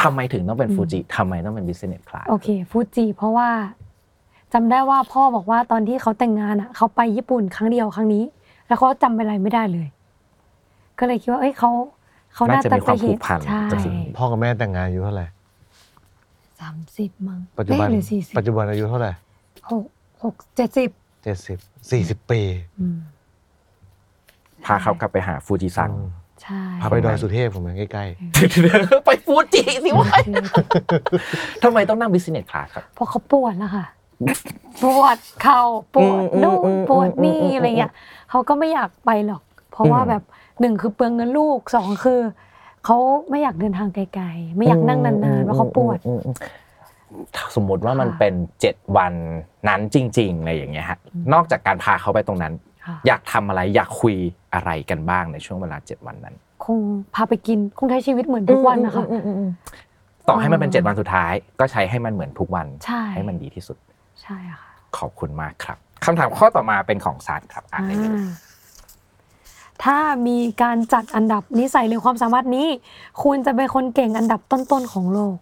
ทำไมถึงต้องเป็นฟูจิทำไมต้องเป็นบิสเนสคลาส โอเคฟูจิเพราะว่าจำได้ว่าพ่อบอกว่าตอนที่เขาแต่งงานอ่ะเขาไปญี่ปุ่นครั้งเดียวครั้งนี้ แล้วเขาจำอะไรไม่ได้เลย ก็เลยคิดว่า เอ้ยเขาเขาน่า น่าจะ จะ มีความผูกพัน ใช่ กับสิ่งนี้ พ่อกับแม่แต่งงานอายุเท่าไหร่ สามสิบมั้ง ปัจจุบัน เอ๊ะหรือสี่สิบ ปัจจุบันอายุเท่าไหร่ หกหกเจ็ดสิบ เจ็ดสิบสี่สิบปี อืม พาเขากลับไปหาฟูจิซัง ใช่ พาไปดอยสุเทพผมยังใกล้ๆ ไปฟูจิสิวะ โอเค ทำไมต้องนั่งบิสเนสคลาสครับ เพราะเขาปวดแล้วค่ะ ปวดเข่าปวดนู่นปวดนี่อะไรเงี้ยเขาก็ไม่อยากไปหรอก เพราะว่า อืม แบบหนึ่งคือเปลืองเงินลูกสองคือเขาไม่อยากเดินทางไกลๆ ไม่อยากนั่งนานๆเพราะเขาปวด อืมอืมถ้าสมมติว่ามันเป็นเจ็ดวันนั้นจริงๆอะไรอย่างเงี้ยฮะนอกจากการพาเขาไปตรงนั้น ค่ะ อยากทำอะไรอยากคุยอะไรกันบ้างในช่วงเวลาเจ็ดวันนั้น คงพาไปกินคงใช้ชีวิตเหมือนทุกวันนะคะ ต่อให้มันเป็น อ่า เจ็ดวันสุดท้าย ก็ใช้ให้มันเหมือนทุกวัน ใช่ ให้มันดีที่สุด ใช่ค่ะ ขอบคุณมากครับคำถามข้อต่อมาเป็นของซานครับอ่านได้เลย อ่าถ้ามีการจัดอันดับนิสัยหรือความสามารถนี้ คุณจะเป็นคนเก่งอันดับต้นๆของโลก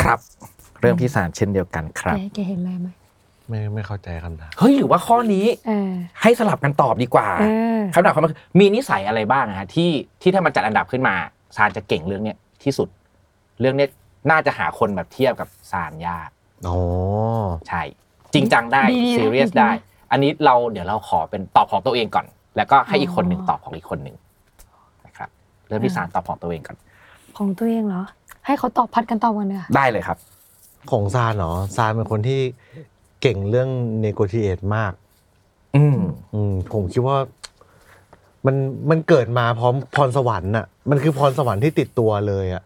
ครับ เริ่มที่ซานเช่นเดียวกันครับ แกแกเห็นอะไรไหม ไม่ไม่เข้าใจคำถาม เฮ้ยหรือว่าข้อนี้ เออ ให้สลับกันตอบดีกว่า เออ คำถามเขามาคือมีนิสัยอะไรบ้างนะฮะที่ที่ถ้ามันจัดอันดับขึ้นมาซานจะเก่งเรื่องเนี้ยที่สุด เรื่องเนี้ยน่าจะหาคนแบบเทียบกับซานยาก อ๋อ ใช่จริงจังได้ ๆนะ ซีเรียส ๆนะ ได้ อันนี้เราเดี๋ยวเราขอเป็นตอบของตัวเองก่อน แล้วก็ให้อีกคนหนึ่ง อ๋อ ตอบของอีกคนหนึ่งนะครับเริ่มที่สารตอบของตัวเองก่อน ของตัวเองเหรอ ให้เขาตอบพัดกันตอบกันเนอะ ได้เลยครับ ของซานเหรอซานเป็นคนที่เก่งเรื่องเนโก i ิเอตมาก อืม อืมผมคิดว่า มันมันเกิดมาพร้อมพรสวรรค์น่ะ มันคือพรสวรรค์ที่ติดตัวเลยอ่ะ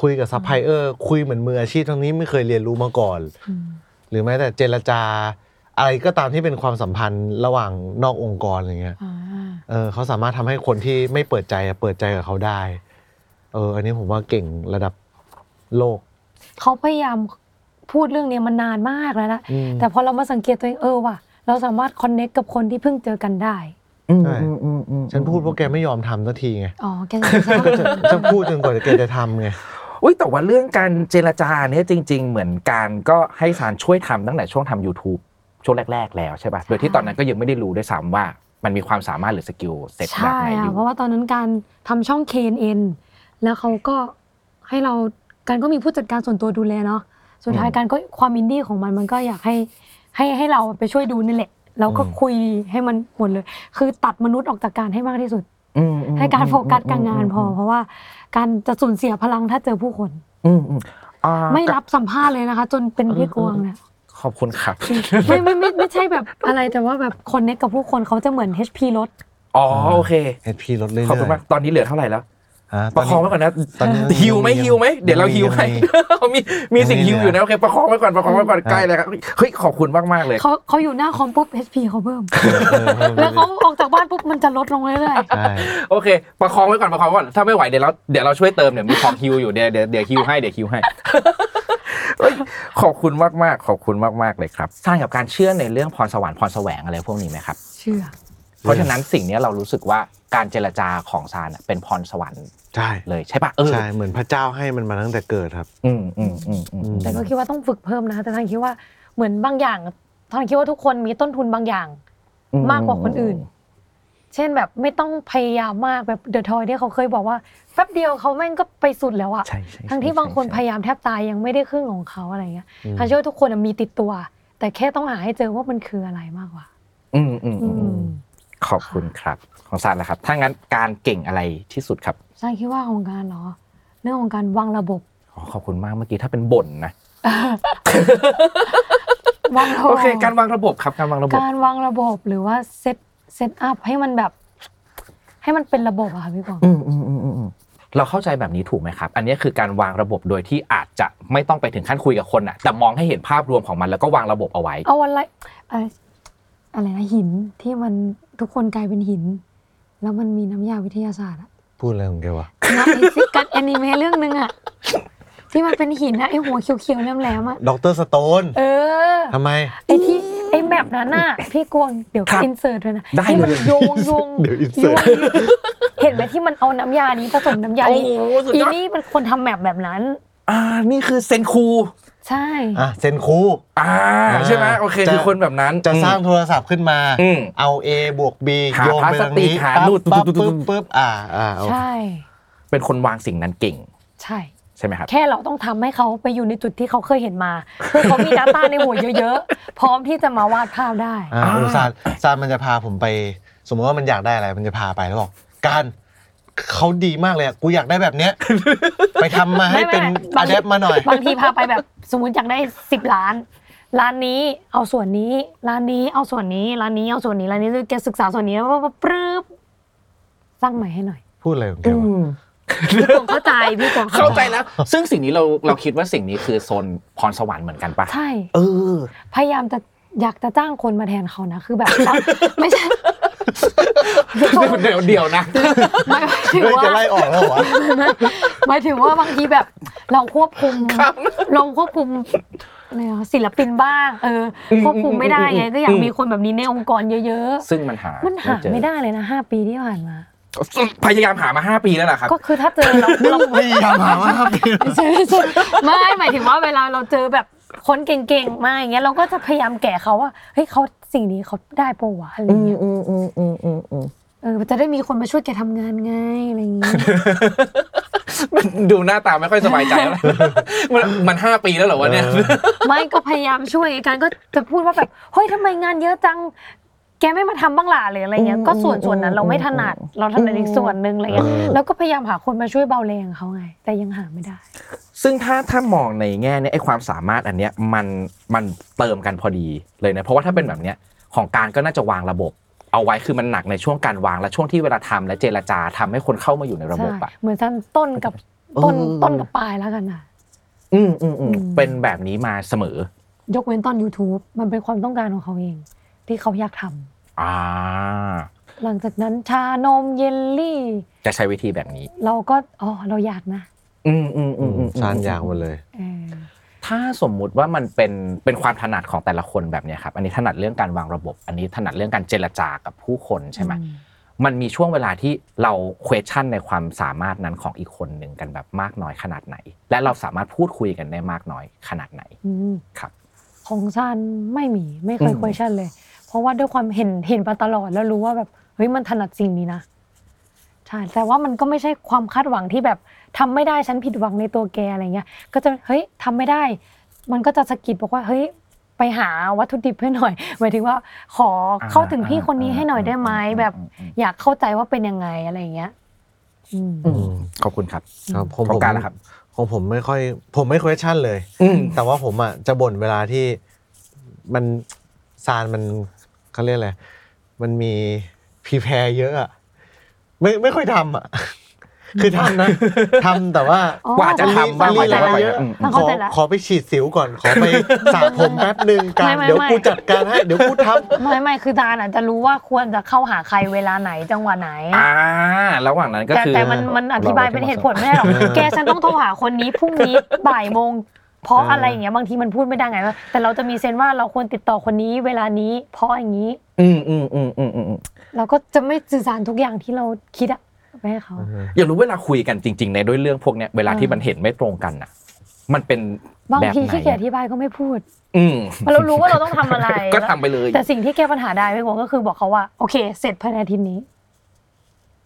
คุยกับซัพพลายเออร์คุยเหมือนมืออาชีพทั้งนี้ไม่เคยเรียนรู้มาก่อน อืม หรือแม้แต่เจรจา อะไรก็ตามที่เป็นความสัมพันธ์ระหว่างนอกองค์กรอะไรเงี้ย อ่า เออเขาสามารถทำให้คนที่ไม่เปิดใจอะเปิดใจกับเขาได้ เออ อันนี้ผมว่าเก่งระดับโลก เขาพยายามพูดเรื่องนี้มันนานมากแล้วนะ อืม แต่พอเรามาสังเกตตัวเองเออว่ะเราสามารถคอนเน็กกับคนที่เพิ่งเจอกันได้ อืม ใช่ อืมอืมอืม ฉันพูดเพราะแกไม่ยอมทำสักทีไง อ๋อแกจะเป็นใช่ไหม ฉันพูดจนกว่าแกจะทำไง อุ้ยแต่ว่าเรื่องการเจรจาเนี่ยจริง ๆ เหมือนการก็ให้สารช่วยทำตั้งแต่ช่วงทำ YouTube ช่วงแรก ๆ แล้วใช่ป่ะ โดยที่ตอนนั้นก็ยังไม่ได้รู้ด้วยซ้ำว่า มันมีความสามารถหรือสกิลเซ็ตแบบ ใช่ ไหนอ อะ ยู่ เพราะว่าตอนนั้นการทำช่อง KNN แล้วเขาก็ให้เราการก็มีผู้จัดการส่วนตัวดูแลเนาะสุดท้ายการก็ความอินดี้ของมันมันก็อยากให้ให้ให้เราไปช่วยดูนี่แหละแล้วก็ อืม คุยให้มันหมดเลย คือตัดมนุษย์ออกจากการให้มากที่สุด อืมอืม ให้การโฟกัส ม การงานพอ เพราะว่าการจะสูญเสียพลังถ้าเจอผู้คน อืมอืมอ่า ไม่รับสัมภาษณ์เลยนะคะ จนเป็นพี่กวงเนี่ย ขอบคุณครับ ไม่ไม่ไม่ไม่ใช่แบบอะไรแต่ว่าแบบคนเน็กกับผู้คนเขาจะเหมือน HP รถ อ๋อโอเค เอพีลดเรื่อยๆ ขอบคุณมาก ตอนนี้เหลือเท่าไหร่แล้ว อ่า ประคองไว้ก่อนนะฮิวไหมฮิวไหมเดี๋ยวเราฮิวให้ มี มีสิ่งฮิวอยู่นะโอเคประคองไว้ก่อนประคองไว้ก่อนใกล้แล้วครับเฮ้ยขอบคุณมากมากๆเลย เขาเขาอยู่หน้าคอมปุ๊บ HP เขา เพิ่ม เออเออ แล้วเขาออกจากบ้านปุ๊บมันจะลดลงเรื่อย ใช่ โอเค ประคองไว้ก่อนประคองไว้ก่อนถ้าไม่ไหวเดี๋ยวเราเดี๋ยวเราช่วยเติมเดี๋ยวมีของฮิวอยู่เดี๋ยวเดี๋ยวเดี๋ยวฮิวให้เดี๋ยวฮิวให้เฮ้ยขอบคุณมากมากๆขอบคุณมากมากๆเลยครับสร้างกับการเชื่อในเรื่องพรสวรรค์พรแสวงอะไรพวกนี้ไหมครับ ๆ เชื่อ เพราะฉะนั้นสิ่งเนี้ยเรารู้สึกว่าการเจรจาของซานอะเป็นพรสวรรค์ ใช่ เลยใช่ปะเออ ใช่เหมือนพระเจ้าให้มันมาตั้งแต่เกิดครับ อืมอืมอืมอืม แต่ก็คิดว่าต้องฝึกเพิ่มนะแต่ทางคิดว่าเหมือนบางอย่างทางคิดว่าทุกคนมีต้นทุนบางอย่าง มากกว่าคนอื่น เช่นแบบไม่ต้องพยายามมากแบบเดอะทอยที่เขาเคยบอกว่าแป๊บเดียวเขาแม่งก็ไปสุดแล้วอะ ใช่ใช่ใช่ ทั้งที่บางคน ใช่ พยายามแทบตายยังไม่ได้ครึ่งของเขาอะไรเงี้ย อืม ทางคิดว่าทุกคนอะมีติดตัว แต่แค่ต้องหาให้เจอว่ามันคืออะไรมากกว่า อืมอืมอื อื มอืม ม ขอบคุณครับของซานนะครับ ถ้างั้นการเก่งอะไรที่สุดครับ ใช่คิดว่าของการเหรอ เรื่องของการวางระ บบ อ๋อขอบคุณมากเมื่อกี้ถ้าเป็นบ่นนะ วางระบบ โอเค การวางระบบครับการวางระบบ การวางระบบหรือว่าเซตเซตอัพให้มันแบบ ให้มันเป็นระบบอะค่ะพี่กอง อืมอืมอืมอืมอืมเราเข้าใจแบบนี้ถูกไหมครับ อันนี้คือการวางระบบโดยที่อาจจะไม่ต้องไปถึงขั้นคุยกับคนอ่ะ แต่มองให้เห็นภาพรวมของมันแล้วก็วางระบบเอาไว้ เอาอะไรเอ่ออะไรนะหินที่มันทุกคนกลายเป็นหิน แล้วมันมีน้ำยาวิทยาศาสตร์อะ พูดอะไรของแกวะ นะไอ้ซิกกันแอนิเมะเรื่องนึงอะที่มันเป็นหินอะไอหัวเขียวๆแหลมๆอะ ด็อกเตอร์สโตน เออ ทำไม ไอที่ไอแมปนั้นน่ะพี่กวงเดี๋ยว ครับ อินเสิร์ตด้วยนะ ได้ ที่มัน เลย โยงโยง เดี๋ยว insert โยงเห็นไหมที่มันเอาน้ำยานี้ผสมน้ำยา โอ้ นี้ โหสุด อี ยอด นี่เป็นคนทำแมปแบบนั้น อ่า นี่คือเซนคู ใช่ อ่ะเซนคู อ่า ใช่ไหมโอเค จะ คือคนแบบนั้น จะสร้าง อืม โทรศัพท์ขึ้นมา อืม เอา A บวก B หา โยงไปทางนี้ พลาสติกหานู่ ปั๊บปั๊นบ ตุ๊ดปึ๊บตุ๊ดตุ๊ด ปึ๊บอ่าอ่าโอเค ใช่ เป็นคนวางสิ่งนั้นเก่ง ใช่ ใช่ไหมครับ แค่เราต้องทำให้เขาไปอยู่ในจุดที่เขาเคยเห็นมา เพื่อเขามี Data ในหัวเยอะๆ พร้อมที่จะมาวาดภาพได้ อ่า อ่า โอ้ซานซานมันจะพาผมไป สมมติว่ามันอยากได้อะไรมันจะพาไปแล้วบอกการเขาดีมากเลยอะกูอยากได้แบบ เนี้ย ไปทำมาให้เป็น ไม่ไม่ อะแดปมาหน่อย บางทีพาไปแบบสมมติอยากได้สิบล้าน ร้านนี้เอาส่วนนี้ ร้านนี้เอาส่วนนี้ ร้านนี้เอาส่วนนี้ ร้านนี้แกศึกษาส่วนนี้แล้วก็ปรื๊บสร้างใหม่ให้หน่อย พูดอะไรของแกวะ พี่กงเข้าใจพี่กง เข้าใจแล้ว ซึ่งสิ่งนี้เราเราคิดว่าสิ่งนี้คือโซนพรสวรรค์เหมือนกัน ปะ ใช่ เออ พยายามจะอยากจะจ้างคนมาแทนเขานะ คือแบบ ไม่ใช่ พี่กง เดี๋ยวเดี๋ยว นะ ไม่หมายถึง เฮ้ย ว่า จะไล่ออกแล้วเหรอวะ หมายถึงว่าบางทีแบบ เราควบคุมเราควบคุมอะไรวะศิลปินบ้าง เออ อืม ควบคุมไม่ได้ไง อืม ก็อยากมีคนแบบนี้ในองค์กรเยอะ ซึ่งมันหา ๆ มันหา เจอ ไม่ได้เลยนะห้าปีที่ผ่านมา พยายามหามาห้าปีแล้ว ล่ะครับ ก็คือถ้าเจอเราเรา พยายามหาว่าครับ ไม่ใช่ไม่ใช่ไม่หมายถึงว่าเวลาเราเจอแบบคนเก่งๆมาอย่างเงี้ยเราก็จะพยายามแก่เขาว่าเฮ้ยเขาสิ่งนี้เขาได้ปะวะอะไรเงี้ยเออจะได้มีคนมาช่วยแกทำงานไงอะไรอย่างเงี้ย ดูหน้าตาไม่ค่อยสบายใจแล้ว มันมันห้าปีแล้วเหรอวะเนี่ย เออ ไม่ก็พยายามช่วยกันก็จะพูดว่าแบบเฮ้ยทำไมงานเยอะจัง แกไม่มาทำบ้างล่ะหรืออะไรเงี้ย อืม ก็ส่วนส่วนนั้นเราไม่ถนัด เราถนัดอีกส่วนหนึ่งอะไรเงี้ย เออ แล้วก็พยายามหาคนมาช่วยเบาแรงเขาไง แต่ยังหาไม่ได้ ซึ่งถ้าถ้ามองในแง่เนี่ยไอ้ความสามารถอันเนี้ยมันมันเติมกันพอดีเลยนะเพราะว่าถ้าเป็นแบบเนี้ยของการก็น่าจะวางระบบ เอาไว้คือมันหนักในช่วงการวางและช่วงที่เวลาทำและเจรจาทำให้คนเข้ามาอยู่ในระบบอะ ใช่ เหมือนสั้นต้นกับต้น เออ ต้นกับปลายแล้วกันอ่ะ อืมอืมอืม อืม เป็นแบบนี้มาเสมอ ยกเว้นตอน YouTube มันเป็นความต้องการของเขาเอง ที่เขาอยากทำ อ่า หลังจากนั้นชานมเยลลี่ จะใช้วิธีแบบนี้ เราก็อ๋อเราอยากนะ อืมอืมอืมอืม ซานยางหมดเลย เออ ถ้าสมมุติว่ามันเป็นเป็นความถนัดของแต่ละคนแบบเนี้ยครับ อันนี้ถนัดเรื่องการวางระบบ อันนี้ถนัดเรื่องการเจรจากับผู้คนใช่ไหม อื มันมีช่วงเวลาที่เรา question ในความสามารถนั้นของอีกคนหนึ่งกันแบบมากน้อยขนาดไหน และเราสามารถพูดคุยกันได้มากน้อยขนาดไหน อืม ครับ ของซันไม่มีไม่เคย อืม คุยชั่นเลย เพราะว่าด้วยความเห็นเห็นมาตลอดแล้วรู้ว่าแบบเฮ้ยมันถนัดสิ่งนี้นะใช่แต่ว่ามันก็ไม่ใช่ความคาดหวังที่แบบทำไม่ได้ฉันผิดหวังในตัวแกอะไรเงี้ย ก็จะเฮ้ยทำไม่ได้ มันก็จะสะกิดบอกว่าเฮ้ยไปหาวัตถุดิบให้หน่อย หมายถึงว่า ขอเข้าถึงพี่คนนี้ให้หน่อยได้ไหมแบบ อยากเข้าใจว่าเป็นยังไงอะไรอย่างเงี้ยอืม อืมขอบคุณครับ ครับผม ของการล่ะครับ ของผมไม่ค่อย ผมไม่ question เลย แต่ว่าผมอ่ะจะบ่นเวลาที่มันซานมันเขาเรียกอะไร มันมีพ e แพ r e เยอะอ่ะไม่ไม่ค่อยทำอ่ะ คือทำนะทำแต่ว่า อ๋อ กว่าจะทำบ้างก มั ว่านจะ ลีลา ไป เยอะ อืม ต้ง ข เข้า อ ใจละ ขอไปฉีดสิวก่อน ขอไปสระผมแป๊บหนึ่การ ไม่ไม่ เดี๋ยว ไม่ กูจัดการให้เดี๋ยวกูทำ ไม่ไม่คือดานอาจจะรู้ว่าควรจะเข้าหาใครเวลาไหนจังหวะไหน อ่าระหว่างนั้นก็ แต่ คือ แต่มันมันอธิบายเป็นเหตุผลไม่ได้หรอก เออ แกฉันต้องโทรหาคนนี้พรุ่งนี้บ่ายโมง เพราะอะไรอย่างเงี้ยบางทีมันพูดไม่ได้ไงว่าแต่เราจะมีเซนส์ว่าเราควรติดต่อคนนี้เวลานี้ เพราะอย่างนี้ อืมอืมอืมอืมอืมอืม เราก็จะไม่สื่อสารทุกอย่างที่เราคิดอะไปให้เขา อยากรู้เวลาคุยกันจริง ๆ ในด้วยเรื่องพวกเนี้ยเวลาที่ เออ มันเห็นไม่ตรงกันอ่ะ มันเป็น บาง แบบ ที ไหน ขี้เกียจอธิบายก็ไม่พูด อืม เพราะเรารู้ว่าเราต้องทำอะไร ก็ทำไปเลย แต่สิ่งที่แก้ปัญหาได้พี่โกก็คือบอกเขาว่าโอเค เสร็จภายในอาทิตย์นี้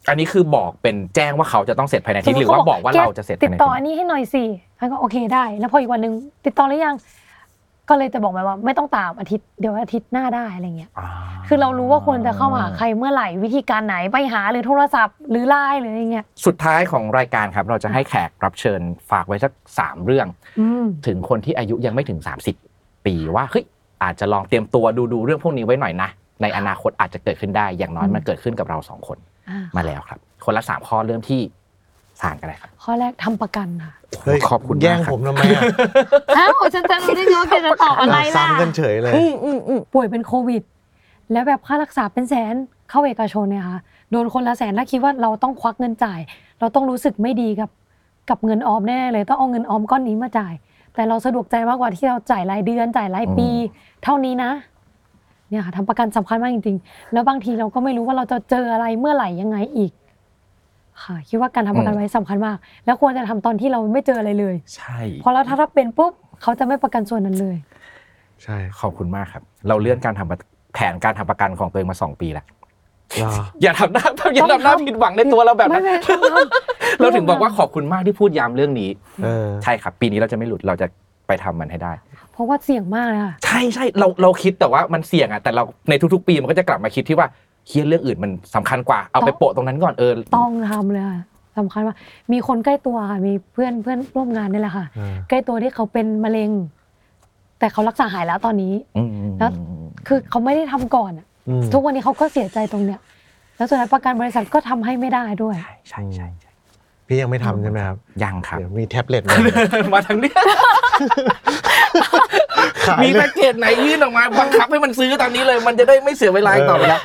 อันนี้คือบอกเป็นแจ้งว่าเขาจะต้องเสร็จภายในอาทิตย์หรือว่าบอกว่าเราจะเสร็จ ติ ภาย ด ใน ต่อ อา อันทิตย์ นี้ให้หน่อยสิท่านก็โอเคได้ แล้วพออีกวันหนึ่งติดต่อหรือยัง ก็เลยจะบอกไปว่า ไม่ต้องตามอาทิตย์เดี๋ยวอาทิตย์หน้าได้อะไรเงี้ย า คือเรารู้ว่าควรจะเข้าหาใครเมื่อไหร่วิธีการไหนไปหาหรือโทรศัพท์หรือไลน์หรืออะไรเงี้ย สุดท้ายของรายการครับ เราจะให้แขกรับเชิญฝากไว้สักสามเรื่อง อืม ถึงคนที่อายุยังไม่ถึง 30 ปีว่าเฮ้ยอาจจะลองเตรียมตัวดูดูเรื่องพวกนี้ไว้หน่อยนะ ในอนาคตอาจจะเกิดขึ้นได้อย่างน้อย อืม มันเกิดขึ้นกับเราสองคน อ่า มาแล้วครับ คนละสามข้อเริ่มที่สารกันเลยครับ ข้อแรกทำประกันค่ะ เฮ้ย ขอบคุณ แย่ง มากครับ ผมทำไมอ่ะ อ้าวฉันจะรู้ได้ไงว่าแกจะตอบอะไรล่ะ ซ้ำกันเฉยเลย ป่วยเป็นโควิด แล้วแบบค่ารักษาเป็นแสนเข้าเอกชนเนี่ยค่ะโดนคนละแสนแล้วคิดว่าเราต้องควักเงินจ่าย เราต้องรู้สึกไม่ดีกับกับเงินออมแน่เลยต้องเอาเงินออมก้อนนี้มาจ่าย แต่เราสะดวกใจมากกว่าที่เราจ่ายรายเดือนจ่ายรายปี เท่านี้นะเนี่ยค่ะทำประกันสำคัญมากจริงๆ แล้วบางทีเราก็ไม่รู้ว่าเราจะเจออะไรเมื่อไหร่ยังไงอีก ค่ะ คิดว่าการทำประกันไว้สำคัญมาก แล้วควรจะทำตอนที่เราไม่เจออะไรเลย ใช่ เพอเราถ้าถ้าเป็นปุ๊บเขาจะไม่ประกันส่วนนั้นเลย ใช่ ขอบคุณมากครับ เราเลื่อนการทำประแผนการทำประกันของตัวเองมาสองปีแล้ว เหรอ อย่าทำหน้าอย่าทำหน้า ต้องทำ ผิดหวังในตัวเราแบบ ไม่ นั้น ไม่ต้องทำ เราถึงบอกว่าขอบคุณมากที่พูดย้ำเรื่องนี้ เออ ใช่ครับ ปีนี้เราจะไม่หลุดเราจะไปทำมันให้ได้ เพราะว่าเสี่ยงมากเลยค่ะ ใช่ใช่เราเราคิดแต่ว่ามันเสี่ยงอ่ะแต่เราในทุกๆ ปีมันก็จะกลับมาคิดที่ว่าเฮียเรื่องอื่นมันสำคัญกว่าเอาไป ต้อง โปะตรงนั้นก่อนเออ ต้องทำเลยค่ะสำคัญว่ากมีคนใกล้ตัวค่ะมีเพื่อนเพื่อนร่วมงานนี่แหละค่ะ เออ ใกล้ตัวที่เขาเป็นมะเร็ง แต่เขารักษาหายแล้วตอนนี้ อืม แล้ว คือเขาไม่ได้ทำก่อนอะ อืม ทุกวันนี้เขาก็เสียใจตรงเนี้ยแล้วส่วนประกันบริษัทก็ทำให้ไม่ได้ด้วย ใช่ใช่ใช่ใช่ พี่ยังไม่ทำใช่ไหมครับ ยังครับ เดี๋ยวมีแท็บเล็ตมา มาทางเนี้ย ขาย มี เล แพ็ ย กเกจไหนยื่นออกมาบังคับให้มันซื้อตอนนี้เลย มันจะได้ไม่เสียเวลาอีกต่อไปแล้ว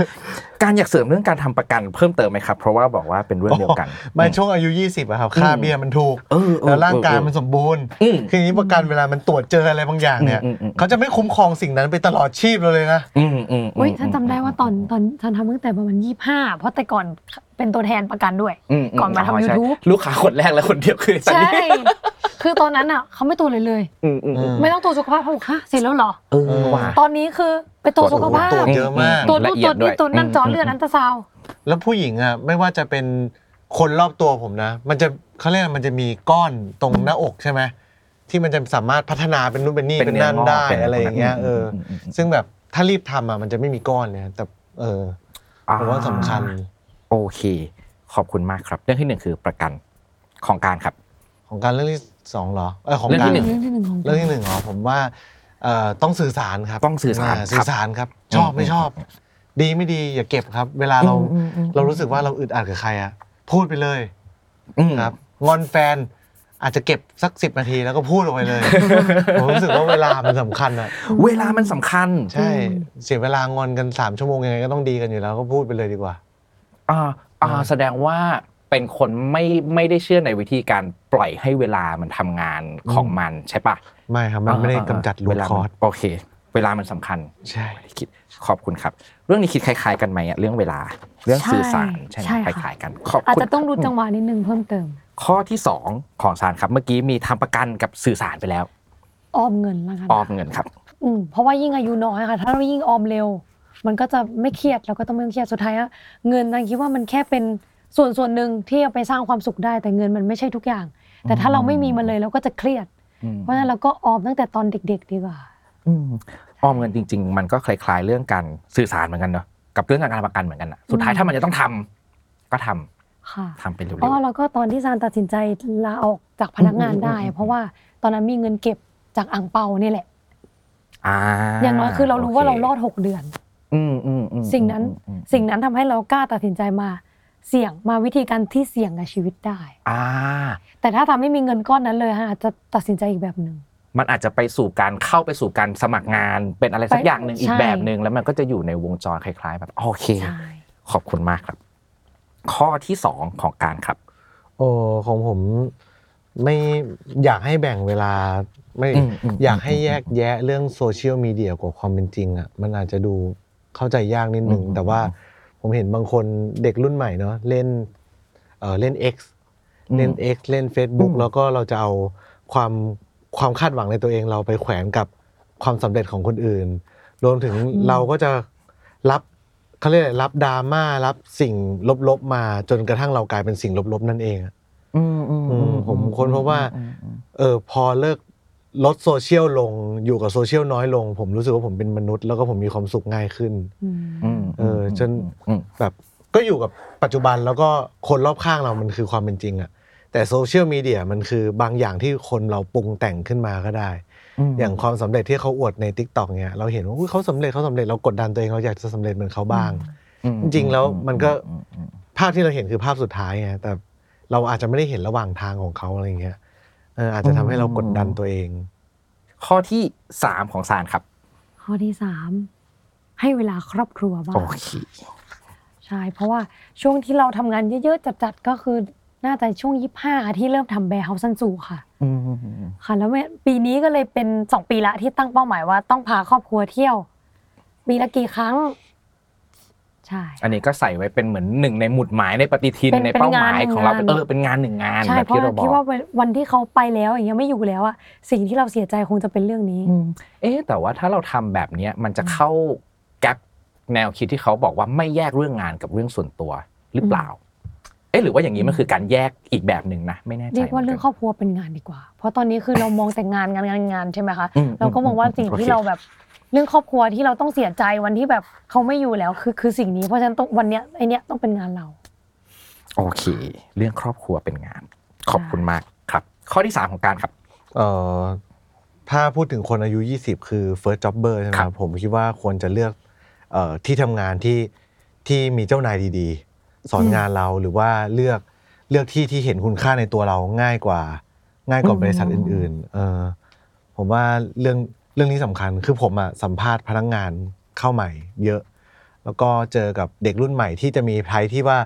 การอยากเสริมเรื่องการทำประกันเพิ่มเติมไหมครับเพราะว่าบอกว่าเป็นเรื่องเดียวกัน มาช่วงอายุ 20อะครับ ค่าเบี้ยมันถูก เออเออ แล้วร่างกายมันสมบูรณ์ อืม คืออย่างนี้ประกันเวลามันตรวจเจออะไรบางอย่างเนี่ย อืมอืมอืม เขาจะไม่คุ้มครองสิ่งนั้นไปตลอดชีพเราเลยนะ อืมอืม อุ้ยฉันจำได้ว่าตอนตอนฉันทำตั้งแต่ประมาณยี่ห้าเพราะแต่ก่อนเป็นตัวแทนประกันด้วย ม ก่อนมาทำ ใช่ YouTube ลูกค้าคนแรกและคนเดียวคือตอน ใช่ นี้ คือตอนนั้นอ่ะเขาไม่ตัวจเลยเลย อืมอืมอืม ไม่ต้องตัวจสุขภาพเขาบอกฮะเสร็จแล้วเหรอ เออว่ะ ตอนนี้คือไปตัวจสุขภาพ ตรวจเยอะมาก ตัวจนู่นตัวจนี่ตัวจนั่นจอเลือดอันตราซาวด์ แล้วผู้หญิงอ่ะไม่ว่าจะเป็นคนรอบตัวผมนะ มันจะเขาเรียกอะไรมันจะมีก้อนตรงหน้าอกใช่ไหมที่มันจะสามารถพัฒนาเป็นนู่นเป็นนี่เป็นนั่นได้อะไรอย่างเงี้ยเออ ซึ่งแบบถ้ารีบทำอ่ะมันจะไม่มีก้อนเนี่ยแต่ เออผมว่าสำคัญ โอเค ขอบคุณมากครับ เรื่องที่หนึ่งคือประกันของการครับ ของการเรื่องที่สองเหรอเออของ เรื่อง การ ที่หนึ่ง เรื่องที่หนึ่งของ เรื่องที่หนึ่งเหรอผมว่าเอ่อต้องสื่อสารครับ ต้องสื่อสารครับ สื่อสารครับ ชอบไม่ชอบ ดีไม่ดีอย่าเก็บครับ เวลาเรา เรารู้สึกว่าเราอึดอัดกับใครอะพูดไปเลย อืม ครับงอนแฟนอาจจะเก็บสักสิบนาทีแล้วก็พูดออกไป เลย ผมรู้สึกว่าเวลามันสำคัญอะ เวลามันสำคัญ ใช่ เสียเวลางอนกันสามชั่วโมงยังไงก็ต้องดีกันอยู่แล้วก็พูดไปเลยดีกว่า อ่าอ่า อืม แสดงว่าเป็นคนไม่ไม่ได้เชื่อในวิธีการปล่อยให้เวลามันทำงานของมันใช่ปะ ไม่ครับมันไม่ได้กำจัดรู เว ท ลา คอ มั ร์ น ส โอเค เวลามันสำคัญ ใช่ คิดขอบคุณครับ เรื่องนี้คิดคล้ายๆกันไหมอะเรื่องเวลาเรื่องสื่อสาร ใช่ ใช่ไหม ใช่ ค ค่ะ ล้ายๆกันขอบ อาจ คุณ จะต้องดู ครับ จังหวะนิดนึงเพิ่มเติม ข้อที่ 2 ของสารครับเมื่อกี้มีทำประกันกับสื่อสารไปแล้ว ออมเงินละกัน ออมเงินครับ อืมเพราะว่ายิ่งอายุน้อยค่ะ ถ้าเรายิ่งออมเร็ว มันก็จะไม่เครียดเราก็ต้องไม่เครียดสุดท้ายอะเงินนันคิดว่ามันแค่เป็นส่วนส่วนหนึ่งที่เอาไปสร้างความสุขได้ แต่เงินมันไม่ใช่ทุกอย่าง แต่ถ้าเราไม่มีมันเลยเราก็จะเครียด เพราะฉะนั้นเราก็ออมตั้งแต่ตอนเด็ก ๆ ดีกว่า อืมออมเงินจริง ๆ มันก็คล้าย ๆ เรื่องการสื่อสารเหมือนกันเนาะกับเรื่องการประกันเหมือนกันอะสุดท้ายถ้ามันจะต้องทำก็ทำ ค่ะ ทำเป็นเร็ว อ๋อแล้วก็ตอนที่ซานตัดสินใจลาออกจากพนักงานได้ เพราะว่าตอนนั้นมีเงินเก็บจากอ่างเปาเนี่ยแหละ ๆอ่า อย่างน้อยคือเรารู้ว่าเรารอดหกเดือน อืมอืมอืม สิ่งนั้น อืมอืม สิ่งนั้นทำให้เรากล้าตัดสินใจมาเสี่ยงมาวิธีการที่เสี่ยงกับชีวิตได้ อ่า แต่ถ้าทำไม่มีเงินก้อนนั้นเลยฮะอาจจะตัดสินใจอีกแบบหนึ่ง มันอาจจะไปสู่การเข้าไปสู่การสมัครงานเป็นอะไรสัก ไป อย่างหนึ่งอี ใช่ กแบบหนึ่งแล้วมันก็จะอยู่ในวงจรคล้าย ๆ แบบโอเค ใช่ ขอบคุณมากครับ ข้อที่สองของการครับ โอ้ของผมไม่อยากให้แบ่งเวลาไม่ อืมอืม อยากให้แยกแยะเรื่องโซเชียลมีเดียกับความเป็นจริงอ่ะมันอาจจะดูเข้าใจยากนิดนึง อืม แต่ว่าผมเห็นบางคนเด็กรุ่นใหม่เนาะเล่นเออเล่น X เล่น X เล่น Facebook แล้วก็เราจะเอาความความคาดหวังในตัวเองเราไปแขวนกับความสำเร็จของคนอื่น รวมถึงเราก็จะรับเขาเรียกอะไรรับดราม่ารับสิ่งลบๆมาจนกระทั่งเรากลายเป็นสิ่งลบๆนั่นเองอะ อืมอืมอื อืมผมค้นพบว่า อืมอืม เออพอเลิกลดโซเชียลลงอยู่กับโซเชียลน้อยลง ผมรู้สึกว่าผมเป็นมนุษย์ แล้วก็ผมมีความสุขง่ายขึ้น อืม อืม เออจน อืม แบบก็อยู่กับปัจจุบันแล้วก็คนรอบข้างเรามันคือความเป็นจริงอะแต่โซเชียลมีเดียมันคือบางอย่างที่คนเราปรุงแต่งขึ้นมาก็ได้ ม อย่างความสำเร็จที่เขาอวดใน t ิกตอกเนี่ยเราเห็นว่าอุ๊ยเขาสำเร็จเขาสำเร็จเรากดดันตัวเองเราอยากจะสำเร็จเหมือนเขาบ้าง อืม จริงๆแล้วมันก็ อือืม ภาพที่เราเห็นคือภาพสุดท้ายไงแต่เราอาจจะไม่ได้เห็นระหว่างทางของเขาอะไรอย่างเงี้ยเอออาจจะทำให้เรากดดันตัวเอง ข้อที่สามของสารครับ ข้อที่สามให้เวลาครอบครัวบ้าง โอเค ใช่ เพราะว่าช่วงที่เราทำงานเยอะๆ จัดๆ ก็คือน่าจะช่วงยี่ห้าที่เริ่มทำแบร์เฮาสันสูค่ะ อืม ค่ะ แล้วเมื่อปีนี้ก็เลยเป็น 2 ปีละที่ตั้งเป้าหมายว่าต้องพาครอบครัวเที่ยว ปีละกี่ครั้ง ใช่ อันนี้ก็ใส่ไว้เป็นเหมือนหนึ่งในหมุดหมายในปฏิทิน เป็น ในเป้าหมาย เป็นงาน ของเรา หนึ่งงาน เออเป็นงานหนึ่งงาน ใช่ แบบ เพราะ ที่เราบอ คิ ก ดว่าวันที่เขาไปแล้วอย่างเงี้ยไม่อยู่แล้วอะสิ่งที่เราเสียใจคงจะเป็นเรื่องนี้ อืมเอ๊ะแต่ว่าถ้าเราทำแบบเนี้ยมันจะเข้าแกลบแนวคิดที่เขาบอกว่าไม่แยกเรื่องงานกับเรื่องส่วนตัวหรือเปล่า เอ๊ะหรือว่าอย่างนี้มันคือการแยกอีกแบบหนึ่งนะไม่แน่ใจ เรียกว่าเรื่องครอบครัวเป็นงานดีกว่า เพราะตอนนี้คือเรามองแต่งานงานงานงานใช่ไหมคะ เราก็มองว่าสิ่งที่เรา โอค แบบเรื่องครอบครัวที่เราต้องเสียใจวันที่แบบเขาไม่อยู่แล้วคือคือสิ่งนี้เพราะฉะนั้นต้องวันเนี้ยไอเนี้ยต้องเป็นงานเรา โอเค เรื่องครอบครัวเป็นงาน ขอบคุณมากครับ ข้อที่ 3 ของการครับ เอ่อถ้าพูดถึงคนอายุ 20 คือ first jobber ใช่ไหม ค ค รั รับ บผมคิดว่าควรจะเลือกเอ่อที่ทำงานที่ที่มีเจ้านายดีๆ สอนงานเราหรือว่าเลือกเลือกที่ที่เห็นคุณค่าในตัวเราง่ายกว่า ง่ายกว่าบริษัทอื่นๆเออผมว่าเรื่องเรื่องนี้สำคัญคือผมอะสัมภาษณ์พนักงานเข้าใหม่ เยอะ แล้วก็เจอกับเด็กรุ่นใหม่ที่จะมีไพรที่ว่า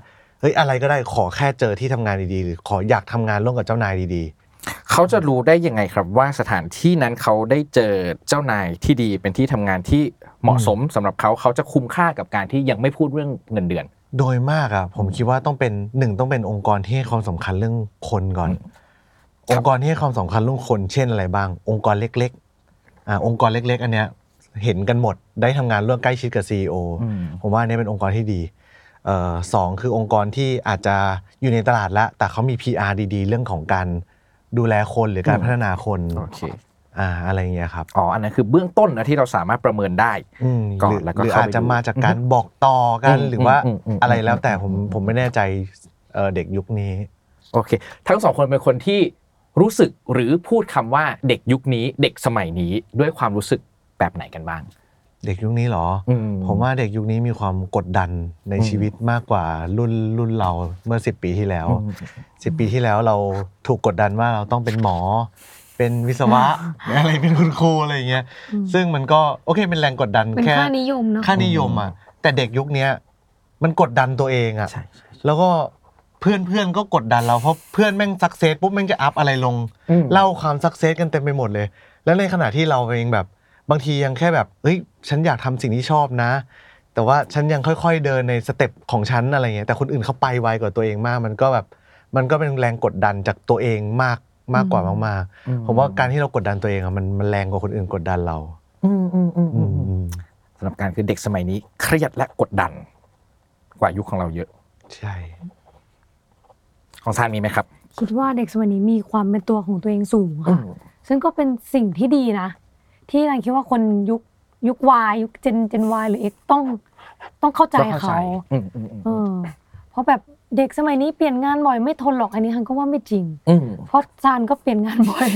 เฮ้ยอะไรก็ได้ขอแค่เจอที่ทำงานดีๆ หรือขออยากทำงานร่วมกับเจ้านายดีๆ เขาจะรู้ได้ยังไงครับว่าสถานที่นั้นเขาได้เจอเจ้านายที่ดีเป็นที่ทำงานที่เหมาะสมสำหรับเขาเขาจะคุ้มค่ากับการที่ยังไม่พูดเรื่องเงินเดือน โดยมากอะผมคิดว่าต้องเป็นหนึ่งต้องเป็นองค์กรที่ให้ความสำคัญเรื่องคนก่อน องค์กรที่ให้ความสำคัญเรื่องคนเช่นอะไรบ้าง องค์กรเล็กๆอ่าองค์กรเล็ก ๆ อันเนี้ยเห็นกันหมดได้ทำงานร่วมใกล้ชิดกับ CEO ผมว่าอันเนี้ยเป็นองค์กรที่ดีเอ่อสองคือองค์กรที่อาจจะอยู่ในตลาดละแต่เขามี PR ดีๆ เรื่องของการดูแลคนหรือการ อืม พัฒนาคน โอเค อ่าอะไรอย่างเงี้ยครับ อ๋ออันนั้นคือเบื้องต้นนะที่เราสามารถประเมินได้ อืม ก่อหนรือ แล้วก็ หรือ เข้า อาจ ไป จะ ดู มาจากการบอกต่อกัน อืม หรือว่า อืมอืมอืม อะไรแล้วแต่ผมผมไม่แน่ใจเอ่อเด็กยุคนี้ โอเค ทั้งสองคนเป็นคนที่รู้สึกหรือพูดคำว่าเด็กยุคนี้เด็กสมัยนี้ด้วยความรู้สึกแบบไหนกันบ้าง เด็กยุคนี้เหรออ อื ผมว่าเด็กยุคนี้มีความกดดันใน อืม ชีวิตมากกว่ารุ่นรุ่นเราเมื่อ 10 ปีที่แล้ว อืม สิบปีที่แล้วเราถูกกดดันว่าเราต้องเป็นหมอ เป็นวิศ วะ อะไรเป็นคุณครูอะไรอย่างเงี้ย อืม ซึ่งมันก็โอเคเป็นแรงกดดัน เป็น แค่ ค่านิยมเนาะ ค่านิยมอ่ะแต่เด็กยุคเนี้ยมันกดดันตัวเองอ่ะ ใช่ แล้วก็เพื่อนเพื่อนๆก็กดดันเราเพราะเพื่อนแม่งสักเซสปุ๊บแม่งจะอัพอะไรลง อืม เล่าความสักเซสกันเต็มไปหมดเลย แล้วในขณะที่เราเองแบบบางทียังแค่แบบเฮ้ยฉันอยากทำสิ่งที่ชอบนะ แต่ว่าฉันยังค่อยๆเดินในสเต็ปของฉันอะไรเงี้ยแต่คนอื่นเขาไปไวกว่าตัวเองมาก มันก็แบบมันก็เป็นแรงกดดันจากตัวเองมากมากกว่ามาก อืม ๆผมว่าการที่เรากดดันตัวเองอะมันมันแรงกว่าคนอื่นกดดันเรา อืมอืมอืม อื อื ม มอืมสำหรับการคือเด็กสมัยนี้เครียดและกดดัน กว่ายุคของเราเยอะ ใช่ ของซานมีไหมครับ คุณว่าเด็กสมัยนี้มีความเป็นตัวของตัวเองสูง อื ค่ะ ม ซึ่งก็เป็นสิ่งที่ดีนะ ที่รันคิดว่าคนยุคยุควายยุคเจนเจนวายหรือเอ็กต้องต้องเข้าใจ ต้องเข้าใจ เขา อืมอืมอืม เออเพราะแบบเด็กสมัยนี้เปลี่ยนงานบ่อยไม่ทนหรอกอันนี้ฮันก็ว่าไม่จริง อืม เพราะจานก็เปลี่ยนงานบ่อย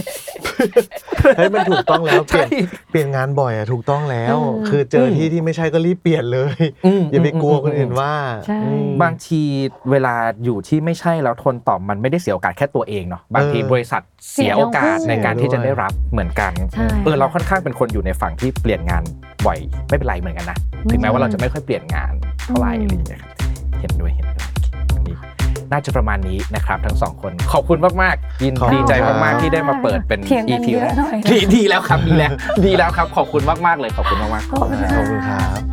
เฮ้ยมันถูกต้องแล้วเป ใช่ ลี่ยนเปลี่ยนงานบ่อยอะถูกต้องแล้ว เออ คือเจอที่ที่ไม่ใช่ก็รีบเปลี่ยนเลย อืม อย่าไปกลัวคนอื่นว่า ใช่ อืม บางทีเวลาอยู่ที่ไม่ใช่แล้วทนต่อมันไม่ได้เสียโอกาสแค่ตัวเองเนาะบางที เออบ ริษัทเสียโอกาสในการที่จะได้รับเหมือนกัน ใช่ เออเราค่อนข้างเป็นคนอยู่ในฝั่งที่เปลี่ยนงานบ่อยไม่เป็นไรเหมือนกันนะ ถึงแม้ว่าเราจะไม่ค่อยเปลี่ยนงานเท่าไหร่อะไรอย่างเงี้ยครับ เห็นด้วยเห็นด้วยวันนี้น่าจะประมาณนี้นะครับ ทั้งสองคน ขอบคุณมากๆยิน ขอบคุณ ดีใจ ครับ มากๆที่ได้มาเปิดเป็น เถียงกัน EP เย แร อะ ก หน่อย ดีดีแล้วครับดีแล้วดีแล้วครับ ขอบคุณมากๆเลยขอบคุณมากๆ ขอบคุณค่ะ ขอบคุณครับ